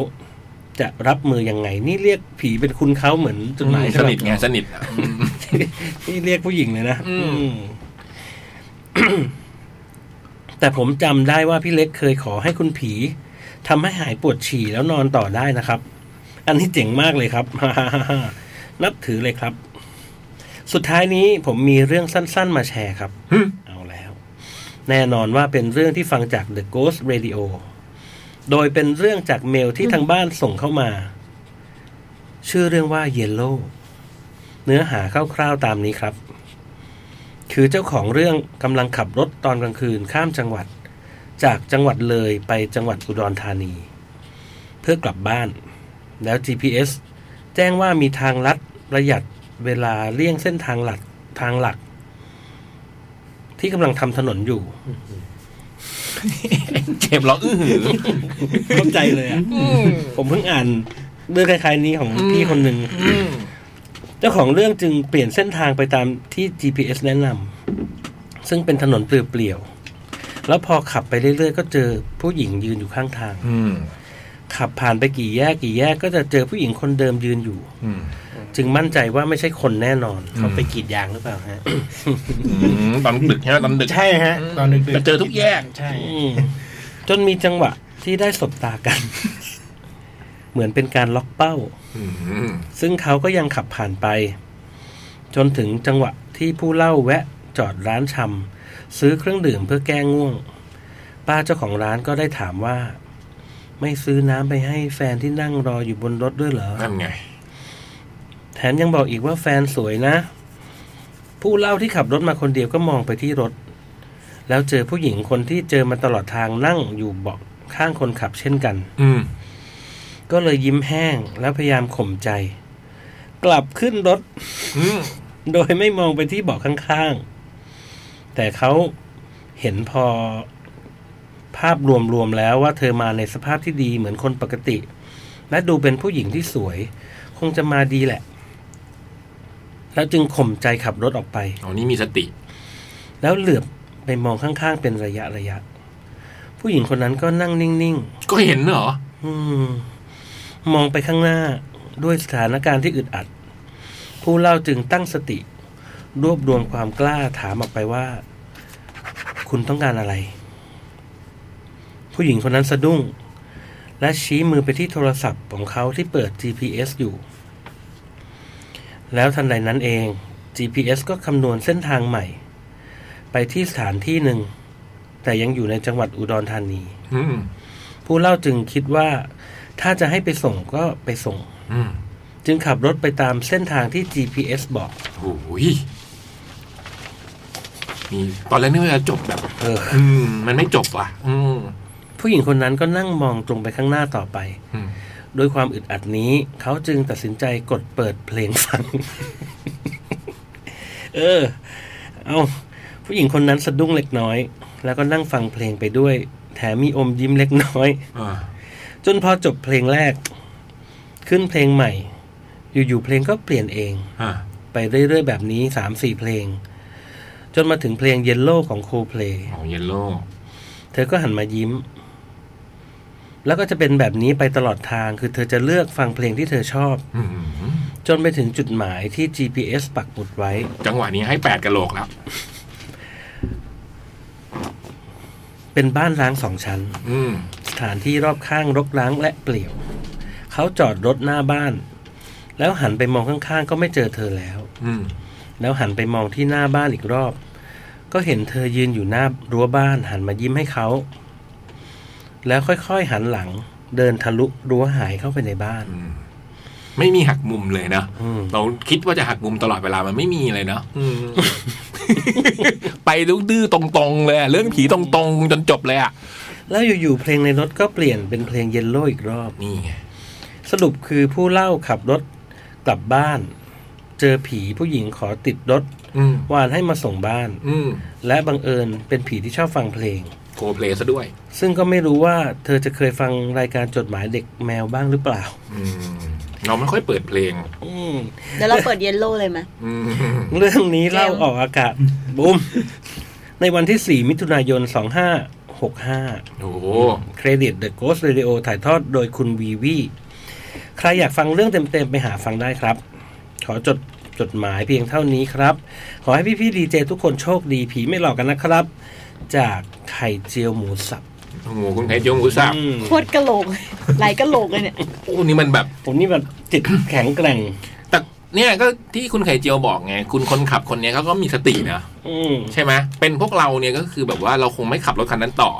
E: จะรับมือยังไง นี่เรียกผีเป็นคุณเขาเหมือนจดหมายฉ
C: ส
E: บับ
C: นิทไงสนิทอะ
E: นี่เรียกผู้หญิงเลยนะ
C: อืม
E: อืม แต่ผมจำได้ว่าพี่เล็กเคยขอให้คุณผีทำให้หายปวดฉี่แล้วนอนต่อได้นะครับ อันนี้เจ๋งมากเลยครับ นับถือเลยครับ สุดท้ายนี้ผมมีเรื่องสั้น ๆ มาแชร์ครับ
C: อืม
E: เอาแล้ว แน่นอนว่าเป็นเรื่องที่ฟังจาก The Ghost Radio โดยเป็นเรื่องจากเมลที่ทางบ้านส่งเข้ามา ชื่อเรื่องว่า Yellow เนื้อหาคร่าวๆตามนี้ครับ คือเจ้าของเรื่องกำลังขับรถตอนกลางคืนข้ามจังหวัด จากจังหวัดเลยไปจังหวัดอุดรธานี เพื่อกลับบ้าน แล้ว GPS แจ้งว่ามีทางลัดประหยัดเวลาเลี่ยงเส้นทางหลักทางหลัก ที่กำลังทำถนนอยู่
C: เจ็บเหร้องอื้อหือ
E: เข้าใจเลยอ่ะ ผมเพิ่งอ่านเรื่องคล้ายๆนี้ของพี่คนหนึ่ง เจ้าของเรื่องจึงเปลี่ยนเส้นทางไปตามที่ GPS แนะนำซึ่งเป็นถนนเปลี่ยวๆ แล้วพอขับไปเรื่อยๆ ก็เจอผู้หญิงยืนอยู่ข้างทาง
C: อืม
E: ขับผ่านไปกี่แยกกี่แยกก็จะเจอผู้หญิงคนเดิมยืนอยู่
C: อืม
E: จึงมั่นใจว่าไม่ใช่คนแน่นอน
D: เขาไปกรีดยางหรือเปล่า ฮะ
C: อืมตอนดึกใช่ไหมตอนดึก
D: ใช่ฮะ ตอนดึกๆ
C: จะเจอทุกแยก
D: ใช่
E: อืมจนมีจังหวะที่ได้สบตากัน เหมือนเป็นการล็อกเป้า
C: อืม
E: ซึ่งเขาก็ยังขับผ่านไป จนถึงจังหวะที่ผู้เล่าแวะจอดร้านชำซื้อเครื่องดื่มเพื่อแก้ง่วง ป้าเจ้าของร้านก็ได้ถามว่า ไม่ซื้อน้ำไปให้แฟนที่นั่งรออยู่บนรถด้วยเหรอ
C: นั่นไง
E: แถมยังบอกอีกว่าแฟนสวยนะ ผู้เล่าที่ขับรถมาคนเดียวก็มองไปที่รถ แล้วเจอผู้หญิงคนที่เจอมาตลอดทางนั่งอยู่เบาะข้างคนขับเช่นกัน
C: อืม
E: ก็เลยยิ้มแห้งแล้วพยายามข่มใจ กลับขึ้นรถ
C: อืม
E: โดยไม่มองไปที่เบาะข้างๆ แต่เขาเห็นพอภาพรวมๆแล้วว่าเธอมาในสภาพที่ดีเหมือนคนปกติ และดูเป็นผู้หญิงที่สวย คงจะมาดีแหละ แล้วจึงข่มใจขับรถออกไป
C: อ๋อนี่มีสติ
E: แล้วเหลือบไปมองข้างๆ เป็นระยะๆ ผู้หญิงคนนั้นก็นั่งนิ่ง
C: ก็เห็นเหรอ
E: ๆอืม มองไปข้างหน้าด้วยสถานการณ์ที่อึดอัด ผู้เล่าจึงตั้งสติ รวบรวมความกล้าถามออกไปว่า คุณต้องการอะไร ผู้หญิงคนนั้นสะดุ้ง และชี้มือไปที่โทรศัพท์ของเขาที่เปิด GPS อยู่ แล้วทันใดนั้นเอง GPS ก็คำนวณเส้นทางใหม่ ไปที่สถานที่หนึ่ง แต่ยังอยู่ในจังหวัดอุดรธานี
C: อืม
E: ผู้เล่าจึงคิดว่า ถ้าจะให้ไปส่งก็ไปส่ง
C: อืม
E: จึงขับรถไปตามเส้นทางที่ GPS บอก
C: โอ้ยมีตอนแรกนึกว่าจะจบแบบ
E: เออ
C: อืม มันไม่จบว่ะ อืม
E: ผู้หญิงคนนั้นก็นั่งมองตรงไปข้างหน้าต่อไป
C: อืม
E: ด้วยความอึดอัดนี้ เขาจึงตัดสินใจกดเปิดเพลงฟัง เออ เอาผู้หญิงคนนั้นสะดุ้งเล็กน้อย แล้วก็นั่งฟังเพลงไปด้วย แถมมีอมยิ้มเล็กน้อย
C: อ่า
E: จนพอจบเพลงแรก ขึ้นเพลงใหม่ อยู่ๆเพลงก็เปลี่ยนเอง
C: อ่า
E: ไปเรื่อยๆแบบนี้สามสี่เพลง จนมาถึงเพลงเย l โลของโคเพล
C: ของเยลโล่
E: เธอก็หันมายิ้ม แล้วก็จะเป็นแบบนี้ไปตลอดทางคือเธอจะเลือกฟังเพลงที่เธอชอบ
C: อืม
E: จนไปถึงจุดหมายที่ GPS ปักหมุดไว้
C: จังหวะนี้ให้แปดกะโหลกแล้ว
E: เป็นบ้านร้างสองชั้น
C: อืม
E: สถานที่รอบข้างรกร้างและเปลี่ยว เขาจอดรถหน้าบ้าน แล้วหันไปมองข้างๆ ก็ไม่เจอเธอแล้ว
C: อืม
E: แล้วหันไปมองที่หน้าบ้านอีกรอบ ก็เห็นเธอยืนอยู่หน้ารั้วบ้านหันมายิ้มให้เขา แล้วค่อยๆหันหลัง เดินทะลุรั้วหายเข้าไปในบ้าน
C: อืมไม่มีหักมุมเลยเนอะ
E: อืม
C: เราคิดว่าจะหักมุมตลอดเวลามันไม่มีเลยเนอะอืม ไปลูกดื้อตรงๆเลยอะเรื่องผีตรงๆจนจบเลยอ่ะ
E: แล้วอยู่ๆเพลงในรถก็เปลี่ยนเป็นเพลงเยลโล่อีกรอบ
C: นี่ไง
E: สรุปคือผู้เล่าขับรถกลับบ้าน เจอผีผู้หญิงขอติดรถ
C: อืม
E: วานให้มาส่งบ้าน
C: อืม
E: และบังเอิญเป็นผีที่ชอบฟังเพลง
C: โคเพลซะด้วย
E: ซึ่งก็ไม่รู้ว่าเธอจะเคยฟังรายการจดหมายเด็กแมวบ้างหรือเปล่า
C: อืมเราไม่ค่อยเปิดเพลง
B: เดี๋ยวเราเปิดเยลโล่เลยไหม
C: อืม
E: เรื่องนี้เล่าออกอากาศ บุ้ม ในวันที่ 4 มิถุนายน 2565
C: โอ้โห
E: เครดิต The Ghost Radio ถ่ายทอดโดยคุณวีวี ใครอยากฟังเรื่องเต็ม ๆ ไปหาฟังได้ครับ ขอจดจดหมายเพียงเท่านี้ครับ ขอให้พี่ๆดีเจทุกคนโชคดีผีไม่หลอกกันนะครับ จากไข่เจียวหมูสับ
C: โอ้โหคุณไทยเจียวหมูสับ
E: อืม
B: โคตรกะโหลกเลยไหลกะโหลกเลยเนี่ย
C: โอ้นี่มันแบบ
E: ผมนี่แบบจิตแข็งแกร่ง
C: แต่เนี่ยก็ที่คุณไข่เจียวบอกไง คุณคนขับคนเนี้ยเขาก็มีสตินะ
E: อืม
C: ใช่ไหมเป็นพวกเราเนี่ยก็คือแบบว่าเราคงไม่ขับรถคันนั้นต่อ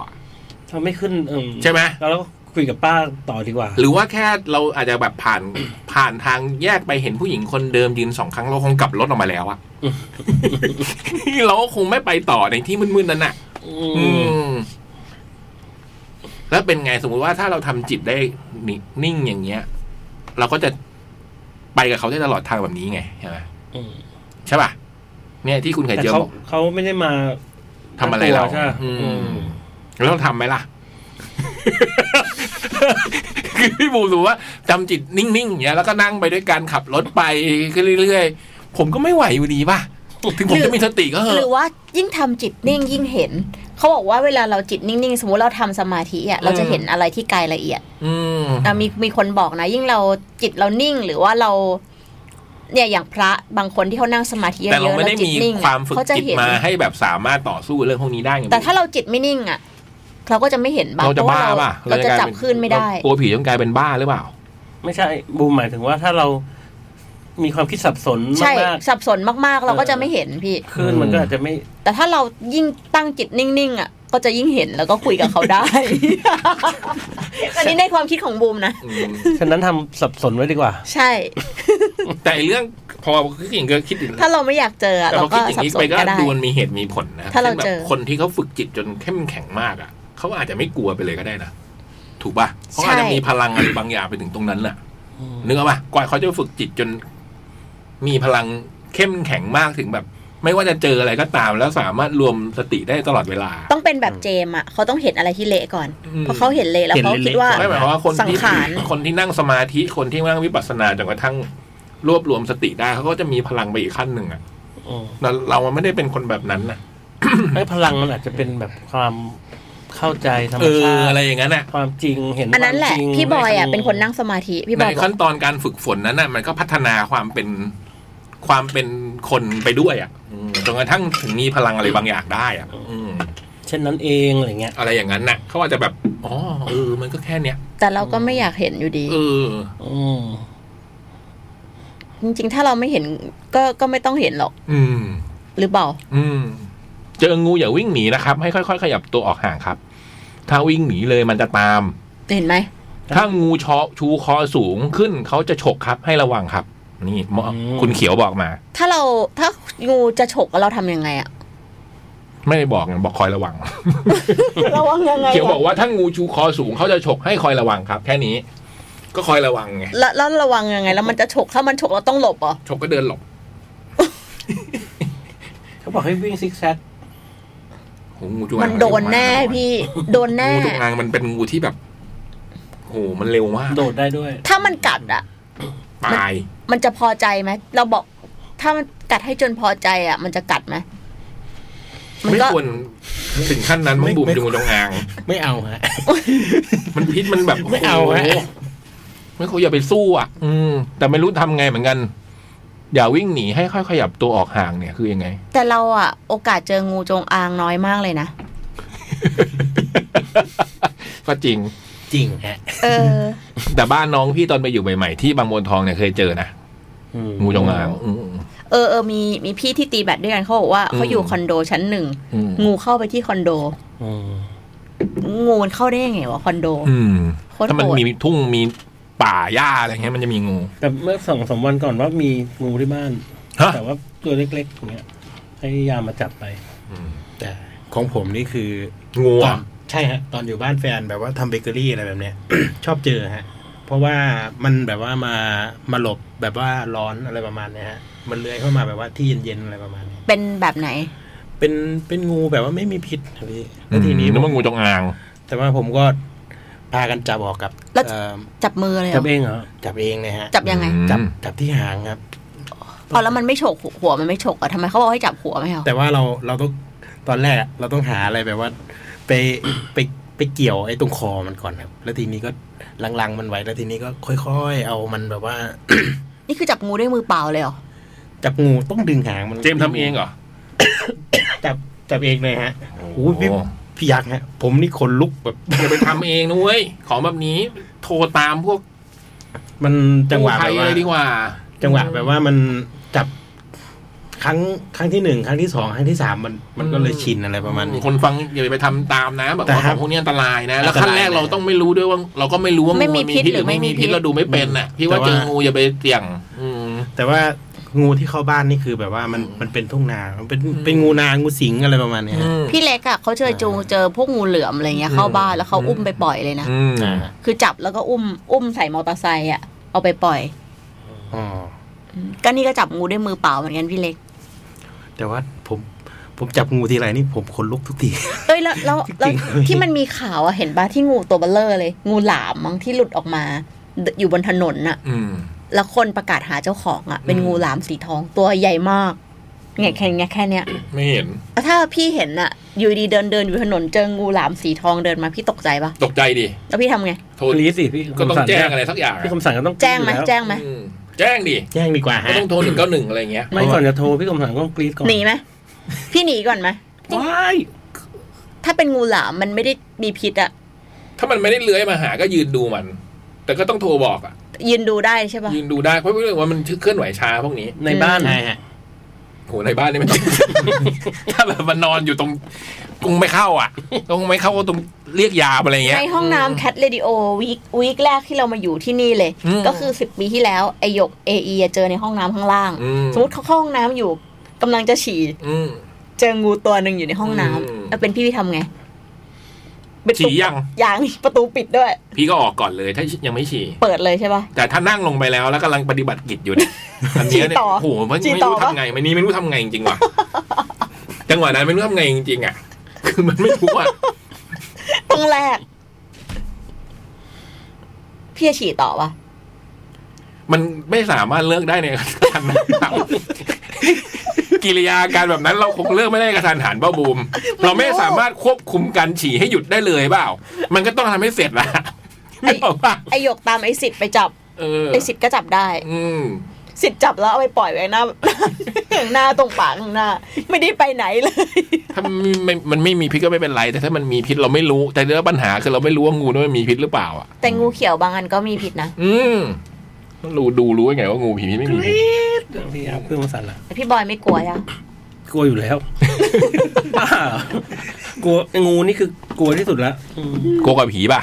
E: ทำไม่ขึ้นเอิ่ม
C: ใช่ไหม
E: แล้วเราก็คุยกับป้าต่อดีกว่า
C: หรือว่าแค่เราอาจจะแบบผ่าน ผ่านทางแยกไปเห็นผู้หญิงคนเดิมยืนสองครั้งเราคงกลับรถออกมาแล้วอะ เราก็คงไม่ไปต่อในที่มืดๆนั้นน่ะ อืม แล้วเป็นไงสมมุติว่าถ้าเราทำจิตได้นินิ่งอย่างเงี้ย เราก็จะไปกับเขาได้ตลอดทางแบบนี้ไงใช่ไหม
E: อืม
C: ใช่ป่ะเนี่ยที่คุณไข่
E: แต่
C: เจียว
E: เขา
C: บอก
E: เขาไม่ได้มา
C: ทำอะไรเรา
E: ใช่ปะ
C: อืม
E: อืม
C: แล้วเราทำไหมล่ะ คือพี่บูมรู้ว่าจำจิตนิ่งๆอย่างเงี้ยแล้วก็นั่งไปด้วยการขับรถไปเรื่อยๆผมก็ไม่ไหวอยู่ดีป่ะถึงผมจะมีสติก็เห
B: หรือ
C: อะ
B: ว่ายิ่งทำจิตนิ่งยิ่งเห็น เขาบอกว่าเวลาเราจิตนิ่งๆ สมมติเราทำสมาธิอ่ะเราจะเห็นอะไรที่ไกลละเอียด
C: อืม
B: อ่ะมีมีคนบอกนะ ยิ่งเราจิตเรานิ่งหรือว่าเรา เนี่ยอย่างพระบางคนที่เขานั่งสมาธิเยอะๆ
C: แต่เราไม่ได้
B: แล้วจิ
C: มี
B: ตนิ่ง
C: ความฝึก
B: เขาจะ
C: จิต
B: เห็น
C: มาให้แบบสามารถต่อสู้เรื่องพวกนี้ได้ไง
B: แต่ถ้าเราจิตไม่นิ่งอ่ะ เราก็จะไม่เห็น
C: เราจะบ้า
B: พว่
C: ป่ะ
B: เราจะ
C: กลย
B: จับ
C: เป็
B: ขึ้นไม่ได้
C: เรากลัวผีจนกลายเป็นบ้าหรือเปล่า
E: ไม่ใช่บูมหมายถึงว่าถ้าเรามีความคิดสับสน
B: ใช่
E: มาก
B: สับสนมากๆ เราก็จะไม่เห็นพี่
E: ๆขึ้นมันก็อาจ จะไม่
B: แต่ถ้าเรายิ่งตั้งจิตนิ่งๆอ่ะก็จะยิ่งเห็นแล้วก็คุยกับเขาได้ อันนี้ในความคิดของบูมนะ
E: ฉะนั้นทำสับสนไว้ดีกว่า
B: ใช่
C: แต่ไอ้เรื่องพอคิดอย่างก็คิดอีก
B: ถ้าเราไม่อยากเจออะ
C: แต่
B: เรา
C: พอ
B: ก็
C: คิดอย่าง
B: สับ
C: นี้
B: ส
C: ไป
B: น
C: ก็
B: ก็ได้
C: ดูมันมีเหตุมีผลนะ
B: ถ้าเรา
C: ช่นแบ
B: เจ
C: บ
B: อ
C: คนที่เขาฝึกจิตจนเข้มแข็งมากอ่ะเขาอาจจะไม่กลัวไปเลยก็ได้นะถูกป่ะเขาอาจจะมีพลังอะไรบางอย่างไปถึงตรงนั้นน่ะนึกออกป่ะกว่าเขาจะฝึกจิตจน มีพลังเข้มแข็งมากถึงแบบ ไม่ว่าจะเจออะไรก็ตาม แล้วสามารถรวมสติได้ตลอดเวลา
B: ต้องเป็นแบบเจมส์อะเขาต้องเห็นอะไรที่เละก่อน
C: อืม
B: เพราะเขาเห็นเละแล้ว
D: เห็น
B: เขา
D: เละๆ
B: คิดว่า
D: ก่อ
C: ไม่หมายความว่าคนที่
B: สังขาร
C: คนที่นั่งสมาธิคนที่นั่งวิปัสสนาจนกระทั่งรวบรวมสติได้เขาก็จะมีพลังไปอีกขั้นหนึ่งอ่ะ
E: อืม
C: เราเราไม่ได้เป็นคนแบบนั้นนะ
E: ไอ้พลังมันอาจจะเป็นแบบความเข้าใจธรรม
C: เออ
E: ชา
C: อะไร
E: ติ
C: อย่างนั้นอ่ะ
E: ความจริงเห็น
B: อันนั้นแห
E: ค
B: ละ
E: วามจริง
B: พี่บอยอะ
E: ไม่
B: เป็นคนนั่งสมาธิพี่บ
C: ใน
B: อยบอก
C: ขั้นตอนการฝึกฝนนั้นน่ะมันก็พัฒนาความเป็นความเป็นคนไปด้วยอ่ะอืมจนกระทั่งถึงมีพลังอะไรบางอย่างได้อ่ะอืม
E: เช่นนั้นเองอะไรเงี้ย
C: อะไรอย่างนั้นน่ะเขาอาจจะแบบอ๋อเออ มันก็แค่เนี้ย
B: แต่เราก็ไม่อยากเห็นอยู่ดี
C: เออ
E: อืม
B: จริงๆ ถ้าเราไม่เห็นก็ก็ไม่ต้องเห็นหรอก
C: อืม
B: หรือเปล่า
C: อืม เจองูอย่าวิ่งหนีนะครับ ให้ค่อยๆ ขยับตัวออกห่างครับ ถ้าวิ่งหนีเลยมันจะตาม
B: เห็นไหม
C: ถ้างูชอชูคอสูงขึ้นเขาจะฉกครับ ให้ระวังครับ นี่หมอคุณเขียวบอกมา
B: ถ้าเราถ้างูจะฉกเราทำยังไงอะ
C: ไม่ได้บอกไงบอกคอยระวัง
B: ระวังยังไง
C: เขียวบอกว่าถ้างูชูคอสูงเขาจะฉกให้คอยระวังครับ แค่นี้ ก็คอยระวังไง
B: แล้วแล้วระวังยังไง แล้วมันจะฉกถ้ามันฉกเราต้องหลบเหรอ
C: ฉกก็เดินหลบ
E: เขาบอกให้วิ่งซิกแซก
C: โหงูจงอาง
B: มันโดนแน่
C: มั
B: พี่โดน
C: น
B: แน่
C: งูจงอางมันเป็นงูที่แบบโหมันเร็วมาก
E: โดดได้ด้วย
B: ถ้ามันกัดอะ
C: ตาย
B: มันจะพอใจไหมเราบอกถ้ามันกัดให้จนพอใจอ่ะ มันจะกัดไหมมัน
C: ไม่
B: ก็
C: ควรถึงขั้นนั้นมั้งบุ๋ม
D: ไม่
C: ดูตรงอาง
D: ไม่เอาฮะ
C: มันพิษมัน แบบ
D: ไม่เอา
C: โโห
D: ฮะ
C: ไม่ควรอย่าไปสู้อ่ะ อืม แต่ไม่รู้ทำไงเหมือนกัน อย่าวิ่งหนีให้ค่อยๆขยับตัวออกห่างเนี่ยคือยัง ไง
B: แต่เราอ่ะ โอกาสเจองูจงอางน้อยมากเลยนะ
C: ก็จริง
D: จริงฮะ
B: เออ
C: แต่บ้านน้องพี่ตอนไปอยู่ใหม่ๆที่บางบัวทองเนี่ยเคยเจอนะ
E: อืม
C: งูจงอางอืม
B: เออเออมีมีพี่ที่ตีแบดด้วยกันเขาบอกว่า
C: อืม
B: เขาอยู่คอนโดชั้นหนึ่ง
C: อืม
B: งูเข้าไปที่คอนโด
E: อืม
B: งูมันเข้าได้ยังไงวะคอนโด
C: อืม
B: โคตรโหด
C: ถ้ามันมีทุ่งมีป่าหญ้าอะไรเงี้ยมันจะมีงู
E: แต่เมื่อสองสามวันก่อนว่ามีงูที่บ้าน
C: ฮะ
E: แต่ว่าตัวเล็กๆอย่างเงี้ยให้ยามมาจับไป
D: แต่ของผมนี่คือ
C: งู
D: ตอ
C: อ่ะ
D: นใช่ฮะ ตอนอยู่บ้านแฟนแบบว่าทำเบเกอรี่อะไรแบบเนี้ย ชอบเจอฮะ เพราะว่ามันแบบว่ามามาหลบแบบว่าร้อนอะไรประมาณเนี้ยฮะ มันเลื้อยเข้ามาแบบว่าที่เย็นๆอะไรประมาณเนี้ย
B: เป็นแบบไหน
D: เป็นเป็นงูแบบว่าไม่มีพิษครับพี่แล้
C: อื
D: ว
C: ม
D: ทีนี้
C: นึก
D: ผ
C: ว่า
D: ม
C: งูจงอาง
D: แต่ว่าผมก็พากันจับออกกับ
B: แล้ว
D: เอ่อ
B: จับมือเลยเหร
E: จั
B: อบ
E: เองเหรอ
D: จับเองเลยฮะ
B: จับยังไง
C: อืม
D: จับจับที่หางครับ
B: อ๋อแล้วมันไม่ฉกหัวมันไม่ฉกเหรอ่ะทำไมเขาบอกให้จับหัวไม่เหรอ
D: แต่ว่าเราเราต้องตอนแรกอะเราต้องหาอะไรแบบว่า ไปไปไปเกี่ยวไอ้ตรงคอมันก่อนครับ แล้วทีนี้ก็ลังๆมันไว้แล้วทีนี้ก็ค่อยๆ เอามันแบบว่า
B: นี่คือจับงูด้วยมือเปล่าเลยเหรอ
D: จับงูต้องดึงหางมัน
C: เจมส์ทำเองเหรอ
D: จับจับเองเลยฮะ
C: โอ้
D: โอ้ย
C: โห
D: พี่พี่ยักษ์ฮะ ผมนี่ขนลุกแบบ
C: อย่าไปทำเองนะเว้ยของแบบนี้ โทรตามพวก
D: มันจังหวะ
C: กู้ภั
D: แบบ
C: ยเล
D: ว่าย
C: ดีกว่า
D: จังหวะแบบว่ามันจับครั้งครั้งที่หนึ่งครั้งที่สองครั้งที่สามมันมันก็เลยชินอะไรประมาณนี้
C: คนฟังอย่าไปทำตามนะแบบ
D: แต่
C: ว่า
D: ค
C: ข
D: รั
C: อบ งพวกนี้อันตรายนะ แล้ว
D: อันตราย
C: ขั้นแรกเราต้องไม่รู้ด้วยว่า เราก็ไม่รู้ว่างูนพิษหรือไม่มีพิษเราดูไม่เป็นน่ะพี่ว่า
D: แต่ว่า
C: เจองูอย่าไปเสี่ยง อืม
D: แต่ว่างูที่เข้าบ้านนี่คือแบบว่ามันมันเป็นทุ่งนา มันเป็นเป็นงูนา งูสิงอะไรประมาณเนี้ยฮะ
B: พี่เล็กอ่ะเขาเจอจูเจอพวกงูเหลือมอะไรเงี้ยเข้าบ้านแล้วเขาอุ้มไปปล่อยเลยนะ
C: อืม
D: อ่า
B: คือจับแล้วก็อุ้มอุ้มใส่มอเตอร์ไซค์อ่ะเอาไปปล่อย
D: อ๋อ
B: ก็นี่ก็จับงูด้วยมือเปล่าเหมือนกันพี่เล็ก
D: แต่ว่าผมผมจับงูทีไรนี่ผมขนลุกทุกที
B: เอ้ยแล้วแล้วแล้ว
D: จริงๆ
B: ที่มันมีข่าวอะเห็นปะที่งูตัวเบลเลอร์เลย งูหลามมั้งที่หลุดออกมา อยู่บนถนนน่ะ
C: อืม
B: แล้วคนประกาศหาเจ้าของอะเป็น
C: อืม
B: งูหลามสีทองตัวใหญ่มากไงแค่เนี้ยแค่เนี้ย
C: ไม่เห็น
B: ถ้าพี่เห็นอะอยู่ดีเดินเดินอยู่ถนนเจองูหลามสีทองเดินมาพี่ตกใจปะ
C: ตกใจดิ
B: แล้วพี่ทำไง
C: โทร
E: กรีดสิพี่
C: ก็ต้อง
E: สั่
C: แจ้งอะไรสักอย่าง
E: พี่คำสั่งก็ต้องกรี๊ด
B: แจ้งไหม
E: อยู่ล้ว
B: แจ้งไหม
C: อืมแจ้งดิ
D: แย่งดีกว่า
C: ก็
D: ฮะ
C: ต้องโทรหนึ่งเก้าหนึ่งอะไรอย่างเงี้ย
E: ไม่ก่อนจะโทรพี่คำสั่งก็ต้องกรีดก่อน
B: หนีไหมพี่หนีก่อนไหม
E: ว้าย
B: ถ้าเป็นงูหลามมันไม่ได้มีพิษอะ
C: ถ้ามันไม่ได้เลื้อยมาหาก็ยืนดูมัน แต่ก็ต้องโทรบอกอ่ะ
B: ยืนดูได้ใช่ปะ
C: ยืนดูได้เพราะเรื่องว่ามันเคลื่อนไหวช้าพวกนี้
E: ในบ้าน
D: ใช่ฮะ
C: โหในบ้านนี่ไม่ ต้อง ถ้าแบบมันนอนอยู่ตรงคงไม่เข้าอ่ะคงไม่เข้าก็ตรงเรียกยามอะไรเงี้ย
B: ในห้องน้ำแคทเรดิโอวีควีคแรกที่เรามาอยู่ที่นี่เลย
C: อืม
B: ก็คือสิบปีที่แล้วไอหยกเอเอะเจอในห้องน้ำข้างล่าง
C: อืม
B: สมมติเขาเข้าห้องน้ำอยู่กำลังจะฉี่
C: อืม
B: เจองูตัวหนึ่งอยู่ในห้องน้ำ
C: อืม
B: แล้วเป็นพี่พี่ทำไงประตู
C: ฉี่ยัง
B: ยังประตูปิดด้วย
C: พี่ก็ออกก่อนเลย ถ้ายังไม่ฉี่
B: เปิดเลยใช่ปะ
C: แต่ถ้านั่งลงไปแล้วแล้วกำลังปฏิบัติกิจอยู่เนี่ยอันเนี้ยเนี่
B: ฉี่ต่
C: ย
B: อ
C: โอ้โหไม่
B: ฉี่
C: ไม่
B: ต่อ
C: รู้
B: ปะ
C: ทำไงมันนี่ไม่รู้ทำไงจริง ๆว่ะ จังหวะนั้นไม่รู้ทำไงจริงๆอ่ะคือมันไม่รู้อ่ะ
B: ตรงแรก พี่จะฉี่ต่อปะ
C: มันไม่สามารถเลิกได้ในกระทันหัน กิริยาการแบบนั้นเราคงเลิกไม่ได้กระทันหันเบ้าบูม เราไม่สามารถควบคุมการฉี่ให้หยุดได้เลยเปล่า มันก็ต้องทำให้เสร็จละไม่บอกว่า
B: ไอหยกตามไอสิทธิ์ไปจับ
C: เออ
B: ไอสิทธิ์ก็จับได้
C: อืม
B: สิทธิ์จับแล้วเอาไปปล่อยไว้หน้า อย่างหน้าตรงปากข้างหน้า ไม่ได้ไปไหนเลย
C: ถ้ามันไม่มันไม่มีพิษก็ไม่เป็นไร แต่ถ้ามันมีพิษเราไม่รู้ แต่เรื่องปัญหาคือเราไม่รู้ว่างูนั้นมันมีพิษหรือเปล่าอ่ะ
B: แต่งูเขียวบางอันก็มีผิดนะ
C: อืมต้องรู้ดูรู้ยังไงว่างูผีพิษไม่มีพิษ
E: พี่อัพเพื่อนคำสั่งละ
B: แต่พี่บอยไม่กลัวอะ
E: กลัวอยู่แล้ว บ้ากลัวงูนี่คือกลัวที่สุดละ
C: กลัวกับผีป่ะ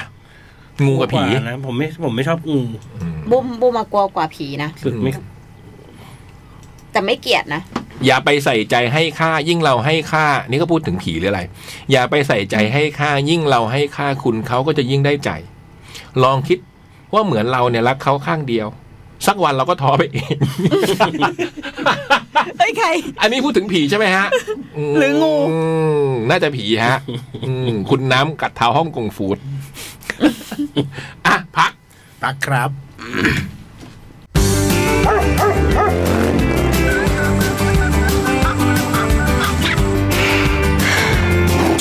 C: งูกับผี
E: ลัวว่านะผมไม่ผมไม่ชอบงู
B: บุมบุมมากลัวกว่าผีนะ
E: สุดไม่
B: แต่ไม่เกลียดนะ
C: อย่าไปใส่ใจให้ค่ายิ่งเราให้ค่า นี่ก็พูดถึงผีหรืออะไร อย่าไปใส่ใจให้ค่ายิ่งเราให้ค่าคุณเขาก็จะยิ่งได้ใจ ลองคิดว่าเหมือนเราเนี่ยรักเขาข้างเดียว สักวันเราก็ท้อไปเอง
B: เอ้ยใคร
C: อันนี้พูดถึงผีใช่ไหมฮะ
B: หรืองู
C: มน่าจะผีฮะอืมคุณน้ำกัดเท้าห้องกงฟูด อ่ะ พัก
D: ปักครับ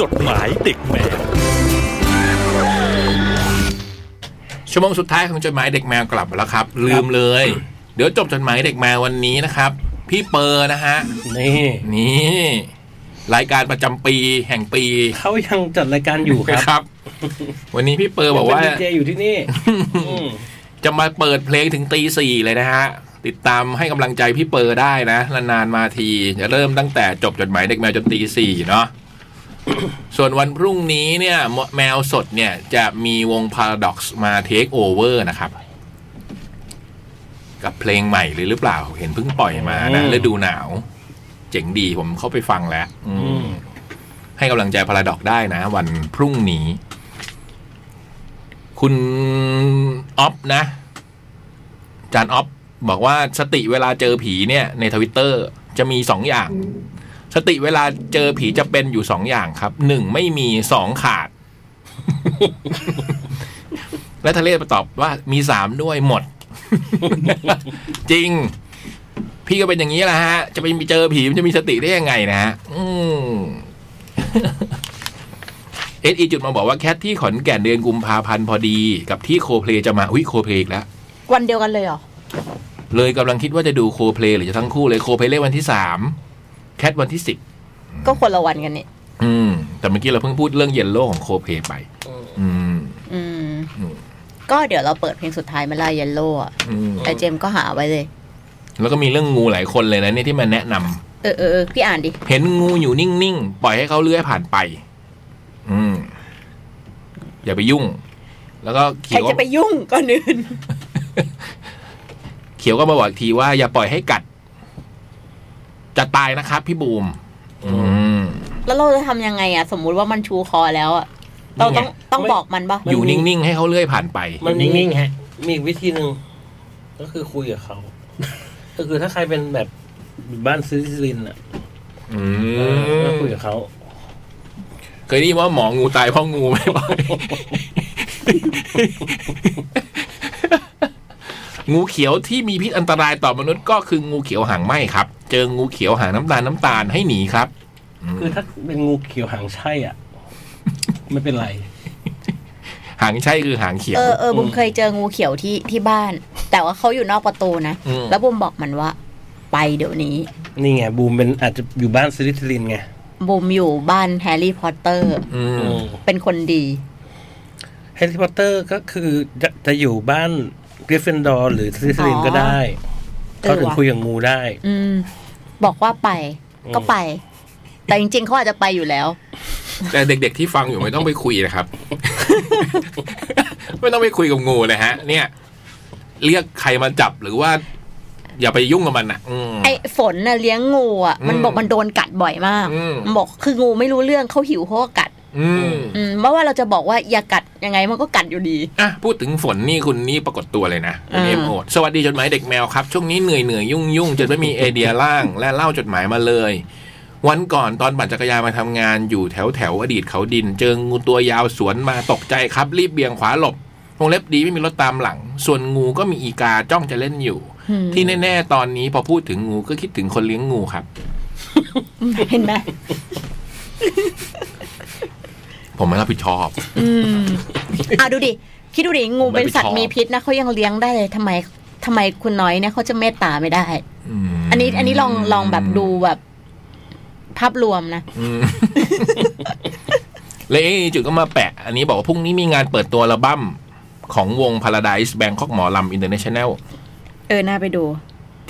H: จดหมายเด็กแมว
C: ชั่วโมงสุดท้ายของจดหมายเด็กแมวกลับมาแล้วครับ ลืมเลย เดี๋ยวจบจดหมายเด็กแมววันนี้นะครับ พี่เปอร์นะฮะ
E: นี่
C: นี่รายการประจำปีแห่งปี
E: เขายังจัดรายการอยู่ครับ
C: นะครับ วันนี้พี่เปอร์บอกว่า
E: เป็นดีเจอยู่ที่นี่อืม
C: จะมาเปิดเพลงถึงตีสี่เลยนะฮะ ติดตามให้กำลังใจพี่เปอร์ได้นะ นานๆมาที จะเริ่มตั้งแต่จบจดหมายเด็กแมวจนตีสี่เนาะ ส่วนวันพรุ่งนี้เนี่ย แมวสดเนี่ยจะมีวง Paradox มาเทคโอเวอร์นะครับ กับเพลงใหม่เลยหรือเปล่า เห็นเพิ่งปล่อยมานะฤดูหนาว เจ๋งดีผมเข้าไปฟังแล้ว อืม ให้กำลังใจพาราดอกได้นะ วันพรุ่งนี้ คุณออฟนะ จานออฟบอกว่าสติเวลาเจอผีเนี่ย ในทวิตเตอร์จะมีสองอย่าง สติเวลาเจอผีจะเป็นอยู่สองอย่างครับหนึ่งไม่มีสองขาด และทะเลศตอบว่ามีสามด้วยหมด จริง พี่ก็เป็นอย่างนี้แหละฮะ จะไปเจอผีมันจะมีสติได้ยังไงนะฮะอืม เอสอีจุดมาบอกว่าแคทที่ขอนแก่นเดือนกุมภาพันธ์พอดี กับที่โคเพลจะมาอุ้ยโคเพลอีกแล้ว
B: วันเดียวกันเลยเหรอ
C: เลยกำลังคิดว่าจะดูโคเพลหรือจะทั้งคู่เลยโคเพลเล่นวันที่สามแคทวันที่สิบ
B: ก็คนละวันกันนี่
C: อืม แต่เมื่อกี้เราเพิ่งพูดเรื่องเยลโล่ของโคเพลไป อืม
B: อืม
C: อืม
B: ก็เดี๋ยวเราเปิดเพลงสุดท้ายมาล่าเยลโล่อะ
C: อืม
B: แต่เจมส์ก็หาไว้เลย
C: แล้วก็มีเรื่องงูหลายคนเลยนะเนี่ยที่มาแนะนำ
B: เออเออเออพี่อ่านดิ
C: เห็นงูอยู่นิ่งๆ ปล่อยให้เขาเลื้อยผ่านไป อืม อย่าไปยุ่ง แล้วก็
B: ใคร
C: เขียว
B: จะไปยุ่งก่อนอื่น
C: เขียวก็มาบอกอีกทีว่าอย่าปล่อยให้กัด จะตายนะครับ พี่บูม อืม
B: แล้วเราจะทำยังไงอะสมมุติว่ามันชูคอแล้วอะเราต้องต้องบอกมันปะ
C: อยู่นิ่ง ๆ ให้เขาเลื่อยผ่านไป
E: มันมี
D: นิ่งๆฮะ
E: มีอีกวิธีหนึ่งก็คือคุยกับเขาก็คือถ้าใครเป็นแบบบ้านซิลิซินอ่ะ
C: อื
E: ก็
C: ม
E: คุยกับเขา
C: เคยได้ยินว่าหมองูตายเพราะงูไหมวะ งูเขียวที่มีพิษอันตรายต่อมนุษย์ก็คืองูเขียวหางไหมครับ เจองูเขียวหางน้ำตาลน้ำตาลให้หนีครับ
E: คือถ้าเป็นงูเขียวหางใช่อ่ะไม่เป็นไร
C: หางใช่คือหางเขียว
B: เออเออบุมเคยเจองูเขียวที่ที่บ้าน แต่ว่าเขาอยู่นอกประตูนะ
C: อืม
B: แล้วบุมบอกมันว่า ไปเดี๋ยวนี้
E: นี่ไงบูมเป็นอาจจะอยู่บ้านซิลิซินไง
B: บุมอยู่บ้านแฮร์รี่พอตเตอร์
C: ม
B: เป็นคนดี
E: แฮร์รี่พอตเตอร์ก็คือจะจะอยู่บ้านกริฟฟินดอร์หรือซิลิซิน
B: อ๋อ
E: ก็ได้
B: เออ
E: เขาถึง
B: ว่ะ
E: คุยกับงูได้
B: อืม บอกว่าไป ก็ไป แต่จริงๆเขาอาจจะไปอยู่แล้ว
C: แต่เด็ก ๆ ที่ฟังอยู่ไม่ต้องไปคุยนะครับ ไม่ต้องไปคุยกับงูเลยฮะ เนี่ย เรียกใครมาจับหรือว่า อย่าไปยุ่งกับมันนะอืม
B: ไอ้ฝนน่ะเลี้ยงงูอ่ะมัน
C: อืม
B: บอกมันโดนกัดบ่อยมาก
C: อืม
B: นบอกคืองูไม่รู้เรื่องเขาหิวเขาก็กัด
C: อืม
B: อืมไม่ว่าเราจะบอกว่าอย่ากัดยังไงมันก็กัดอยู่ดี
C: อ่ะพูดถึงฝนนี่คุณนี่ปรากฏตัวเลยนะคุณเอ็ม
B: อ่า
C: โอดสวัสดีจดหมายเด็กแมวครับ ช่วงนี้เหนื่อยเหนื่อยยุ่งยุ่งจนไม่มีไอเดียร่าง และเล่าจดหมายมาเลย วันก่อนตอนปั่นจักรยานมาทำงานอยู่แถวแถวอดีตเขาดิน เจองูตัวยาวสวนมาตกใจครับ รีบเบี่ยงขวาหลบวงเล็บดีไม่มีรถตามหลัง ส่วนงูก็มีอีกาจ้องจะเล่นอยู่ ที่แน่ๆตอนนี้พอพูดถึงงูก็คิดถึงคนเลี้ยงงูครับ
B: เห็นไหม
C: ผมไม่รับผิดชอบ
B: อืม อ่ะดูดิ คิดดูดิงู
C: ผมไม่
B: เป็นสัตว์
C: ชอบ
B: มีพิษนะเขายังเลี้ยงได้เลยทำไมทำไมคุณน้อยเนี่ยเขาจะเมตตาไม่ได้
C: ม
B: อันนี้ อันนี้ลองลองแบบดูแบบ ภาพรวมนะ
C: อืม แล้วเอ๊ะจุดก็มาแปะ อันนี้บอกว่าพรุ่งนี้มีงานเปิดตัวอัลบั้มของวง Paradise Bangkok หมอลำ International
B: เออน่าไปดู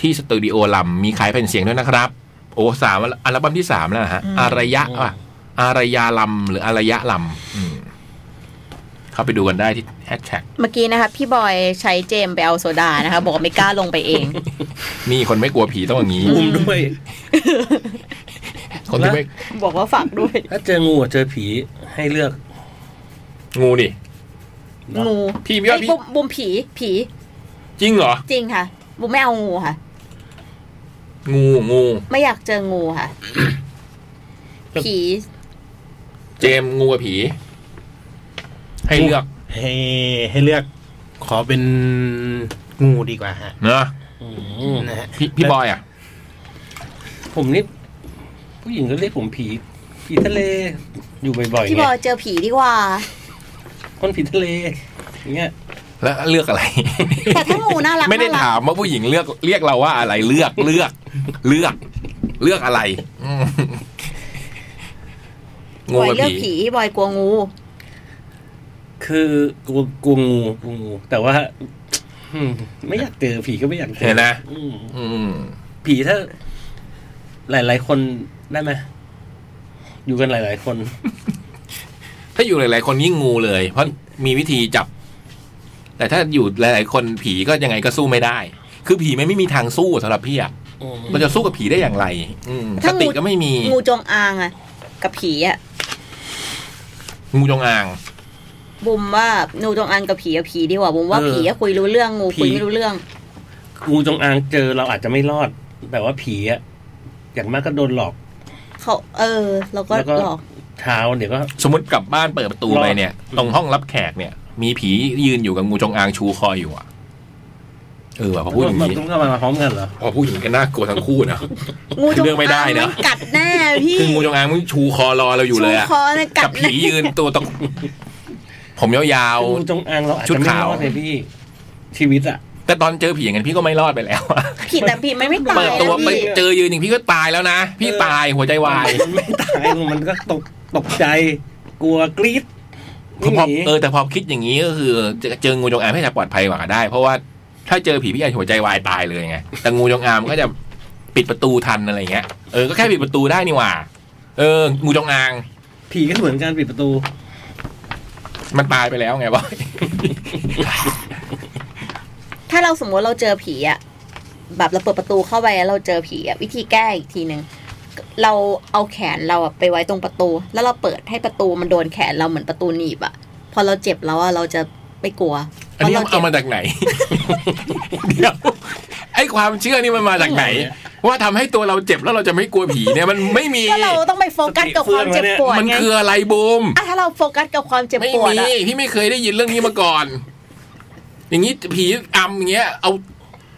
C: ที่สตูดิโอลำมีขายแผ่นเสียงด้วยนะครับ โอ้สามอัลบั้มที่สามแล้วนะฮะ อารยะว่ะอารยาลำหรืออารยะลำอืมเข้าไปดูกันได้ที่แฮชแท็ก
B: เมื่อกี้นะคะพี่บอยใช้เจมไปเอาโซดานะคะ บอกว่าไม่กล้าลงไปเอง
C: นี่คนไม่กลัวผีต้องอย่างนี้
E: บูมด้วย
C: คนที่ไม่
B: บอกว่าฝากด้วย
E: ถ้าเจองูกับเจอผีให้เลือก
C: งูดิ
B: งู
C: พี่พี่ว่า
B: เอ้ย
C: พี่
B: บุมบุมผีผี
C: จริงเหรอ
B: จริงค่ะ บุมไม่เอางูค่ะ
C: งูงู
B: ไม่อยากเจองูค่ะ ผี
C: เจมส์งูกับผี ให้เลือก
D: ให้ให้เลือกขอเป็น งูดีกว่าฮะ
C: เนอะ
D: นะฮะ
C: พี่พี่บอยอ่ะ
E: ผมนี่ผู้หญิงก็เรียกผมผี ผีทะเล อยู่บ่อยๆ
B: พี่บ
E: ไง
B: อยเจอผีดีกว่า
E: คนผีทะเลอย่างเงี้ย
C: แล้วเลือกอะไร
B: แต่ถ้างูน่ารัก
C: ไม่ได้
B: น่รัก
C: ถามว่าผู้หญิงเลือกเรียกเราว่าอะไรเลื อกเลือก เลือก เลือกอะไรอืมง
B: บอ
C: ง
B: ย
C: กับ
B: เลือกผี
C: ผี
B: บอยกลัวงู
E: คือกลัวกลัวงูกลัวงู แต่ว่า อืมไม่อยากเจอผีก็ไม่อยากเจอ
C: เห็นนะ
E: อืม
C: อืม
E: ผีถ้า หลาย ๆ คนได้ไหมอยู่กันหลาย ๆ คน
C: ถ้าอยู่หลาย ๆ คนยิ่งงูเลย เพราะมีวิธีจับ แต่ถ้าอยู่หลาย ๆ คนผีก็ยังไงก็สู้ไม่ได้ คือผีมันไม่มีทางสู้สำหรับพี่อะเราจะสู้กับผีได้อย่างไร อืมส
B: ถ้างู
C: ติก็ไม่มี
B: งูจงอางอะกับผีอะ
C: งูจงอาง
B: บุมว่างูจงอางกับผีอะผีดีกว่าบุมว่า
E: เออ
B: ผีอะคุยรู้เรื่องงู
E: ผี
B: คุยไม่รู้เรื่อง
E: งูจงอางเจอเราอาจจะไม่รอด แต่ว่าผีอะอย่างมากก็โดนหลอก
B: เขาเออ เราก็
E: แล้วก็
B: หลอก
E: เช้าเดี๋ยวก็
C: สมมติกลับบ้านเปิดประตูไปเนี่ย ตรงห้องรับแขกเนี่ย มีผียืนอยู่กับงูจงอางชูคออยู่อ่ะ เออว่ะพอพูดอย่าง
E: มัน
C: นี้
E: ต้องมาพร้อมกันเหรอ
C: พอพูดอย่างนี้ก็น่ากลัวทั้งคู่นะ
B: งูจง
C: เลือกไม่ได้
B: อาง
C: นะ
B: มันกัดแน่พี่
C: คืองูจงอางมันชูคอรอเราอยู่เลยอ่ะ
B: ชูคอเนี่ยกั
C: กั
B: ด
C: บ
B: แน่
C: ผียืนตัวตรงผมยาว
E: งูจงอางเราอาจจะไม่รอดเลยพี่ ชีวิตอะ
C: ๆแต่ตอนเจอผีอย่างนั้นพี่ก็ไม่รอดไปแล้วอะ
B: ผีแต่ผีมันไม่ตาย
C: เปิดตัว
B: นะ
C: ไป
B: พี่
C: เจอยืนอย่างพี่ก็ตายแล้วนะพี่ตายหัวใจวาย
E: มันไม่ตายมันก็ตกตกใจ กลัวกรี๊ด
C: พอพอ
E: หนี
C: เออแต่พอคิดอย่างนี้ก็คือเจอเจองูจงอางพี่อาจจะปลอดภัยกว่าก็ได้ เพราะว่าถ้าเจอผีพี่อาจจะหัวใจวายตายเลยไงแต่งูจงอางมันก็จะปิดประตูทันอะไรอย่างเงี้ยเออก็แค่ปิดประตูได้นี่หว่า เออ งูจงอาง
E: ผีก็เหมือนการปิดประตู
C: มันตายไปแล้วไงวะ
B: ถ้าเราสมมติเราเจอผีอะแบบเราเปิดประตูเข้าไปแล้วเราเจอผีอะวิธีแก้อีกทีหนึ่งเราเอาแขนเราอะไปไว้ตรงประตู แล้วเราเปิดให้ประตูมันโดนแขนเราเหมือนประตูหนีบอะพอเราเจ็บแล้วอะเราจะไม่กลัว
C: อันนี้
B: พระร
C: เอามาจากไหน เดี๋ยวไอ้ความเชื่อนี่มันมาจากไหน ว่าทำให้ตัวเราเจ็บแล้วเราจะไม่กลัวผีเนี่ยมันไม่มี
B: ก็เราต้องไปโฟกัสกับความเจ็บปวด
C: มัน
B: ไง
C: คืออะไรบูม
B: อ่ะถ้าเราโฟกัสกับความเจ็บ
C: ไม่
B: ปวด
C: มี
B: อะ
C: พี่ไม่เคยได้ยินเรื่องนี้มาก่อน อย่างนี้ผีอำอย่างเงี้ย เอา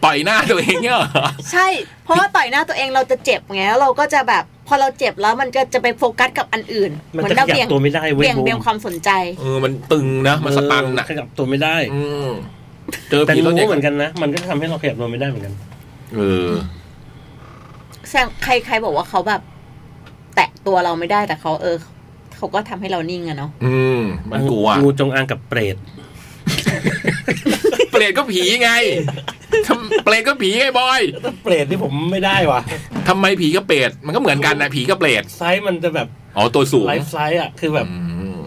C: ต่อยหน้าตัวเองเนี่ยเหรอ
B: ใช่ เพราะว่าต่อยหน้าตัวเองเราจะเจ็บไงแล้วเราก็จะแบบ พอเราเจ็บแล้วมันก็จะไปโฟกัสกับอันอื่น
E: มัน
B: เหมือน
E: จะ
B: เรา
E: ขยั
B: เบี่ย
E: บ
B: ง
E: ตัวไม่ได้เว้ย
B: เบี่ยง
E: บูม
B: เบี่ยงความสนใจ
C: เออมันตึงนะมันสตันนะ
E: เออขยับตัวไม่ได้
C: อืมเจอ
E: แต่
C: ผีตัว
E: รู้
C: เนี้ย
E: เหมือนกันนะ มันก็ทำให้เราขยับตัวไม่ได้เหมือนกัน
C: เออ
B: แซงใครใครบอกว่าเขาแบบ แตะตัวเราไม่ได้แต่เขาเออเขาก็ทำให้เรานิ่งอะเนาะ
C: อืม มันกลัว
E: งูจงอางกับเปรต
C: เปรตก็ผีไงทำเปรตก็ผีไงบอย
D: เปรตที่ผมไม่ได้ว่ะ
C: ทำไมผีกับเปรตมันก็เหมือนกันนะผีกับเปรต
E: ไซส์มันจะแบบ
C: อ๋อตัวสูง
E: ไลฟ์ไซส์อะคือแบบ
C: อืม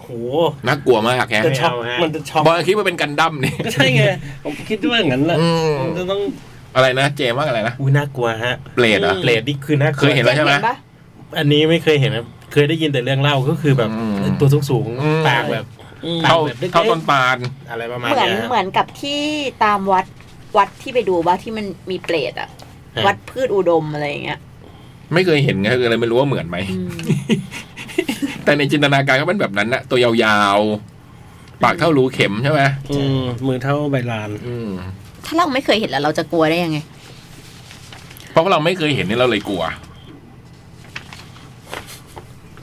E: โห
C: น่ากลัวมากแก
E: จะช็อกมันจะช็อก
C: บอยคิดว่าเป็นกันดั้มนี่
E: ก็ใช่ไง ผมคิดว่าอย่างนั้นแหละ
C: อืม
E: มันจะต้อง
C: อะไรนะเจมว่าอะไรนะ
D: อุ้ยน่ากลัวฮะ
C: เปรตเหรอ
D: เปรตนี่คือน่ากลั
C: เค
D: วย
C: เห็น แล้วใช่ไหม
B: จ๊ปะ
D: อันนี้ไม่เคยเห็นนะเคยได้ยินแต่เรื่องเล่าก็คือแบบ
C: อืม
D: ตัวสูงสูงๆ
C: อืม
D: ปากแบบปาก
C: เท่า
D: แบบล็กๆ
C: เท่าต้นปาล
D: อะไรประมาณ
B: เหมือน
D: เนี้ย
B: เหมือนกับที่ตามวัดวัดที่ไปดูว่าที่มันมีเปรตอะวัดพืชอุดมอะไรอย่างเงี้ย
C: ไม่เคยเห็นไงก็เลยไม่รู้ว่าเหมือนไหม แต่ในจินตนาการก็เป็นแบบนั้นนะตัวยาวๆ ปากเท่ารูเข็มใช่ไหม
E: อืมมือเท่าใบลาน
C: อืม
B: ถ้าเราไม่เคยเห็นแล้วเราจะกลัวได้ยังไง
C: เพราะว่าเราไม่เคยเห็นนี่เราเลยกลัว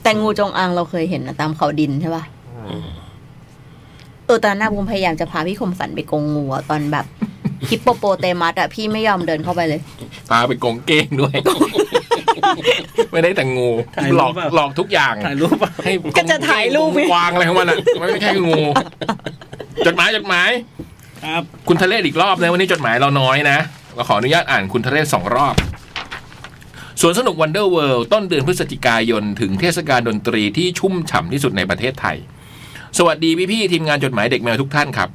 B: แต่งูจงอางเราเคยเห็นนะตามเขาดินใช่ปะเออตอนหน้าบูมพยายามจะพาพี่คมสันไปกรงงูอะตอนแบบ ฮิปโปโปเตมัสอะพี่ไม่ยอมเดินเข้าไปเลย
C: ตาไปกงเก้ง ด้วย ไม่ได้แต่งู
E: ถ่ายรูป
C: หลอก
E: เปล่า
C: หลอกทุกอย่าง
E: ถ่ายรูปเปล่า
C: ให้
B: ก็จะถ่ายรูป
C: กวางอะไรของมันอ่ะ มันไม่ใช่ งูจดหมายจดหมาย
E: ครับ
C: คุณทะเลศอีกรอบนะวันนี้จดหมายเราน้อยนะเราขออนุญาตอ่านคุณทะเลศสองรอบสวนสนุกวันเดอร์เวิลด์ต้นเดือนพฤศจิกายน ถึงเทศกาลดนตรีที่ชุ่มฉ่ำที่สุดในประเทศไทย สวัสดีพี่พี่ๆทีมงานจดหมายเด็กแมวทุกท่านครับ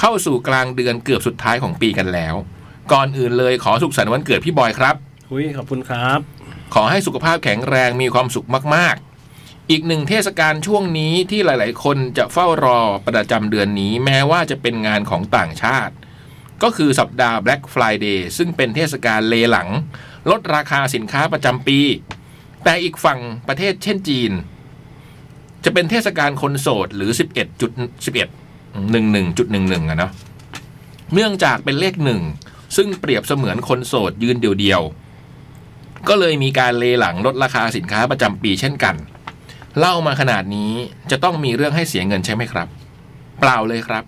C: เข้าสู่กลางเดือนเกือบสุดท้ายของปีกันแล้ว ก่อนอื่นเลยขอสุขสันต์วันเกิดพี่บอยครับ
E: อุ้ยขอบคุณครับ
C: ขอให้สุขภาพแข็งแรงมีความสุขมาก ๆ อีกหนึ่งเทศกาลช่วงนี้ที่หลาย ๆ คนจะเฝ้ารอประจำเดือนนี้แม้ว่าจะเป็นงานของต่างชาติ ก็คือสัปดาห์ Black Friday ซึ่งเป็นเทศกาลเลหลัง ลดราคาสินค้าประจำปี แต่อีกฝั่งประเทศเช่นจีน จะเป็นเทศกาลคนโสดหรือ 11.11 11.11อะเนาะ เนื่องจากเป็นเลขหนึ่ง ซึ่งเปรียบเสมือนคนโสดยืนเดียวๆ ก็เลยมีการเลหลังลดราคาสินค้าประจำปีเช่นกัน เล่ามาขนาดนี้จะต้องมีเรื่องให้เสียเงินใช่ไหมครับ เปล่าเลยครับ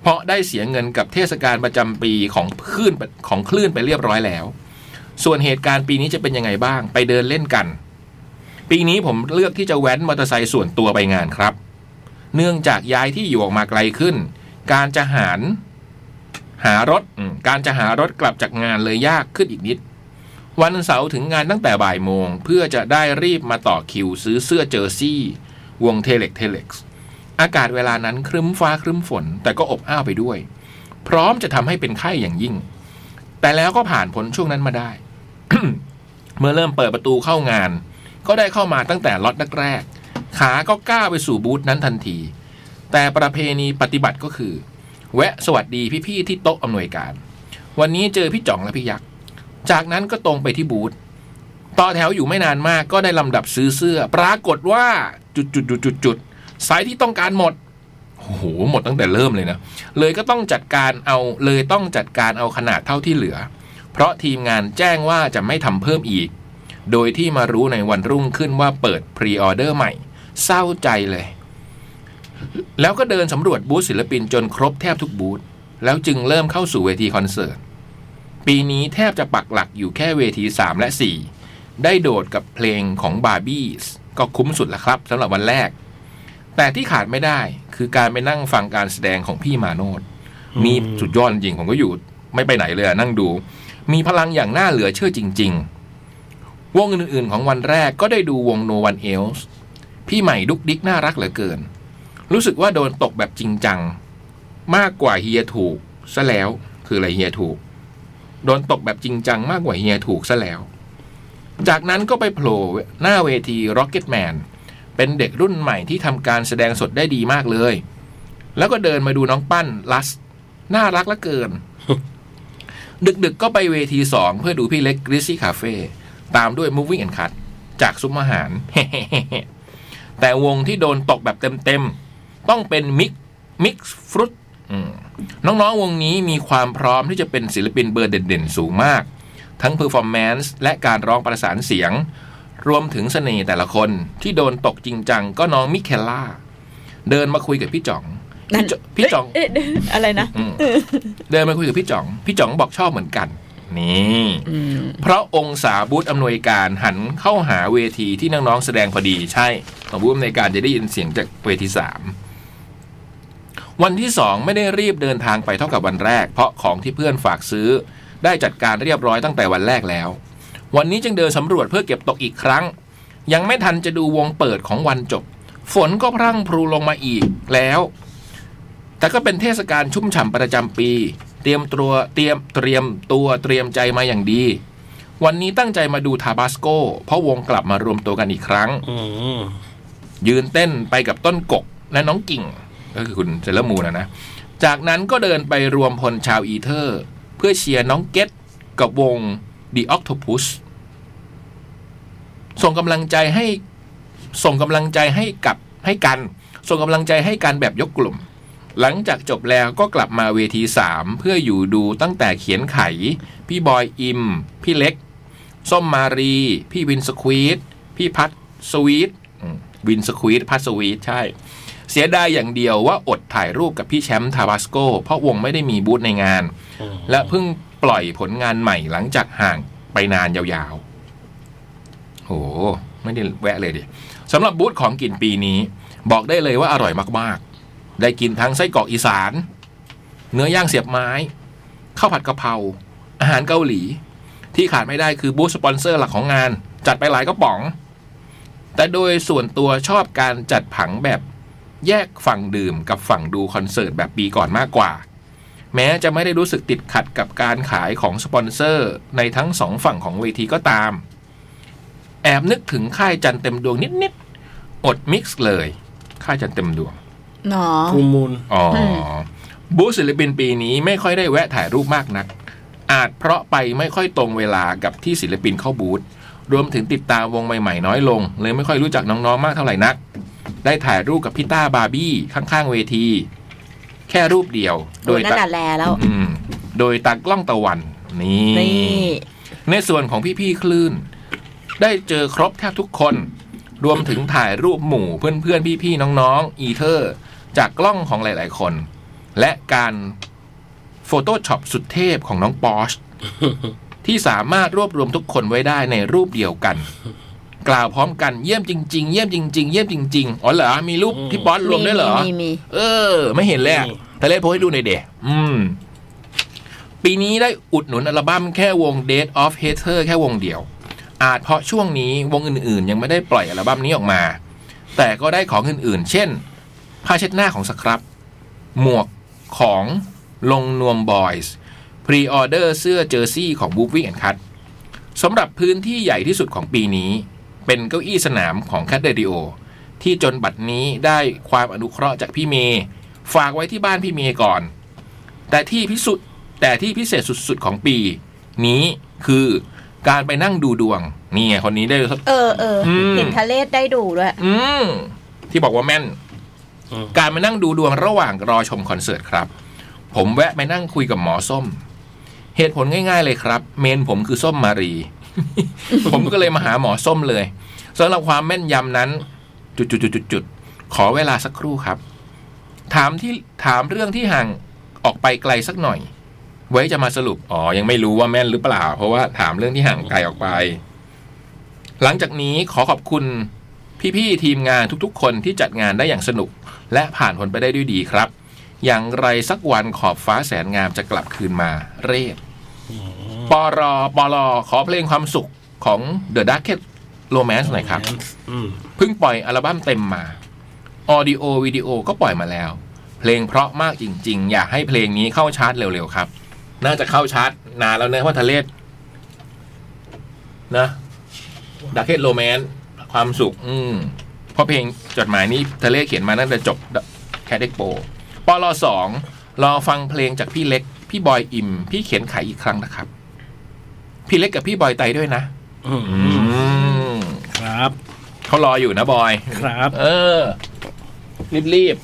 C: เพราะได้เสียเงินกับเทศกาลประจำปีของคลื่นของคลื่นไปเรียบร้อยแล้ว ส่วนเหตุการณ์ปีนี้จะเป็นยังไงบ้าง ไปเดินเล่นกัน ปีนี้ผมเลือกที่จะแว้นมอเตอร์ไซค์ส่วนตัวไปงานครับ เนื่องจากย้ายที่อยู่ออกมาไกลขึ้น การจะหาร หารถอืมการจะหารถกลับจากงานเลยยากขึ้นอีกนิด วันเสาร์ถึงงานตั้งแต่บ่ายโมง เพื่อจะได้รีบมาต่อคิวซื้อเสื้อเจอร์ซี่ วงเทเล็กเทเล็กอากาศเวลานั้นครึ้มฟ้าครึ้มฝน แต่ก็อบอ้าวไปด้วย พร้อมจะทำให้เป็นไข้อย่างยิ่ง แต่แล้วก็ผ่านพ้นช่วงนั้นมาได้ เมื่อเริ่มเปิดประตูเข้างาน ก็ได้เข้ามาตั้งแต่ล็อตแรกๆขาก็ก้าวไปสู่บูธนั้นทันที แต่ประเพณีปฏิบัติก็คือ แวะสวัสดีพี่ๆที่โต๊ะอำนวยการ วันนี้เจอพี่จ่องและพี่ยักษ์ จากนั้นก็ตรงไปที่บูธ ต่อแถวอยู่ไม่นานมากก็ได้ลำดับซื้อเสื้อ ปรากฏว่าจุดจุดจุดจุดจุดๆๆๆๆสายที่ต้องการหมด โอ้โห หมดตั้งแต่เริ่มเลยนะ เลยก็ต้องจัดการเอา เลยต้องจัดการเอาขนาดเท่าที่เหลือ เพราะทีมงานแจ้งว่าจะไม่ทำเพิ่มอีก โดยที่มารู้ในวันรุ่งขึ้นว่าเปิดพรีออเดอร์ใหม่ เศร้าใจเลย แล้วก็เดินสำรวจบูธศิลปินจนครบแทบทุกบูธ แล้วจึงเริ่มเข้าสู่เวทีคอนเสิร์ต ปีนี้แทบจะปักหลักอยู่แค่เวที 3 และ 4 ได้โดดกับเพลงของบาร์บี้ก็คุ้มสุดแล้วครับสำหรับวันแรก แต่ที่ขาดไม่ได้คือการไปนั่งฟังการแสดงของพี่มาโนดมีสุดยอดจริงผมก็อยู่ไม่ไปไหนเลยอะนั่งดู มีพลังอย่างน่าเหลือเชื่อจริง ๆ วงอื่นๆของวันแรกก็ได้ดูวง No One Else พี่ใหม่ดุกดิกน่ารักเหลือเกิน รู้สึกว่าโดนตกแบบจริงจัง มากกว่าเฮียถูกซะแล้วคืออะไรเฮียถูก โดนตกแบบจริงจังมากกว่าเฮียถูกซะแล้ว จากนั้นก็ไปโผล่หน้าเวที Rocket Man เป็นเด็กรุ่นใหม่ที่ทำการแสดงสดได้ดีมากเลย แล้วก็เดินมาดูน้องปั้นลัส น่ารักเหละเกิน ดึกๆก็ไปเวทีสองเพื่อดูพี่เล็กกริซี่คาเฟ่ตามด้วย Moving and Cut จากซุ้มอาหาร แต่วงที่โดนตกแบบเต็มๆ ต้องเป็นมิกมิกฟรุตน้องๆวงนี้มีความพร้อมที่จะเป็นศิลปินเบอร์เด่นๆ สูงมาก ทั้งเพอร์ฟอร์แมนซ์และการร้องประสานเสียง รวมถึงเสน่ห์แต่ละคนที่โดนตกจริงจังก็น้องมิเคล่า เดินมาคุยกับพี่จ่องพี่จ่องพี่จ่อง
B: เอ๊ะอะไรนะ
C: อืมเดินมาคุยกับพี่จ๋อง พี่จ๋องบอกชอบเหมือนกัน นี่ เพราะองศาบูธอำนวยการหันเข้าหาเวทีที่น้องๆแสดงพอดีใช่ของบูธอำนวยการจะได้ยินเสียงจากเวทีสามวันที่สองไม่ได้รีบเดินทางไปเท่ากับวันแรก เพราะของที่เพื่อนฝากซื้อ ได้จัดการเรียบร้อยตั้งแต่วันแรกแล้ว วันนี้จึงเดินสำรวจเพื่อเก็บตกอีกครั้ง ยังไม่ทันจะดูวงเปิดของวันจบ ฝนก็พรั่งพรูลงมาอีกแล้ว แต่ก็เป็นเทศกาลชุ่มฉ่ำประจำปี เตรียมตัวเตรียมเตรียมตัวเตรียมใจมาอย่างดี วันนี้ตั้งใจมาดูทาบาสโกเพราะวงกลับมารวมตัวกันอีกครั้ง
E: อืม
C: ยืนเต้นไปกับต้นกกและน้องกิ่ง ก็คือคุณเซเลอร์มูนนะนะ จากนั้นก็เดินไปรวมพลชาวอีเทอร์ เพื่อเชียร์น้องเก็ตกับวง The Octopus ส่งกำลังใจให้ส่งกำลังใจให้กับให้กัน ส่งกำลังใจให้กันแบบยกกลุ่ม หลังจากจบแล้วก็กลับมาเวที 3 เพื่ออยู่ดูตั้งแต่เขียนไข พี่บอยอิม พี่เล็ก ส้มมารี พี่วินสควีดพี่พัดสวีทอืมวินสควีดพัดสวีทใช่ เสียดายอย่างเดียวว่าอดถ่ายรูปกับพี่แชมป์ทาบาสโกเพราะวงไม่ได้มีบูธในงาน และเพิ่งปล่อยผลงานใหม่หลังจากห่างไปนานยาวๆ โห ไม่ได้แวะเลยดิสำหรับบูธของกินปีนี้ บอกได้เลยว่าอร่อยมากๆ ได้กินทั้งไส้กรอกอีสาน เนื้อย่างเสียบไม้ข้าวผัดกะเพราอาหารเกาหลี ที่ขาดไม่ได้คือบูธสปอนเซอร์หลักของงาน จัดไปหลายกระป๋อง แต่โดยส่วนตัวชอบการจัดผังแบบ แยกฝั่งดื่มกับฝั่งดูคอนเสิร์ตแบบปีก่อนมากกว่า แม้จะไม่ได้รู้สึกติดขัดกับการขายของสปอนเซอร์ในทั้งสองฝั่งของเวทีก็ตาม แอบนึกถึงค่ายจันเต็มดวงนิดๆ อดมิกซ์เลย ค่ายจันเต็มดวง
B: หนอ
E: ภูมิมูล
C: อ๋ออ
B: ม
C: บูธศิลปินปีนี้ไม่ค่อยได้แวะถ่ายรูปมากนัก อาจเพราะไปไม่ค่อยตรงเวลากับที่ศิลปินเข้าบูธรวมถึงติดตามวงใหม่ๆน้อยลง เลยไม่ค่อยรู้จักน้องๆมากเท่าไหร่นัก ได้ถ่ายรูปกับพี่ต้าบาร์บี้ข้างๆเวที แค่รูปเดียว
B: โดยนั่น
C: ตา
B: น่ะแลแล้ว
C: อืมโดยตากล้องตะวันนี่
B: นี่
C: ในส่วนของพี่ๆคลื่น ได้เจอครบแทบทุกคน รวมถึงถ่ายรูปหมู่เพื่อนๆ พี่ๆ น้องๆ อีเทอร์ จากกล้องของหลายๆคน และการโฟโต้ช็อปสุดเทพของน้องปอช ที่สามารถรวบรวมทุกคนไว้ได้ในรูปเดียวกัน กล่าวพร้อมกันเยี่ยมจริงๆ เยี่ยมจริงๆ เยี่ยมจริงๆ อ๋อเหรอ มีรูปที่ปอชรวมด้วยเหรอ
B: มีมีมี
C: เออ ไม่เห็นเลยอะ
D: นี่
C: ทะเลโพสต์ให้ดูหน่อยเดะอืม ปีนี้ได้อุดหนุนอัลบั้มแค่วง Date of Hater แค่วงเดียว อาจเพราะช่วงนี้วงอื่นๆ ยังไม่ได้ปล่อยอัลบั้มนี้ออกมา แต่ก็ได้ของอื่นๆ เช่น ผ้าเช็ดหน้าของสครับ หมวกของลงนวมบอยส์พรีออเดอร์เสื้อเจอร์ซี่ของบูฟวี่แอนคัทสำหรับพื้นที่ใหญ่ที่สุดของปีนี้ เป็นเก้าอี้สนามของแคทเดดิโอ ที่จนบัดนี้ได้ความอนุเคราะห์จากพี่เมย์ฝากไว้ที่บ้านพี่เมย์ก่อน แต่ที่พิสุดแต่ที่พิเศษสุดๆของปี นี้คือการไปนั่งดูดวงนี่ไงคนนี้ได้
B: เออเอออ
C: ม
B: เห็นทะเลศได้ดูด้วย
C: อืมที่บอกว่าแม่น การมานั่งดูดวงระหว่างรอชมคอนเสิร์ตครับ ผมแวะไปนั่งคุยกับหมอส้ม เหตุผลง่ายๆเลยครับ เมนผมคือส้มมารี ผมก็เลยมาหาหมอส้มเลยสำหรับความแม่นยำนั้น จุดๆๆๆขอเวลาสักครู่ครับ ถามที่ถามเรื่องที่ห่างออกไปไกลสักหน่อย ไว้จะมาสรุปอ๋อยังไม่รู้ว่าแม่นหรือเปล่า เพราะว่าถามเรื่องที่ห่างไกลออกไป หลังจากนี้ขอขอบคุณ พี่ๆทีมงานทุกๆ คนที่จัดงานได้อย่างสนุก และผ่านผลไปได้ด้วยดีครับ อย่างไรสักวันขอบฟ้าแสนงามจะกลับคืนมาเรศปอรอปอรอขอเพลงความสุขของ The Darket Romance หน่อยครับ
E: อืม
C: เพิ่งปล่อยอัลบั้มเต็มมา ออดิโอวิดีโอก็ปล่อยมาแล้ว เพลงเพราะมากจริง ๆ อยากให้เพลงนี้เข้าชาร์ตเร็ว ๆ ครับ น่าจะเข้าชาร์ตนานแล้วเนะว่าทะเลศนะดักเก็ตโรแมนความสุข อืมเพราะเพลงจดหมายนี้ทะเลศเขียนมาตั้งแต่จบแคดเด็กโปปลสองรอฟังเพลงจากพี่เล็ก พี่บอยอิม พี่เขียนไขอีกครั้งนะครับ พี่เล็กกับพี่บอยไตด้วยนะ
E: อืม
C: อืม
E: ครับ
C: เขารออยู่นะบอย
E: ครับ
C: เออ รีบ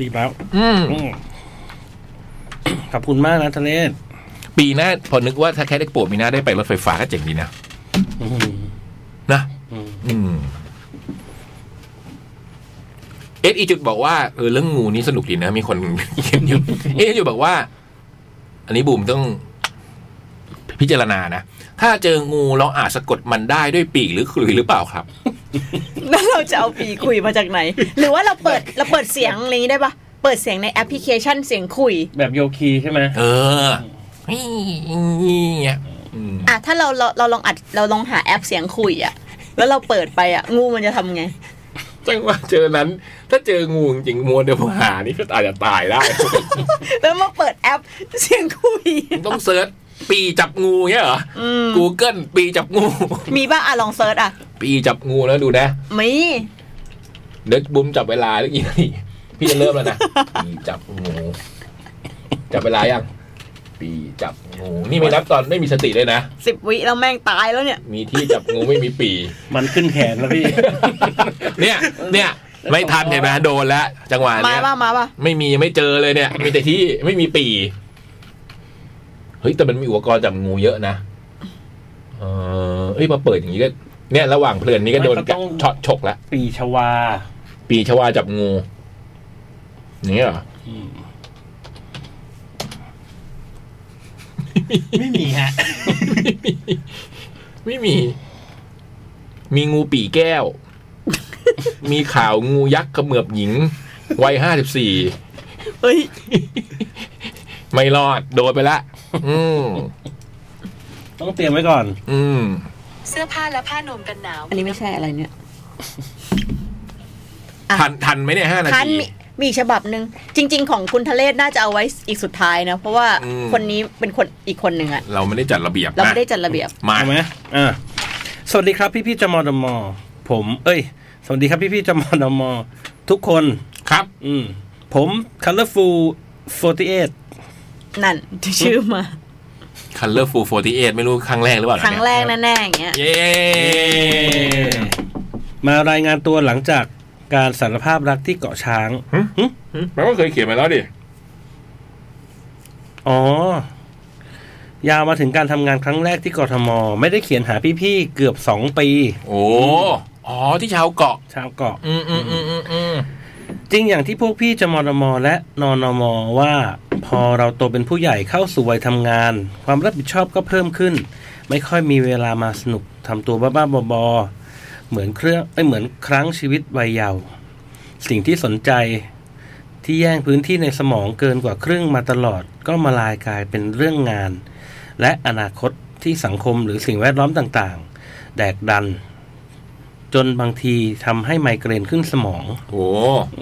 E: ดีแล้ว
C: ๆอืม
E: อืมขอบคุณมากนะทะเลศ
C: ปีหน้าพอนึกว่าถ้าแค่ได้โปรดมีหน้าได้ไปรถไฟฟ้าก็เจ๋งดีนะ
E: อืม
C: นะ
E: อืม
C: อืมเอสอีจุดบอกว่าเออเรื่องงูนี่สนุกดีนะ มีคน เขียนอยู่เอสจุดบอกว่า อันนี้บูมต้องพิจารณานะ ถ้าเจองูเราอาจสะกดมันได้ด้วยปีกหรือขลุยหรือเปล่าครับ
B: แล้ว เราจะเอาปีคุยมาจากไหน หรือว่าเราเปิดเราเปิดเสียงอะไรอย่างนี้ได้ปะเปิดเสียงในแอปพลิเคชันเสียงคุย
E: แบบโยคีใช่ไหม
C: เออนี่เงี้ยอืม
B: อ่ะถ้าเราเราเราลองอัดเราลองหาแอปเสียงคุยอ่ะ แล้วเราเปิดไปอ่ะ งูมันจะทำไง
C: จังว่าเจอนั้น ถ้าเจองูจริงๆมวลเดบหานี่ก็อาจจะตายได้
B: แล้วมาเปิดแอปเสียงคุย
C: ต้องเซิร์ชปีจับงูเงี้ยเหรอ Google ปีจับงู
B: มีบ้างอ่ะลองเซิร์ชอ่ะ
C: ปีจับงูแล้วดูนะ
B: มี
C: เดี๋ยวบุมจับเวลาแล้วกี่นาทีพี่จะเริ่มแล้วนะ ปีจับงู จับเวลายังปีจับงู นี่ไม่นับตอนไม่มีสติเลยนะ
B: สิบวิแล้วแม่งตายแล้วเนี่ย
C: มีที่จับงูไม่มีปี
E: มันขึ้นแขนแล้วพี่
C: เนี่ย เนี่ย ไม่ทันเห็นไหมโดนแล้วจังหวะ
B: มา
C: เนี้ย
B: ป่ะมาป่ะ
C: ไม่มียังไม่เจอเลยเนี่ย มีแต่ที่ไม่มีปีเฮ้ยแต่มันมีอุปกรณ์จับงูเยอะนะเออเอ้ยมาเปิดอย่างนี้ก็เนี่ยระหว่างเพลินนี้ก็โดน
E: มันก็ต้อง
C: ช็อตฉกละ
E: ปีชวา
C: ปีชวาจับงูอย่างนี้เหรอ
D: ไม่มีฮะ
C: ไม่มี มีงูปีแก้ว มีข่าวงูยักษ์เขมือบหญิงวัยห้าสิบสี่
B: เฮ้ย
C: ไม่รอดโดนไปละอืม
E: ต้องเตรียมไว้ก่อน
C: อืม
J: เสื้อผ้าและผ้านวมกันหนาว
B: อันนี้ไม่ใช่อะไรเนี่ย
C: ทันทันไหมเนี่ยห้านา
B: คัน
C: ที
B: มีมีอีกฉบับหนึ่งจริง ๆ ของคุณทะเลศน่าจะเอาไว้อีกสุดท้ายนะ เพราะว่า
C: อืม
B: คนนี้เป็นคนอีกคนหนึ่งอะ
C: เราไม่ได้จัดระเบียบ
B: เราไม่ได้
C: นะ
B: จัดระเบียบ
C: มา
E: เอาไหมอ่า สวัสดีครับพี่พี่ๆจมอดมอ ผม เอ้ย สวัสดีครับพี่พี่ๆจมอดมอ ทุกคน
C: ครับ
E: อืม ผม colorful 48
B: นั่นชื่อมา
C: Colorful 48 ไม่รู้ครั้งแรกหรือเปล่า
B: ครั้งแรกแน่ๆอย่างเงี้ย
C: เย้
E: มารายงานตัวหลังจากการสารภาพรักที่เกาะช้าง
C: มันก็เคยเขียนมาแล้วดิ
E: อ๋อ ยาวมาถึงการทำงานครั้งแรกที่กทม ไม่ได้เขียนหาพี่ๆ เกือบสองปี
C: โอ้อ๋อที่ชาวเกาะ
E: ชาวเกาะ
C: อืมอืมอืมอืมอืม
E: จริงอย่างที่พวกพี่จะมรมและนอนมว่าพอเราโตเป็นผู้ใหญ่เข้าสู่วัยทำงาน ความรับผิดชอบก็เพิ่มขึ้น ไม่ค่อยมีเวลามาสนุกทำตัวบ้าๆบอๆเหมือนเครื่องไม่เหมือนครั้งชีวิตวัยเยาว์สิ่งที่สนใจที่แย่งพื้นที่ในสมองเกินกว่าครึ่งมาตลอดก็มาลายกลายเป็นเรื่องงาน และอนาคตที่สังคมหรือสิ่งแวดล้อมต่างๆ แดกดัน จนบางทีทำให้ไมเกรนขึ้นสมอง
C: โอ้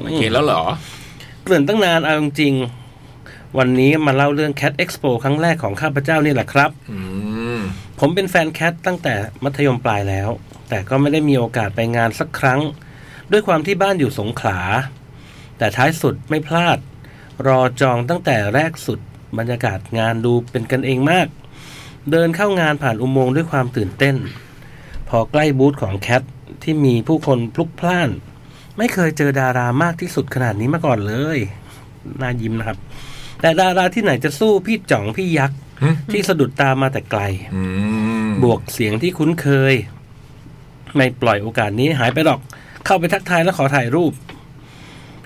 C: ไม่เขียนแล้วเหรอ
E: เกริ่นตั้งนานเอาจริงๆวันนี้มาเล่าเรื่อง Cat Expo ครั้งแรกของข้าพเจ้านี่แหละครับ
C: อืม
E: ผมเป็นแฟนแคทตั้งแต่มัธยมปลายแล้ว แต่ก็ไม่ได้มีโอกาสไปงานสักครั้ง ด้วยความที่บ้านอยู่สงขลา แต่ท้ายสุดไม่พลาด รอจองตั้งแต่แรกสุดบรรยากาศงานดูเป็นกันเองมาก เดินเข้างานผ่านอุโมงค์ด้วยความตื่นเต้น พอใกล้บูธของแคทที่มีผู้คนพลุกพล่าน ไม่เคยเจอดารามากที่สุดขนาดนี้มาก่อนเลยน่ายิ้มนะครับ แต่ดาราที่ไหนจะสู้พี่จ่องพี่ยักษ์
C: หึ
E: ที่สะดุดตามาแต่ไกล
C: อืม
E: บวกเสียงที่คุ้นเคย ไม่ปล่อยโอกาสนี้หายไปหรอก เข้าไปทักทายและขอถ่ายรูป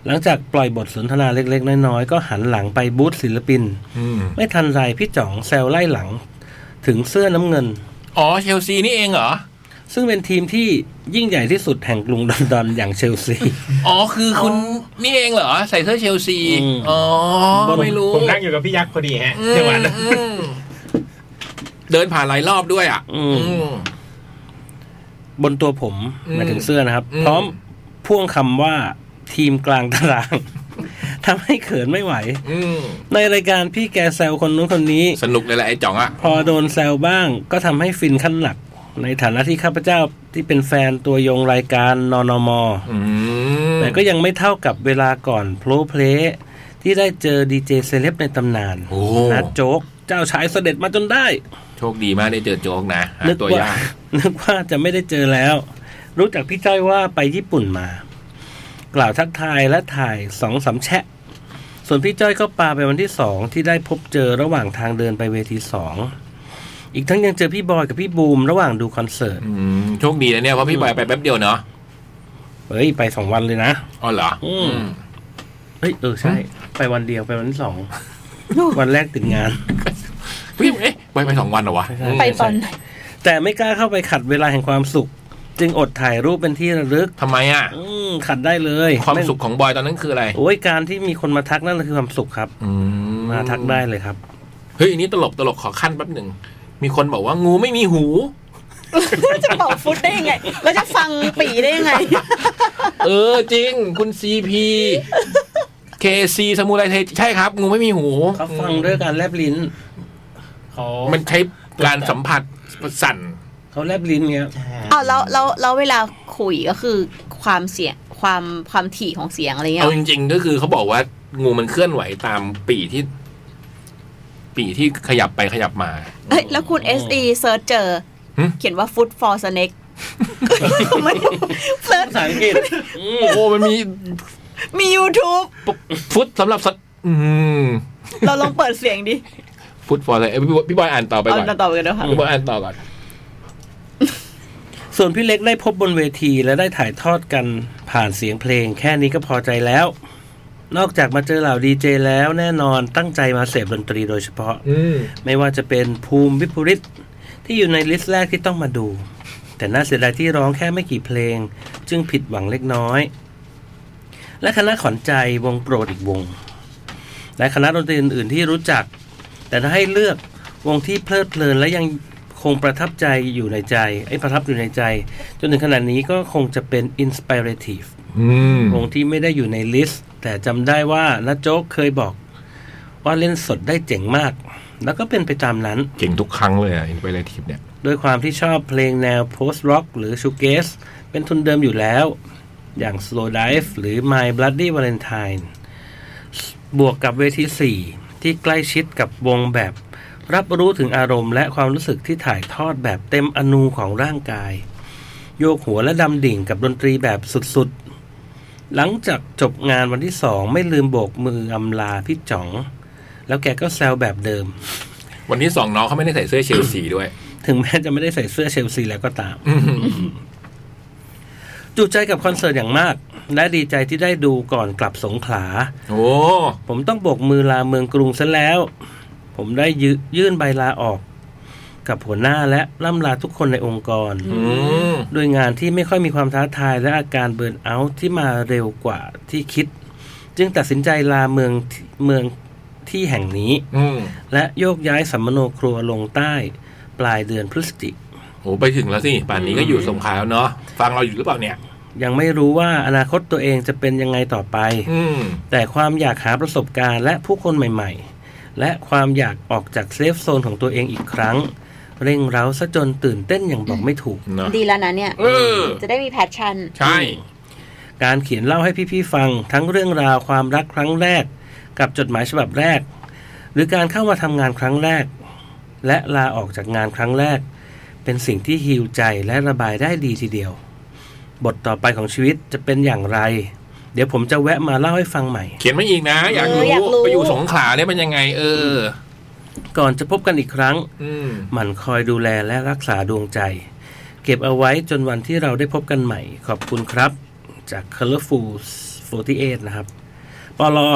E: หลังจากปล่อยบทสนทนาเล็กๆ น้อยๆ ก็หันหลังไปบูธศิลปิน
C: อืม
E: ไม่ทันไรพี่จ๋องแซวไล่หลัง ถึงเสื้อน้ำเงิน
C: อ๋อเชลซีนี่เองเหรอ
E: ซึ่งเป็นทีมที่ยิ่งใหญ่ที่สุดแห่งกรุงลอนดอนอย่างเชลซี
C: อ๋อคือคุณนี่เองเหรอ ใส่เสื้อเชลซี
E: อืม
C: อ๋อ ไม่รู้
D: ผมนั่งอยู่กับพี่ยักษ์พอดีฮะ
C: อืม
D: จังหวะนั้น
C: อืมเดินผ่านหลายรอบด้วยอ่ะ
E: อืม
C: อืม
E: บนตัวผม
C: อืม
E: หมายถึงเสื้อนะครับ
C: อืม
E: พร้อมพ่วงคำว่าทีมกลางตาราง ทำให้เขินไม่ไหว
C: อืม
E: ในรายการพี่แกแซวคนนู้นคนนี้
C: สนุกเลยแหละไอ้จ่องอ่ะ
E: พอโดนแซวบ้างก็ทำให้ฟินขั้นหนัก ในฐานะที่ข้าพเจ้าที่เป็นแฟนตัวยงรายการนอนม
C: อืม
E: แต่ก็ยังไม่เท่ากับเวลาก่อนโพลเพลย์ที่ได้เจอดีเจเซเลบในตำนาน
C: โอ้
E: นัดโจ๊ก เจ้าชายเสด็จมาจนได้
C: โชคดีมากได้เจอโจ๊กนะหา
E: นึก
C: ตัว
E: ว่าย
C: าก
E: นึกว่าจะไม่ได้เจอแล้ว รู้จักพี่จ้อยว่าไปญี่ปุ่นมา กล่าวทักทายและถ่ายสองสามแชะ ส่วนพี่จ้อยก็ปาไปวันที่สองที่ได้พบเจอระหว่างทางเดินไปเวทีสองอีกทั้งยังเจอพี่บอยกับพี่บูมระหว่างดูคอนเสิร์ต
C: อืมโชคดีนะเนี่ยเพราะพี่บอยไปแป๊บเดียวเนาะ
E: เฮ้ย ไปสองวันเลยนะ
C: อ๋อเหรอ
E: ม
C: ออืม
E: เฮ้ยเออใช่ ไปวันเดียวไปวันที่สองวันแรกติดงาน
C: เฮ้ยเอ๊ะบอยไปสองวันเหรอวะอืม
B: ไปตอนไหน
E: แต่ไม่กล้าเข้าไปขัดเวลาแห่งความสุข จึงอดถ่ายรูปเป็นที่ระลึก
C: ทำไมอ่ะ
E: อืมขัดได้เลย
C: ความสุขของบอยตอนนั้นคืออะไร
E: โอ้ยการที่มีคนมาทักนั่นคือความสุขครับ
C: อื
E: มาทักได้เลยครับ
C: เฮ้ยอันนี้ตลกตลกขอขั้นแป๊บหนึ่ง มีคนบอกว่างูไม่มีหู
B: เรา จะบอกฟุตได้ยังไงเราจะฟังปีได้ยังไง
C: เออจริง คุณซีพีเคซีสมุไรเทใช่ครับ งูไม่มีหู
E: เขาฟังด้วยการแลบลิ้น
D: เขา
C: มันใช้การสัมผัสสั่น
E: เขาแลบลิ้นเงี้ย
B: อ้าวแล้วแล้วแล้วเวลาคุยก็คือความเสียงความความถี่ของเสียงอะไรเงี้ย
C: เอาจริง ๆ ก็คือเขาบอกว่างูมันเคลื่อนไหวตามปีกที่ ปีกที่ขยับไปขยับมา
B: เอ้ยแล้วคุณ SE เซิร์ชเจอ
C: หึ
B: เขียนว่า food for snake มันเซิร์ช
E: ภาษาอังกฤษ
C: โอ้โหมันมี
B: มี YouTube
C: ฟุตสำหรับสัตว์อืม
B: เราลองเปิดเสียงดิ
C: ฟุตฟอร์อะไรพี่บอยอ่านต่อไป
B: เอา
C: ก่อน
B: เราต่อไปกันนะคะ
C: พี่บอยอ่านต่อก่อน
E: ส่วนพี่เล็กได้พบบนเวทีและได้ถ่ายทอดกันผ่านเสียงเพลง แค่นี้ก็พอใจแล้ว นอกจากมาเจอเหล่าดีเจแล้วแน่นอนตั้งใจมาเสพดนตรีโดยเฉพาะ
C: อืม
E: ไม่ว่าจะเป็นภูมิวิปุริตที่อยู่ในลิสต์แรกที่ต้องมาดู แต่น่าเสียดายที่ร้องแค่ไม่กี่เพลง จึงผิดหวังเล็กน้อย และคณะขอนใจวงโปรดอีกวง และคณะดนตรีอื่นๆที่รู้จัก แต่ถ้าให้เลือกวงที่เพลิดเพลินและยังคงประทับใจอยู่ในใจไอ้ยประทับอยู่ในใจ จนถึงขนาดนี้ก็คงจะเป็น Inspirative
C: อืม
E: วงที่ไม่ได้อยู่ในลิสต์ แต่จำได้ว่านาโจ๊กเคยบอกว่าเล่นสดได้เจ๋งมาก แล้วก็เป็นไปตามนั้น
C: เก่งทุกครั้งเลยอ่ะอินไปเลยทิปเนี่ย
E: ด้วยความที่ชอบเพลงแนว post rock หรือ shoegaze เป็นทุนเดิมอยู่แล้ว อย่าง slow dive หรือ my bloody valentine บวกกับเวที 4 ที่ใกล้ชิดกับวงแบบ รับรู้ถึงอารมณ์และความรู้สึกที่ถ่ายทอดแบบเต็มอนูของร่างกาย โยกหัวและดำดิ่งกับดนตรีแบบสุดๆ หลังจากจบงานวันที่สองไม่ลืมโบกมืออำลาพี่จ๋อง แล้วแกก็แซวแบบเดิม
C: วันที่สองน้องเขาไม่ได้ใส่เสื้อเชลซีด้วย
E: ถึงแม้จะไม่ได้ใส่เสื้อเชลซีแล้วก็ตาม จุใจกับคอนเสิร์ตอย่างมาก และดีใจที่ได้ดูก่อนกลับสงขลา
C: โอ้
E: ผมต้องโบกมือลาเมืองกรุงซะแล้ว ผมได้ยยื่นใบลาออก กับหัวหน้าและล่ำลาทุกคนในองค์กร
C: อืม
E: ด้วยงานที่ไม่ค่อยมีความท้าทายและอาการเบิร์นเอาท์ที่มาเร็วกว่าที่คิด จึงตัดสินใจลาเมืองที่เมืองที่แห่งนี้
C: อืม
E: และโยกย้ายสัมมโนครัวลงใต้ ปลายเดือนพฤศจิก
C: โอ้ไปถึงแล้วสิป่านนี้ก็อยู่สงขลาแล้วเนาะฟังเราอยู่หรือเปล่าเนี่ย
E: ยังไม่รู้ว่าอนาคตตัวเองจะเป็นยังไงต่อไป
C: อืม
E: แต่ความอยากหาประสบการณ์และผู้คนใหม่ๆ และความอยากออกจากเซฟโซนของตัวเองอีกครั้ง เร่งเร้าซะจนตื่นเต้นอย่างบอกไม่ถูก
C: เนาะ
B: ดีแล้วนะเนี่ย
C: เออ
B: จะได้มีแพชชั่น
C: ใช่
E: การเขียนเล่าให้พี่ๆฟังทั้งเรื่องราวความรักครั้งแรก กับจดหมายฉบับแรก หรือการเข้ามาทำงานครั้งแรก และลาออกจากงานครั้งแรก เป็นสิ่งที่ฮิวใจและระบายได้ดีทีเดียว บทต่อไปของชีวิตจะเป็นอย่างไร เดี๋ยวผมจะแวะมาเล่าให้ฟังใหม่
C: เขียนมาอีกนะ อยาก
B: เออ
C: รู้
B: อยากรู้
C: ไปอยู่สงขลาเนี่ยมันยังไง เออ
E: ก่อนจะพบกันอีกครั้ง
C: อืม
E: หมั่นคอยดูแลและรักษาดวงใจ เก็บเอาไว้จนวันที่เราได้พบกันใหม่ ขอบคุณครับ จาก Colorful 48 นะครับปอลอ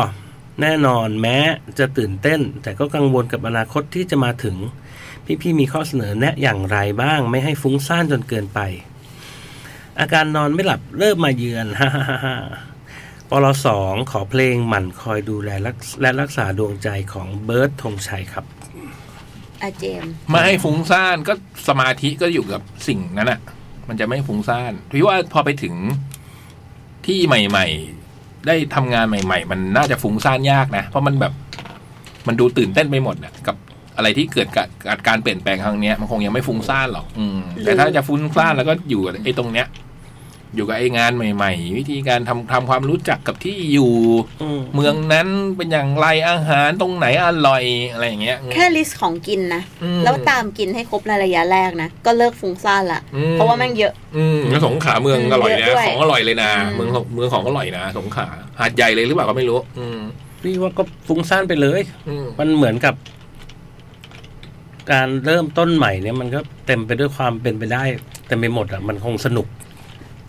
E: แน่นอนแม้จะตื่นเต้น แต่ก็กังวลกับอนาคตที่จะมาถึง พี่ๆมีข้อเสนอแนะอย่างไรบ้าง ไม่ให้ฟุ้งซ่านจนเกินไป อาการนอนไม่หลับเริ่มมาเยือน ฮ่าฮ่าฮ่าปลสองขอเพลงหมั่นคอยดูแลรักษและรักษาดวงใจของเบิร์ดธงชัยครับ
B: อาเจมส์
C: ไม่ให้ฟุ้งซ่านก็สมาธิก็อยู่กับสิ่งนั้นอ่ะ มันจะไม่ฟุ้งซ่านพี่ว่าพอไปถึงที่ใหม่ ๆ ได้ทำงานใหม่ ๆ มันน่าจะฟุ้งซ่านยากนะ เพราะมันแบบ มันดูตื่นเต้นไปหมดนะกับอะไรที่เกิดกับกับการเปลี่ยนแปลงครั้งเนี้ยมันคงยังไม่ฟุ้งซ่านหรอกอืมแต่ถ้าจะฟุ้งซ่านแล้วก็อยู่กับไอ้ตรงเนี้ย อยู่กับไอ้งานใหม่ ๆ วิธีการทำทำความรู้จักกับที่อยู่
E: อืม
C: เมืองนั้นเป็นอย่างไรอาหารตรงไหนอร่อยอะไรอย่างเงี้ย
B: แค่ลิสต์ของกินนะ
C: อืม
B: แล้วตามกินให้ครบในระยะแรกนะ ก็เลิกฟุ้งซ่านละ
C: อืม
B: เพราะว่าแม่งเยอะ
C: อืมแล้วสงขลาเมืองอร่อยนะ
B: เยอะด้วย
C: ของอร่อยเลยนะ
B: อืม
C: เมืองเมืองของอร่อยนะสงขลาหาดใหญ่เลยหรือเปล่าก็ไม่รู้ อืม
E: พี่ว่าก็ฟุ้งซ่านไปเลย
C: อืม
E: มันเหมือนกับ การเริ่มต้นใหม่เนี่ยมันก็เต็มไปด้วยความเป็นไปได้เต็มไปหมดอ่ะ มันคงสนุก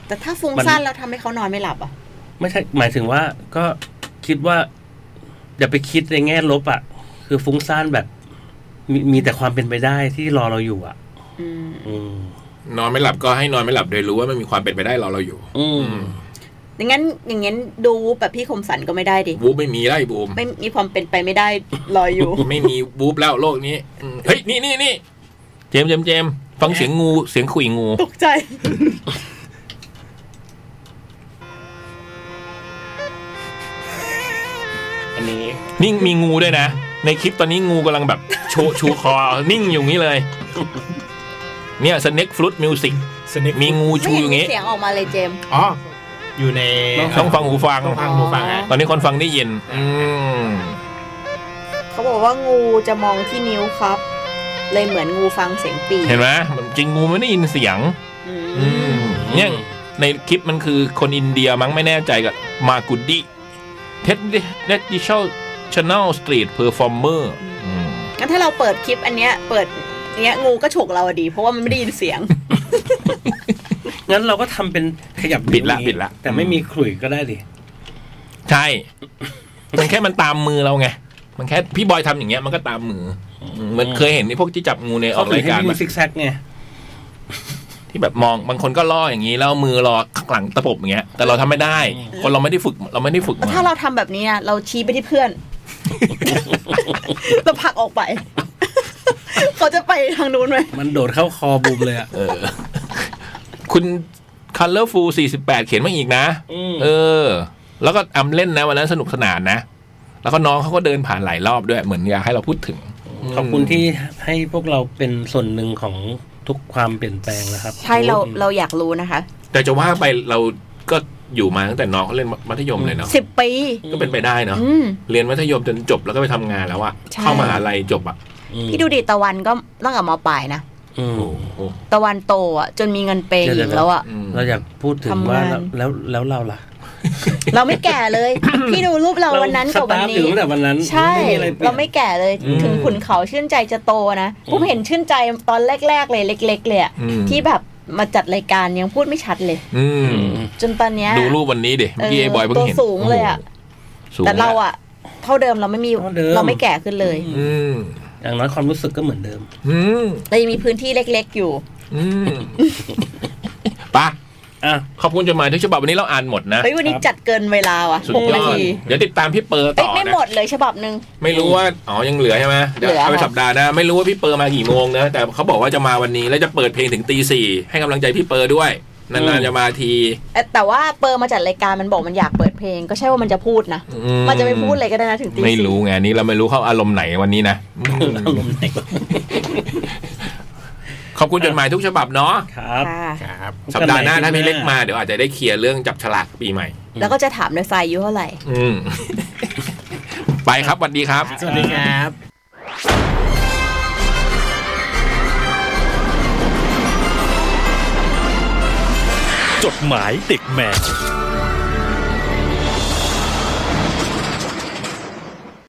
B: แต่ถ้าฟุ้ง
E: มัน
B: ซ่านแล้วทำให้เขานอนไม่หลับอ่ะ
E: ไม่ใช่หมายถึงว่าก็คิดว่า อย่าไปคิดในแง่ลบอ่ะ คือฟุ้งซ่านแบบ มีมีแต่ความเป็นไปได้ที่รอเราอยู่อ่ะ
B: อืม
E: อืม
C: นอนไม่หลับก็ให้นอนไม่หลับโดยรู้ว่ามันมีความเป็นไปได้รอเราอยู่
E: อืม
B: อย่างนั้นอย่างงั้นดูแบบพี่คมสันก็ไม่ได้ดิ
C: บู๊ไม่มีไล่บูม
B: ไม่มีความเป็นไปไม่ได้รอ อยู่
C: ไม่มีบู๊แล้วโลกนี้อืมเฮ้ยนี่นี่นี่เจมส์เจมส์เจมส์ฟังเสียงงูเสียงขุยงู
B: ตกใจ
D: อันนี้
C: นิ่งมีงูด้วยนะ ในคลิปตอนนี้งูกำลังแบบชูชูคอ นิ่งอยู่อย่างนี้เลย เนี่ยสเน็กฟลุตมิวสิก
D: สนิท
C: มีงู
B: ไม่
C: ชูอ
B: เห็น
C: ยู่อย่าง
B: มี
C: นี้
B: เสียงออกมาเลยเจมส์
D: อ๋อ อยู่ใน
C: ต้องฟังหูฟัง
D: ต้องฟังหูฟังฮะ
C: ตอนนี้คนฟังได้ยิน อืม
B: เขาบอกว่างูจะมองที่นิ้วครับ เลยเหมือนงูฟังเสียงปี
C: เห็นไหมมันจริงงูไม่ได้ยินเสียง
B: อืม
C: อืมเนี่ยในคลิปมันคือคนอินเดียมั้งไม่แน่ใจกับมากุดิเท็ดเน็ตดิชชแนลสตรีทเพอร์ฟอร์เมอร์
B: งั้นถ้าเราเปิดคลิปอันเนี้ย เปิดเนี้ยงูก็ฉกเราอะดี เพราะว่ามันไม่ได้ยินเสียง
E: งั้นเราก็ทำเป็นขยับ
C: ปิดละ
E: นิ้ว
C: ปิดละ
E: แต่ไม่มีขลุ่ยก็ได้ดิ
C: ใช่ มันแค่มันตามมือเราไง มันแค่พี่บอยทำอย่างเงี้ยมันก็ตามมืออเหมือนเคยเห็นไอ้พวกที่จับงูในอ
E: เขา
C: อก
E: ถึ
C: ราง ย
E: ให้
C: การ
E: มี
C: แบบ
E: ซิกแซกไง
C: ที่แบบมองบางคนก็ล่ออย่างนี้แล้วเอามือรอข้างหลังตะปบอย่างเงี้ย แต่เราทำไม่ได้ คนเราไม่ได้ฝึกเราไม่ได้ฝึกมา
B: ถ้าเราทำแบบนี้นะเราชี้ไปที่เพื่อน เราผลักออกไป เขาจะไปทางนู้นไหม
E: มันโดดเข้าคอบูมเลยอ่ะ
C: เออ คุณ Colorful 48 เขียนมาอีกนะ
E: อืม
C: เออ แล้วก็อำเล่นนะวันนั้นสนุกสนานนะ แล้วก็น้องเขาก็เดินผ่านหลายรอบด้วยเหมือนอยากให้เราพูดถึง
E: ขอบคุณที่ให้พวกเราเป็นส่วนหนึ่งของทุกความเปลี่ยนแปลงนะครับ
B: ใช่เราเราอยากรู้นะคะ
C: แต่จะว่าไปเราก็อยู่มาตั้งแต่น้องเขาเล่นมัธยมเลยเนาะ
B: สิบปี
C: ก็เป็นไปได้เนาะ
B: อืม
C: เรียนมัธยมจนจบแล้วก็ไปทำงานแล้วอะ
B: ใช่
C: เข้ามหาลัยจบอะ
E: อืม
B: พี่ดูดิตะวันก็ตั้งแต่มปลายนะ
E: อืม
C: โอ้โห
B: ตะวันโตอ่ะจนมีเงินเปย์หญิงแล้วอ่ะ
C: อืม
E: เราอยากพูดถึง
B: ทำงาน
E: ว่าแล้วแล้วแล้วเราล่ะ
B: เราไม่แก่เลย พี่ดูรูปเราวันนั้นกับวัน
E: เราสตาร์ทอ
B: นี้
E: ยู่ตั้งแต่วันนั้น
B: ใช่
E: ไม่มีอะไรปลี่ย
B: เรา
E: น
B: ไม่แก่เลย
E: อืม
B: ถึงขุนเขาชื่นใจจะโตนะผมเห็นชื่นใจตอนแรก ๆ เลยเล็ก ๆ เลยอะ
C: อืม
B: ที่แบบมาจัดรายการยังพูดไม่ชัดเลย
C: อืม
B: จนตอนเนี้ย
C: ดูรูปวันนี้ดิ
B: เออ
C: พี่เอบอยเพิ่ง
B: ตัว
C: เห็น
B: สูงเลยอะ
C: โโหสูง
B: แต่เรา
C: ล
B: อะเท่าเดิมเราไม่มี
E: เท่าเดิม
B: เราไม่แก่ขึ้นเลย
C: อืม
E: อย่างน้อยความรู้สึกก็เหมือนเดิม
C: อืม
B: เรายังมีพื้นที่เล็ก ๆ อยู่
C: อืมไปะ
E: อ่ะ
C: ขอบคุณจดหมายทุกฉบับวันนี้เราอ่านหมดนะ
B: เฮ้ยวันนี้
E: ครับ
B: จัดเกินเวลาว่ะ
C: สุด
B: หก
C: ย
B: นา
C: อด
B: ที
C: เดี๋ยวติดตามพี่เปอร์
B: เอ้
C: ต่
B: ย
C: อ
B: ไม่
C: นะ
B: หมดเลยฉบับหนึ่ง
C: ไม่รู้ว่า อ๋อ ยังเหลือใช่ไหมเดี๋ยว
B: เหลือ
C: เอาไป
B: ค่ะ
C: สัปดาห์หน้าไม่รู้ว่าพี่เปอร์มากี่โมงนะ แต่เขาบอกว่าจะมาวันนี้ แล้วจะเปิดเพลงถึงตีสี่ให้กำลังใจพี่เปอร์ด้วย นานๆจะมาที
B: เอ่อแต่ว่าเปิร์มาจัดรายการมันบอกมันอยากเปิดเพลง ก็ใช่ว่ามันจะพูดนะ
C: อืม
B: มันจะไปพูดอะไรก็ได้นะถึงตี
C: ไม่
B: สี่
C: รู้ไงอันนี้เราไม่รู้เขาอารมณ์ไหนวันนี้นะอืม
E: อารมณ์ไหนวะ
C: ขอบคุณจดหมายทุกฉบับเนาะ
E: ครับ
B: ค่ะ
D: ครับ
C: สัปดาห์หน้าถ้าพี่เล็กมาเดี๋ยวอาจจะได้เคลียร์เรื่องจับฉลากปีใหม่
B: แล้วก็จะถามด้วยไฟอายุเท่าไหร่
C: อื ม ไปครับสวัสดีครับ
D: สวัสดีครับ
H: จดหมายเด็กแมว